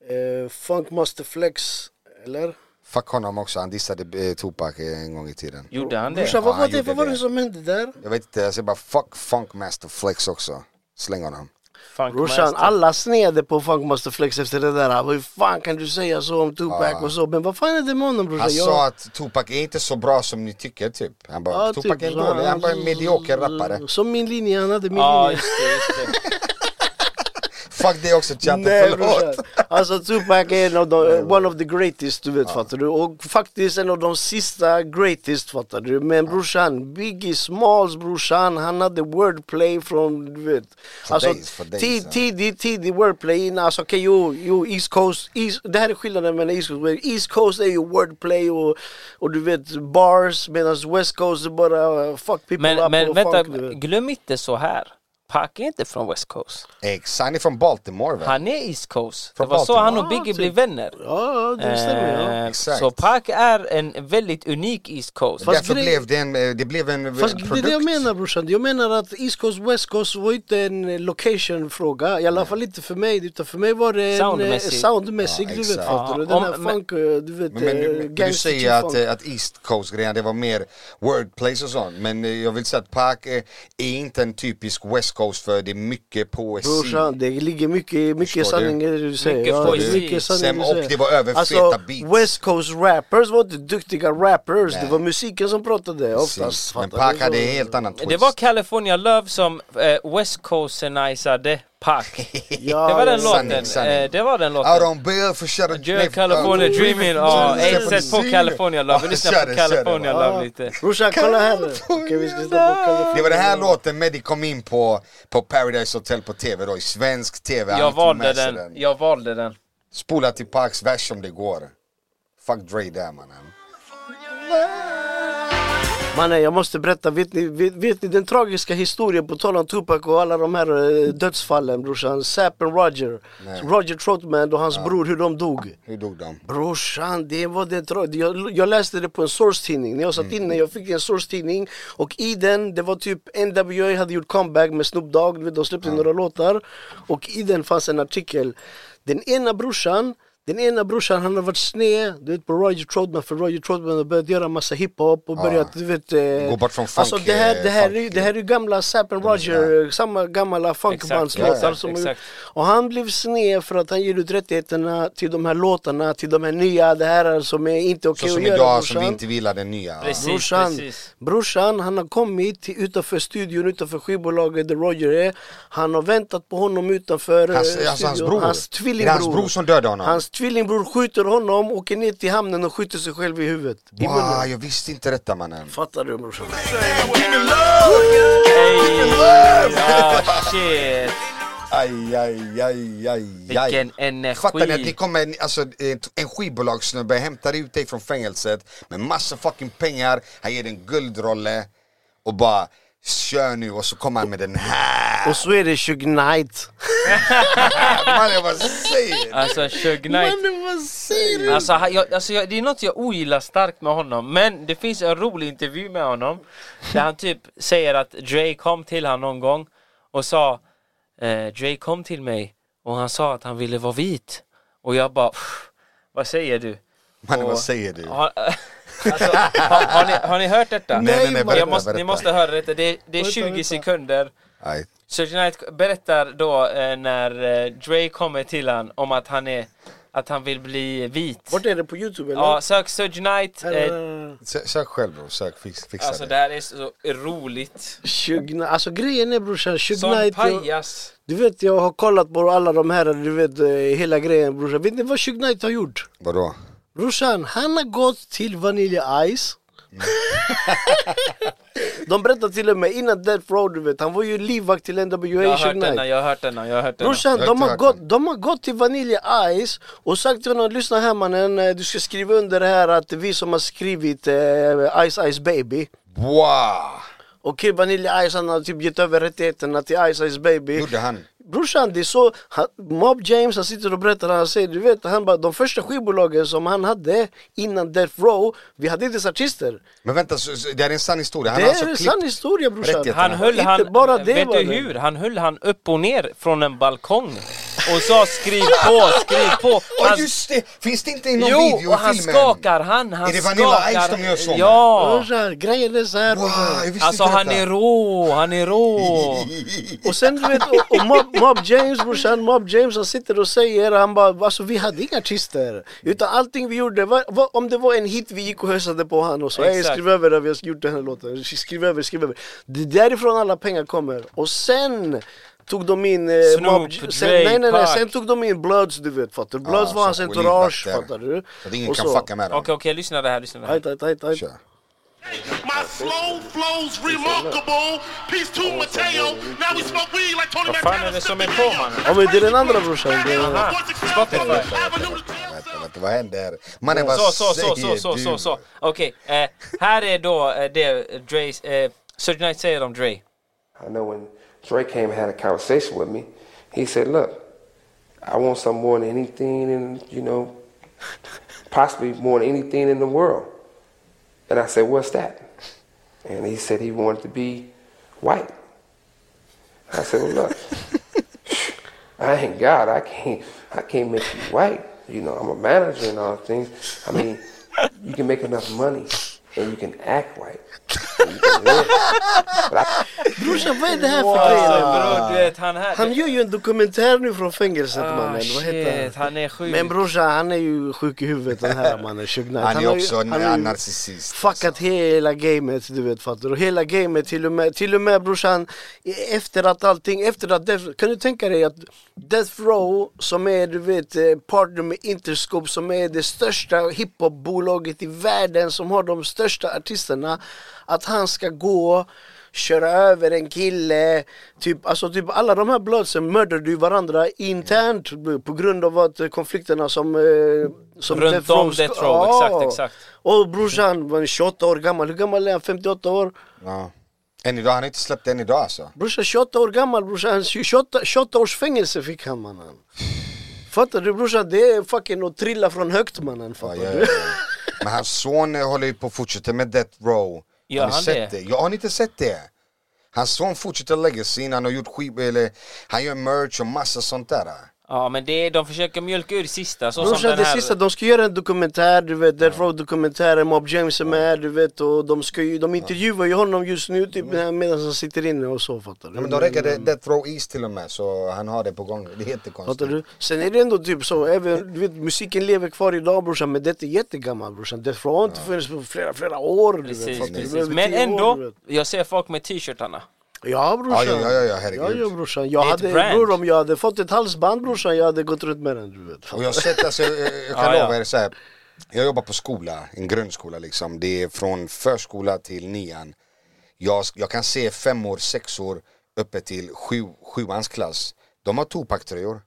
Speaker 4: Eh, Funk Master Flex. Eller?
Speaker 5: Fuck honom också, han dissade eh, Tupac eh, en gång i tiden.
Speaker 3: Gjorde han det?
Speaker 4: Brorsan, vad
Speaker 5: Ja,
Speaker 4: var
Speaker 5: han
Speaker 4: det?
Speaker 5: gjorde
Speaker 4: Vad var det
Speaker 5: det.
Speaker 4: som hände där?
Speaker 5: Jag vet inte, alltså jag säger bara fuck Funk Master Flex också. Släng honom.
Speaker 3: Fan,
Speaker 4: Brorsan,
Speaker 3: kommer jag-
Speaker 4: alla snedde på Funk Master Flex efter det där. Hur fan kan du säga så om Tupac
Speaker 5: Ja.
Speaker 4: och så? Men vad fan är det med honom brorsan?
Speaker 5: Ah. Han
Speaker 4: Alltså, Jag-
Speaker 5: sa att Tupac är inte så bra som ni tycker typ. Han bara,
Speaker 4: Ja,
Speaker 5: Tupac är en
Speaker 4: så Mm,
Speaker 5: dålig, han bara är en medioker rappare.
Speaker 4: Som min linje, han hade min
Speaker 3: Ja,
Speaker 4: linje.
Speaker 3: just det, just det.
Speaker 5: Fuck det också chatten,
Speaker 4: Nej
Speaker 5: förlåt.
Speaker 4: brorsan, alltså Tupac är en av de, one of the greatest du vet fattar du och faktiskt en av de sista greatest fattar du men brorsan, Biggie Smalls brorsan han hade wordplay från du vet Alltså,
Speaker 5: For days, for days,
Speaker 4: ti-
Speaker 5: ja.
Speaker 4: tidig, tidig wordplay innan, alltså okej jo, jo East Coast, East, det här är skillnaden mellan East Coast och East Coast är ju wordplay och, och du vet bars medan West Coast är bara uh, fuck people
Speaker 3: Men,
Speaker 4: up
Speaker 3: men
Speaker 4: och
Speaker 3: vänta,
Speaker 4: funk, du vet.
Speaker 3: glöm inte så här. Pac är inte från West Coast.
Speaker 5: Ex, han är från Baltimore väl?
Speaker 3: Han är East Coast.
Speaker 5: Från
Speaker 3: det var så
Speaker 5: Baltimore.
Speaker 3: han och
Speaker 4: Ah,
Speaker 3: Biggie
Speaker 4: typ.
Speaker 3: blev vänner.
Speaker 4: Ja, ja, det stämmer ja.
Speaker 3: Eh,
Speaker 5: Exakt.
Speaker 3: Så Pac är en väldigt unik East Coast.
Speaker 4: Fast
Speaker 5: Därför
Speaker 4: grej-
Speaker 5: blev det en, eh, det blev en eh,
Speaker 4: Fast
Speaker 5: produkt.
Speaker 4: det är det jag menar brorsan, jag menar att East Coast West Coast var inte en eh, location-fråga, i alla fall inte för mig, utan för mig var det en
Speaker 3: Soundmässigt.
Speaker 4: eh, soundmässig,
Speaker 5: Ja,
Speaker 4: du vet
Speaker 5: exakt.
Speaker 4: fattar du,
Speaker 3: Ja,
Speaker 4: den här
Speaker 3: om- men-
Speaker 4: funk, eh, du vet,
Speaker 5: Men, men,
Speaker 4: eh,
Speaker 5: du- du
Speaker 4: gangster
Speaker 5: säger att,
Speaker 4: funk.
Speaker 5: eh, att East Coast grejen det var mer wordplays och sånt men eh, jag vill säga att Pac eh, är inte en typisk West Coast för det är mycket poesi.
Speaker 4: Brorsan, det ligger mycket,
Speaker 5: Förstår
Speaker 4: mycket
Speaker 5: du?
Speaker 4: sanning i det du säger.
Speaker 3: Mycket
Speaker 4: Ja, det är
Speaker 3: poesi.
Speaker 4: mycket sanning
Speaker 5: Sen-
Speaker 4: du
Speaker 5: och
Speaker 4: säger.
Speaker 5: det var överfeta
Speaker 4: alltså,
Speaker 5: beats.
Speaker 4: West Coast rappers var inte duktiga rappers,
Speaker 5: Nej.
Speaker 4: det var musiken som pratade
Speaker 5: Precis.
Speaker 4: oftast.
Speaker 5: men
Speaker 4: fattar
Speaker 5: Pac
Speaker 4: du?
Speaker 5: hade en helt annan twist.
Speaker 3: Det var California Love som eh, West Coast-nisade Pack.
Speaker 4: Ja,
Speaker 3: Det var den
Speaker 4: ja,
Speaker 5: sanning,
Speaker 3: låten.
Speaker 5: sanning.
Speaker 3: eh, Det var den
Speaker 5: Out
Speaker 3: låten.
Speaker 5: on bail for shut up.
Speaker 3: Gör California Dreaming. Ja, Ey, sätt på California Love. Vi lyssnar på California Love lite.
Speaker 4: Brorsan kolla här nu. Okej vi ska sätta på
Speaker 5: Det
Speaker 4: California.
Speaker 5: var den här låten Mehdi kom in på, på Paradise Hotel på TV då, i svensk TV. Han
Speaker 3: Jag
Speaker 5: tog
Speaker 3: valde
Speaker 5: med sig
Speaker 3: den. Jag valde den.
Speaker 5: Spola till Parks vers om det går. Fuck Dre där mannen.
Speaker 4: Mannen jag måste berätta, vet ni, vet, vet ni den tragiska historien på tal om Tupac och alla de här eh, dödsfallen brorsan? Zapp och Roger.
Speaker 5: Nej.
Speaker 4: Roger Troutman och hans bror, hur de dog.
Speaker 5: Hur dog de?
Speaker 4: Brorsan, det var det tra- jag, jag läste det på en source-tidning. När jag satt inne, jag fick en source-tidning och i den, det var typ NWA hade gjort comeback med Snoop Dogg, du vet, de släppte några låtar och i den fanns en artikel. Den ena brorsan, den ena brorsan han har varit sned du vet, på Roger Troutman för Roger Troutman har börjat göra massa hiphop och börjat du vet eh,
Speaker 5: Gå bort från funk,
Speaker 4: Alltså det här, det här,
Speaker 5: eh,
Speaker 4: är ju-
Speaker 5: funk.
Speaker 4: det här är ju gamla Zapp and Roger, samma gamla
Speaker 3: Exakt,
Speaker 4: funkbandslåtar
Speaker 3: exakt,
Speaker 4: som har
Speaker 3: exakt.
Speaker 4: och han blev sned för att han ger ut rättigheterna till de här låtarna, till de här nya, det här som är inte
Speaker 5: Så
Speaker 4: okej
Speaker 5: som
Speaker 4: att göra
Speaker 5: idag som vi
Speaker 4: brorsan.
Speaker 5: inte gillar den nya.
Speaker 3: Precis.
Speaker 4: Brorsan,
Speaker 3: precis.
Speaker 4: brorsan, han har kommit till, utanför studion, utanför skivbolaget där Roger är. Han har väntat på honom utanför
Speaker 5: Hans-
Speaker 4: eh,
Speaker 5: alltså hans
Speaker 4: studion.
Speaker 5: bror?
Speaker 4: Hans
Speaker 5: Är det hans
Speaker 4: tvillingbror.
Speaker 5: bror som dödade honom?
Speaker 4: Hans tvillingbror skjuter honom, åker ner till hamnen och skjuter sig själv i huvudet. I
Speaker 5: Wow,
Speaker 4: munnen.
Speaker 5: jag visste inte detta mannen.
Speaker 4: Fattar du brorsan?
Speaker 3: Ey, ja, shit.
Speaker 5: Aj, aj, aj, aj, aj.
Speaker 3: Vilken energi.
Speaker 5: Fattar ni att det kommer en, alltså, en en skivbolagssnubbe hämtar ut dig från fängelset med massa fucking pengar, han ger dig en guldrolle och bara kör nu och så kommer han med den här.
Speaker 4: Och så är det Shug Knight.
Speaker 5: Mannen vad säger du?
Speaker 3: Alltså Suge Knight.
Speaker 4: Mannen vad säger du?
Speaker 3: Alltså, han- jag, alltså jag, det är något jag ogillar starkt med honom Men det finns en rolig intervju med honom Där han typ säger att Dre kom till han någon gång Och sa eh, Dre kom till mig Och han sa att han ville vara vit Och jag bara "Pff, Vad säger du?
Speaker 5: Mannen vad säger du?
Speaker 3: Har, alltså, har, har, ni, har ni hört detta?
Speaker 5: Nej, nej, nej, berätta,
Speaker 3: jag måste,
Speaker 5: berätta.
Speaker 3: Ni måste höra detta, det, det är
Speaker 4: Vänta,
Speaker 3: 20
Speaker 4: vänta.
Speaker 3: sekunder
Speaker 5: Aj.
Speaker 3: Suge Knight berättar då eh, när eh, Dre kommer till han om att han är Att han vill bli vit
Speaker 4: Vart är det på youtube eller?
Speaker 3: Ja, sök Suge Knight.
Speaker 4: Här är
Speaker 3: Eh,
Speaker 4: det.
Speaker 5: Sö- Sök själv bror, sök, fix, fixa
Speaker 3: alltså det
Speaker 5: det.
Speaker 3: här är så roligt.
Speaker 4: Shugna, alltså grejen är
Speaker 3: Sån
Speaker 4: brorsan, Shugnight,
Speaker 3: pajas.
Speaker 4: du vet jag har kollat på alla de här, du vet eh, hela grejen brorsan. Vet ni vad Shugnight har gjort?
Speaker 5: Vadå?
Speaker 4: Brorsan, han har gått till Vanilla Ice.
Speaker 3: Mm.
Speaker 4: de berättade till och med innan Death Row, du vet, han var ju livvakt till
Speaker 3: Jag
Speaker 4: NWA
Speaker 3: har hört denna,
Speaker 4: Shugnight.
Speaker 3: jag har hört denna, jag har hört denna.
Speaker 4: Brorsan,
Speaker 5: Jag har
Speaker 4: de
Speaker 5: inte
Speaker 4: har,
Speaker 5: hört
Speaker 4: gått,
Speaker 5: den.
Speaker 4: de har gått till Vanilla Ice och sagt till honom, lyssna här mannen, eh, du ska skriva under det här att vi som har skrivit eh, Ice Ice Baby
Speaker 5: Wow!
Speaker 4: Okej, Vanilla Ice han har typ gett över rättigheterna till Ice Ice Baby
Speaker 5: Gjorde han?
Speaker 4: Brorsan, det är så, han, Mob James han sitter och berättar, han säger du vet, han bara de första skivbolagen som han hade innan Death Row, vi hade inte ens artister
Speaker 5: Men vänta, så, så, det här är en sann historia. Han
Speaker 4: Det
Speaker 5: har alltså
Speaker 4: är en sann
Speaker 5: klippt...
Speaker 4: historia brorsan
Speaker 5: Rättigheterna.
Speaker 3: Han höll
Speaker 4: Inte
Speaker 3: han,
Speaker 4: bara det
Speaker 3: vet
Speaker 4: var
Speaker 3: du
Speaker 4: det.
Speaker 3: hur? Han höll han upp och ner från en balkong och sa skriv på, skriv på.
Speaker 5: Åh
Speaker 3: Han,
Speaker 5: just det! Finns det inte i någon video i
Speaker 3: jo,
Speaker 5: filmen?
Speaker 3: och han skakar, han, han
Speaker 5: Är det Vanilla Ice
Speaker 3: skakar.
Speaker 5: de gör så med?
Speaker 3: Ja,
Speaker 4: Brorsan, grejen är såhär
Speaker 5: Wow, jag visste
Speaker 3: alltså
Speaker 5: inte
Speaker 3: han
Speaker 5: detta.
Speaker 3: är rå, han är rå.
Speaker 4: Och sen du vet, och, och Mob, Mob James brorsan, Mob James han sitter och säger, han bara alltså vi hade inga artister. Utan allting vi gjorde, var, var, om det var en hit vi gick och hösade på han och så, "Ey,
Speaker 3: Exakt.
Speaker 4: skriv över det, vi har gjort den här låten, skriv över, skriv över. Det är därifrån alla pengar kommer. Och sen tog de in eh,
Speaker 3: Snoop,
Speaker 4: Mob J- sen,
Speaker 3: Dre,
Speaker 4: nej, nej, nej,
Speaker 3: Pac.
Speaker 4: sen tog de in Bloods du vet fattar du. Bloods
Speaker 5: Ja,
Speaker 4: var hans
Speaker 5: Ah, så
Speaker 4: entourage
Speaker 5: olivvakter.
Speaker 4: fattar du.
Speaker 5: Så att ingen
Speaker 4: Och
Speaker 5: kan
Speaker 4: så-
Speaker 5: fucka med dem.
Speaker 3: Okej, okej, lyssna det här, lyssna det här.
Speaker 4: Hajt, hajt, hajt, hajt.
Speaker 5: Kör.
Speaker 8: My slow flow's remarkable. Peace to Mateo. Now we smoke weed like Tony
Speaker 3: Vad
Speaker 8: Montana.
Speaker 3: fan är det som är på mannen?
Speaker 4: Ja men det är den andra brorsan. Det är...
Speaker 3: Aha, Spotify.
Speaker 5: Vänta, vänta, vad händer? Mannen vad
Speaker 3: Så, så, så,
Speaker 5: säger
Speaker 3: så, så,
Speaker 5: du?
Speaker 3: så, så. Okej, eh, här är då eh, det Dre, eh, Suge Knight säger om Dre.
Speaker 9: I know when Dre came and had a conversation with me, he said, Look, I want something more than anything in, you know, possibly more than anything in the world. And I said, What's that? And he said he wanted to be white. I said, Well look, I ain't God, I can't I can't make you white. You know, I'm a manager and all things. I mean, you can make enough money and you can act right. You can live. But I-
Speaker 4: Brorsan vad är det här för
Speaker 3: Alltså
Speaker 4: grejer?
Speaker 3: bror, du vet han här.
Speaker 4: Han gör ju en dokumentär nu från fängelset
Speaker 3: ah,
Speaker 4: mannen, vad heter han?
Speaker 3: shit, han är sjuk.
Speaker 4: Men brorsan han är ju sjuk i huvudet den här mannen, Shug Knight.
Speaker 5: Han är
Speaker 4: har ju-
Speaker 5: också en
Speaker 4: han har ju
Speaker 5: narcissist.
Speaker 4: Fuckat hela gamet du vet fattar du. Hela gamet till och med, till och med brorsan e- efter att allting, efter att Death, kan du tänka dig att Death Row som är du vet eh, partner med Interscope som är det största hiphopbolaget i världen som har de största artisterna. Att han ska gå köra över en kille, typ, alltså typ alla de här bloodsen mördade ju varandra internt på grund av att eh, konflikterna som... Eh, som
Speaker 3: Runt om
Speaker 4: ska-
Speaker 3: Death Row,
Speaker 4: Ja.
Speaker 3: exakt, exakt.
Speaker 4: Och brorsan var 28 år gammal, hur gammal är han? 58 år?
Speaker 5: Ja. Än idag, han har inte släppt den idag alltså.
Speaker 4: Brorsan 28 år gammal brorsan, 28, 28 års fängelse fick han mannen Fattar du brorsan, det är fucking att trilla från högt mannen
Speaker 5: Ja,
Speaker 4: fattar
Speaker 5: ja,
Speaker 4: du?
Speaker 5: ja. Men hans son eh, håller ju på att fortsätta med Death Row.
Speaker 3: Gör
Speaker 5: har ni
Speaker 3: han
Speaker 5: sett
Speaker 3: det?
Speaker 5: det? Jag har ni inte sett det? Hans son fortsätter legacyn, han har gjort skit, eller han gör merch och massa sånt där.
Speaker 3: Ja men det är, de försöker mjölka ur det sista så som
Speaker 4: Brorsan
Speaker 3: den
Speaker 4: det
Speaker 3: här.
Speaker 4: sista, de ska göra en dokumentär du vet, Death Row dokumentären, Mob James är med du vet och de ska ju, de intervjuar ju honom just nu typ
Speaker 3: Mm.
Speaker 4: medan han sitter inne och så fattar du?
Speaker 5: Ja, men de räckade Death Row East till och med, så han har det på gång. Det är
Speaker 4: Fattar
Speaker 5: jättekonstigt.
Speaker 4: du? Sen är det ändå typ så, även, du vet, musiken lever kvar idag brorsan men det är jättegammalt brorsan. Death Row har inte funnits på flera, flera år. du vet,
Speaker 3: Precis,
Speaker 4: fattar du?
Speaker 3: precis.
Speaker 4: Över
Speaker 3: Men
Speaker 4: tio år, du
Speaker 3: ändå,
Speaker 4: vet.
Speaker 3: jag ser folk med t-shirtarna.
Speaker 4: Ja brorsan.
Speaker 5: Ja, ja, ja, ja, herregud.
Speaker 4: Ja, ja, brorsan.
Speaker 3: Det
Speaker 4: Jag
Speaker 3: är
Speaker 4: hade,
Speaker 3: ett brand.
Speaker 4: bror, om jag hade fått ett halsband brorsan, jag hade gått runt med den du vet.
Speaker 5: Och jag har sett, alltså, jag, jag jag kan
Speaker 3: Ja, ja.
Speaker 5: lova er så här. Jag jobbar på skola, en grundskola liksom. Det är från förskola till nian. Jag, jag kan se femmor, sexor uppe till sju, sjuans klass. De har Tupac-tröjor.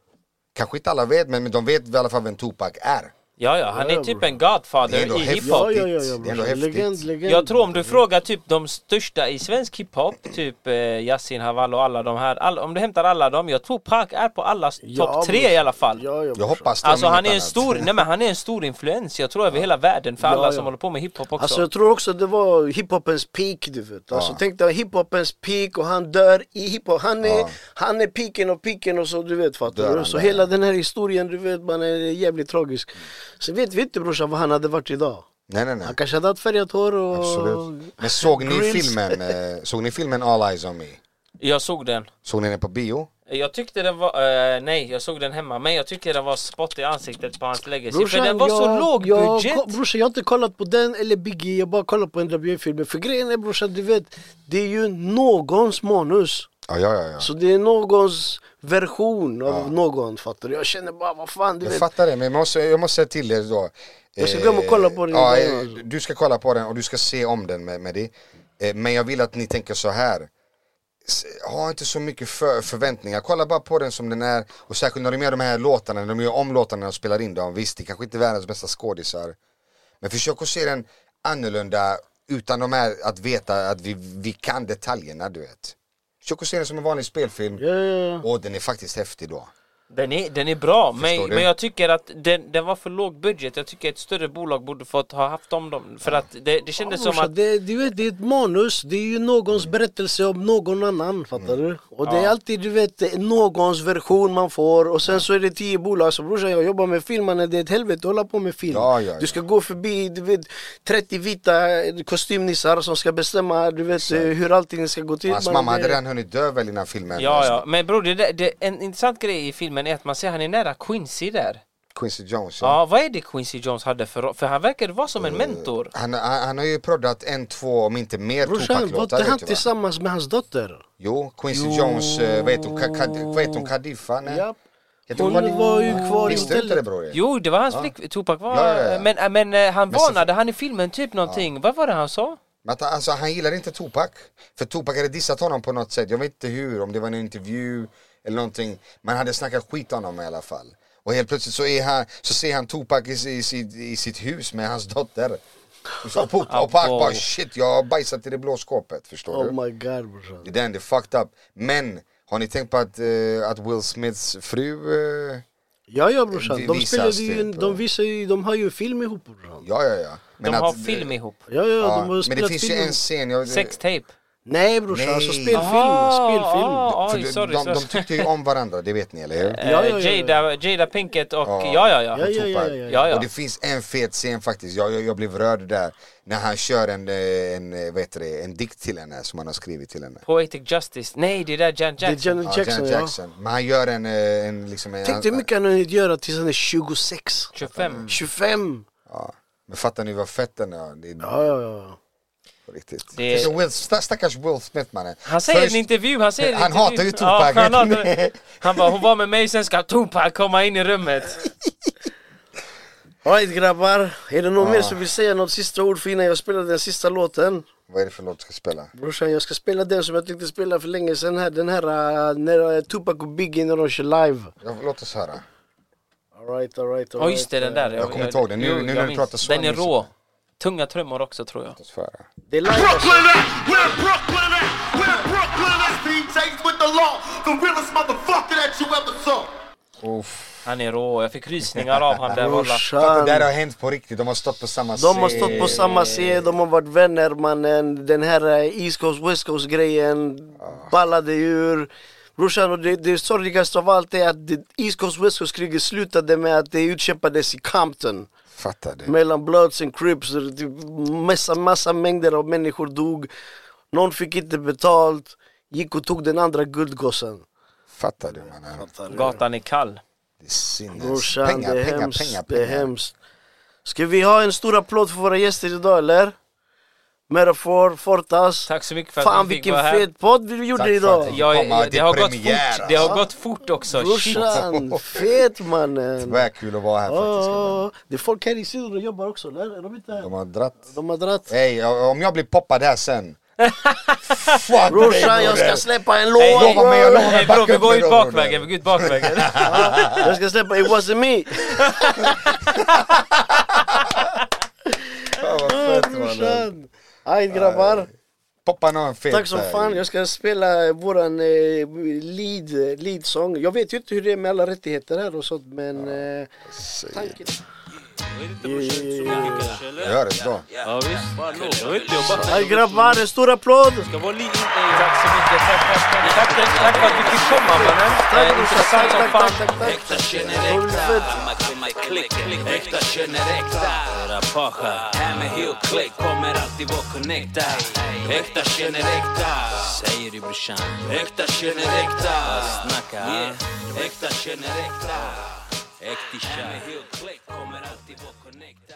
Speaker 5: Kanske inte alla vet, men, men de vet i alla fall vem Tupac är.
Speaker 3: Ja ja, han
Speaker 4: Ja,
Speaker 3: är
Speaker 4: ja,
Speaker 3: typ
Speaker 4: bror.
Speaker 3: en
Speaker 5: Det är ändå
Speaker 3: godfather i
Speaker 5: häftigt.
Speaker 3: hiphop.
Speaker 4: ja, ja, ja,
Speaker 5: Det är
Speaker 4: ja,
Speaker 5: ändå
Speaker 4: brorsan.
Speaker 5: häftigt.
Speaker 4: Legend, legend.
Speaker 3: Jag tror om du frågar typ de största i svensk hiphop, typ eh, Yasin, Haval och alla de här. All, om du hämtar alla dem, jag tror Pac är på allas
Speaker 4: Ja,
Speaker 3: topp tre
Speaker 4: brorsan.
Speaker 3: i alla fall.
Speaker 4: Ja, ja,
Speaker 5: Jag
Speaker 4: brorsan.
Speaker 5: hoppas det. om
Speaker 3: Alltså han
Speaker 5: inget
Speaker 3: är en
Speaker 5: annat.
Speaker 3: stor, nej men han är en stor influens, jag tror över hela världen för
Speaker 4: Ja,
Speaker 3: alla
Speaker 4: ja.
Speaker 3: som håller på med hiphop också.
Speaker 4: Alltså jag tror också det var hiphopens peak du vet. Alltså tänk dig hiphopens peak och han dör i hiphop. Han är, han är peaken och peaken och så du vet
Speaker 5: Dör
Speaker 4: fattar du.
Speaker 5: han
Speaker 4: Så
Speaker 5: där. Mm.
Speaker 4: hela den här historien du vet man är jävligt tragisk. Så vet vi inte brorsan vad han hade varit idag.
Speaker 5: Nej, nej, nej.
Speaker 4: Han kanske hade haft färgat hår och...
Speaker 5: Absolut. Men såg ni,
Speaker 4: Grills.
Speaker 5: filmen, eh, såg ni filmen All Eyes On Me?
Speaker 3: Jag såg den.
Speaker 5: Såg ni den på bio?
Speaker 3: Jag tyckte den var, eh, nej jag såg den hemma, men jag tyckte den var spott i ansiktet på hans legacy för den var så låg
Speaker 4: jag,
Speaker 3: budget!
Speaker 4: ko- Brorsan jag har inte kollat på den eller Biggie, jag har bara kollat på en Rabier-filmen. För grejen är brorsan, du vet, det är ju någons manus.
Speaker 5: Ja, ja, ja. ja.
Speaker 4: Så det är någons version av någon, fattar du? Jag känner bara, vad fan du
Speaker 5: Jag
Speaker 4: vet.
Speaker 5: fattar det, men jag måste, jag måste säga till er då.
Speaker 4: Jag ska
Speaker 5: Eh,
Speaker 4: glömma att kolla på den
Speaker 5: Ja,
Speaker 4: idag,
Speaker 5: eh,
Speaker 4: alltså.
Speaker 5: du ska kolla på den och du ska se om den med, med dig. Eh, Men jag vill att ni tänker så här. S- Ha inte så mycket för, förväntningar, kolla bara på den som den är. Och särskilt när de gör de här låtarna, när de gör om låtarna och spelar in dem. Visst, det kanske inte är världens bästa skådisar. Men försök att se den annorlunda utan de här att veta att vi, vi kan detaljerna, du vet. Försök att se den som en vanlig spelfilm.
Speaker 4: Ja, ja, ja.
Speaker 5: Och den är faktiskt häftig då.
Speaker 3: Den är, den är bra, men,
Speaker 5: du?
Speaker 3: men jag tycker att den, den var för låg budget. Jag tycker ett större bolag borde fått ha haft om dem. För att det, det kändes som
Speaker 4: Brorsan,
Speaker 3: att...
Speaker 4: det, du vet, det är ett manus, det är ju någons berättelse om någon annan, fattar du? Och det är alltid du vet, någons version man får och sen så är det tio bolag. Så brorsan jag jobbar med film, mannen, det är ett helvete att hålla på med film.
Speaker 5: Ja, ja, ja.
Speaker 4: Du ska gå förbi du vet, 30 vita kostymnissar som ska bestämma du vet, eh, hur allting ska gå till. eh,
Speaker 5: Hans
Speaker 4: mannen.
Speaker 5: mamma hade
Speaker 4: Det-
Speaker 5: redan hunnit dö väl innan filmen.
Speaker 3: Ja, ja. Men bror, det, där- det, en intressant grej i filmen är att man ser han är nära Quincy
Speaker 5: Mm.
Speaker 3: där.
Speaker 5: Quincy Jones.
Speaker 3: Ja, vad är det Quincy Jones hade för roll? För han verkade vara
Speaker 5: Eh,
Speaker 3: som en mentor.
Speaker 5: Han, han, han har ju proddat en, två, om inte mer
Speaker 4: Brorsan, var
Speaker 5: Tupac-låtar.
Speaker 4: inte han
Speaker 5: vet du, va?
Speaker 4: tillsammans med hans dotter?
Speaker 5: Jo, Quincy Jones, eh, vad heter hon? Ka- Ka- vad heter hon? Khadifa? Nej.
Speaker 4: Japp.
Speaker 5: Heter
Speaker 4: Hon
Speaker 5: Khadi-
Speaker 4: var ju kvar i
Speaker 5: Visste du inte det
Speaker 4: hotellet.
Speaker 5: bror?
Speaker 3: Jo, det var hans flick... Tupac var...
Speaker 5: Ja, ja, ja.
Speaker 3: Men, äh, men äh, han
Speaker 5: Men så-
Speaker 3: varnade han i filmen typ någonting. Vad var det han sa?
Speaker 5: Men att, alltså, han gillar inte Tupac. För Tupac hade dissat honom på något sätt. Jag vet inte hur, om det var en intervju eller någonting. Man hade snackat skit om honom i alla fall. Och helt plötsligt så, är han, så ser han Tupac i, i, sitt- i sitt hus med hans dotter. Och så- och Tupac bara shit, jag har bajsat i det blå skåpet. Förstår du?
Speaker 4: Oh my god brorsan.
Speaker 5: Det är den, det är fucked up. Men har ni tänkt på att, eh, att Will Smiths fru, eh,
Speaker 4: Ja ja brorsan,
Speaker 5: Vi-
Speaker 4: de,
Speaker 5: visas
Speaker 4: spelade ju, en-
Speaker 5: typ,
Speaker 4: de,
Speaker 5: va?
Speaker 4: visar ju, de har ju film ihop brorsan.
Speaker 5: ja ja ja. Men
Speaker 3: De har
Speaker 5: eh,
Speaker 3: film ihop.
Speaker 4: Ja ja,
Speaker 5: ja,
Speaker 4: de har
Speaker 5: men det
Speaker 4: spelat
Speaker 5: finns
Speaker 4: film
Speaker 5: ju en
Speaker 4: ihop.
Speaker 5: scen, jag,
Speaker 3: Sextape.
Speaker 4: Nej brorsan,
Speaker 5: Nej.
Speaker 4: alltså spelfilm,
Speaker 3: Aha,
Speaker 4: spelfilm.
Speaker 3: ah,
Speaker 5: För
Speaker 3: oj,
Speaker 5: de,
Speaker 3: sorry,
Speaker 5: de, de
Speaker 3: sorry.
Speaker 5: tyckte ju om varandra, det vet ni eller hur?
Speaker 4: Ja, ja, ja,
Speaker 3: Eh,
Speaker 4: ja.
Speaker 3: Jada, Jada Pinkett och
Speaker 5: Ja.
Speaker 3: ja, ja, ja.
Speaker 4: Ja, ja, ja, ja, ja.
Speaker 3: ja, ja.
Speaker 5: Och det finns en fet scen faktiskt, jag, jag, jag blev rörd där, när han kör en, eh, en, eh, vad heter det, en dikt till henne som han har skrivit till henne.
Speaker 3: Poetic Justice. Nej, det är där Janet
Speaker 4: Det är
Speaker 3: Jackson.
Speaker 4: Janet
Speaker 5: Ja,
Speaker 4: Jackson,
Speaker 5: Janet
Speaker 4: ja.
Speaker 5: Jackson. Men han gör en, eh, en liksom en...
Speaker 4: Tänk dig hur mycket han hunnit göra tills han är 26,
Speaker 3: 25.
Speaker 5: Mm.
Speaker 4: 25.
Speaker 5: Ja. Men fattar ni vad fett den är? Det är
Speaker 4: Ja, ja, ja.
Speaker 5: på riktigt.
Speaker 3: Det-
Speaker 5: Det... Will, sta- stackars Will Smith mannen.
Speaker 3: Han säger i
Speaker 5: Först-
Speaker 3: en intervju, han säger i en
Speaker 5: Han
Speaker 3: intervju.
Speaker 5: hatar ju Tupac.
Speaker 3: Ja, han, hatar, han bara, hon var med mig, sen ska Tupac komma in i rummet.
Speaker 4: Alright grabbar, är det någon mer som vill säga något sista ord för innan jag spelar den sista låten?
Speaker 5: Vad är det för låt du ska spela?
Speaker 4: Brorsan jag ska spela den som jag tänkte spela för länge sedan här, den här äh, när äh, Tupac och Biggie när de kör live.
Speaker 5: Ja, låt oss höra.
Speaker 4: Alright, alright, alright.
Speaker 3: Ja just det, den där.
Speaker 5: Jag kommer inte ihåg den. Nu-
Speaker 3: Jo,
Speaker 5: nu när
Speaker 3: jag
Speaker 5: du
Speaker 3: minns.
Speaker 5: pratar så
Speaker 3: Den är
Speaker 5: minns jag Alltså.
Speaker 3: rå. Tunga trummor också tror jag.
Speaker 5: Låt oss höra.
Speaker 4: Det är live alltså.
Speaker 8: Brooklyn at? Where Brooklyn at? Where Brooklyn at? Steve Chase with the law, the realest motherfucker that you ever saw.
Speaker 5: Uff.
Speaker 3: Han är rå, jag fick rysningar av han där walla.
Speaker 5: Det där
Speaker 4: Brorsan.
Speaker 5: har hänt på riktigt, de har stått på samma
Speaker 4: De har
Speaker 5: scen.
Speaker 4: stått på samma scen, de har varit vänner mannen. Den här äh, East Coast West Coast grejen ballade ur. Brorsan, och det, det sorgligaste av allt är att det, East Coast West Coast kriget slutade med att det utkämpades i Compton.
Speaker 5: Fattar du?
Speaker 4: mellan Bloods and Crips. Typ massa, massa mängder av människor dog. Någon fick inte betalt. Gick och tog den andra guldgossen.
Speaker 5: Fattar du mannen?
Speaker 3: Gatan är kall.
Speaker 5: Det är sinnes.
Speaker 4: Brorsan,
Speaker 5: pengar,
Speaker 4: det är
Speaker 5: pengar,
Speaker 4: hemskt.
Speaker 5: pengar,
Speaker 4: Det är
Speaker 5: pengar.
Speaker 4: hemskt. Ska vi ha en stor applåd för våra gäster idag eller? Metafor, Fortas.
Speaker 3: Tack så mycket för att
Speaker 4: Fan
Speaker 3: ni fick
Speaker 4: vilken
Speaker 3: vara här.
Speaker 4: fet podd vi gjorde
Speaker 5: Tack för
Speaker 4: idag.
Speaker 5: att ni-
Speaker 3: Jag,
Speaker 5: Komma
Speaker 3: jag, det,
Speaker 5: till
Speaker 3: har gått
Speaker 5: premiär,
Speaker 3: fort, det har
Speaker 5: alltså.
Speaker 3: gått fort också. Shit.
Speaker 4: Brorsan, fet mannen.
Speaker 5: Tyvärr kul att vara här faktiskt.
Speaker 4: Ja, det är folk här i söder och jobbar också eller? Är de inte här?
Speaker 5: De Eh. har dratt.
Speaker 4: De har dratt.
Speaker 5: Hey, om jag blir poppad här sen. Fuck
Speaker 4: Brorsan
Speaker 5: dig,
Speaker 4: jag ska
Speaker 5: broder.
Speaker 4: släppa
Speaker 3: Hey,
Speaker 4: en låt!
Speaker 3: hey,
Speaker 5: Lova mig, jag lovar
Speaker 3: hey, bro,
Speaker 5: backa
Speaker 3: vi
Speaker 5: upp
Speaker 3: går
Speaker 5: mig
Speaker 3: ut
Speaker 5: då,
Speaker 3: bakvägen,
Speaker 5: bror.
Speaker 3: vi går ut bakvägen.
Speaker 4: Jag ska släppa It wasn't me!
Speaker 5: Fan, vad fett, mannen.
Speaker 4: Brorsan! Aj
Speaker 5: Eh.
Speaker 4: grabbar,
Speaker 5: Poppa någon fet
Speaker 4: tack som
Speaker 5: där.
Speaker 4: fan. Jag ska spela våran eh, lead, lead song. Jag vet ju inte hur det är med alla rättigheter här och sånt men... Eh, tanken...
Speaker 5: Jag gör det idag.
Speaker 1: Ja visst. Jag vill inte jobba.
Speaker 4: Aj grabbar, en stor applåd!
Speaker 1: Ska vara lean
Speaker 3: Tack så mycket, tack, tack, tack. Tack, tack, tack för att vi fick komma mannen.
Speaker 4: Tack
Speaker 3: Eh,
Speaker 4: brorsan,
Speaker 3: Intressant som
Speaker 4: tack, tack,
Speaker 3: fan.
Speaker 4: tack, tack!
Speaker 2: Äkta känner äkta, mamma kvinna i klick Äkta känner äkta, rapacha Här med heel klick, kommer alltid vara connectad Äkta känner äkta, säger du brorsan Äkta känner äkta, snacka Äkta känner äkta Äktisha, här med heel klick, kommer alltid vara connectad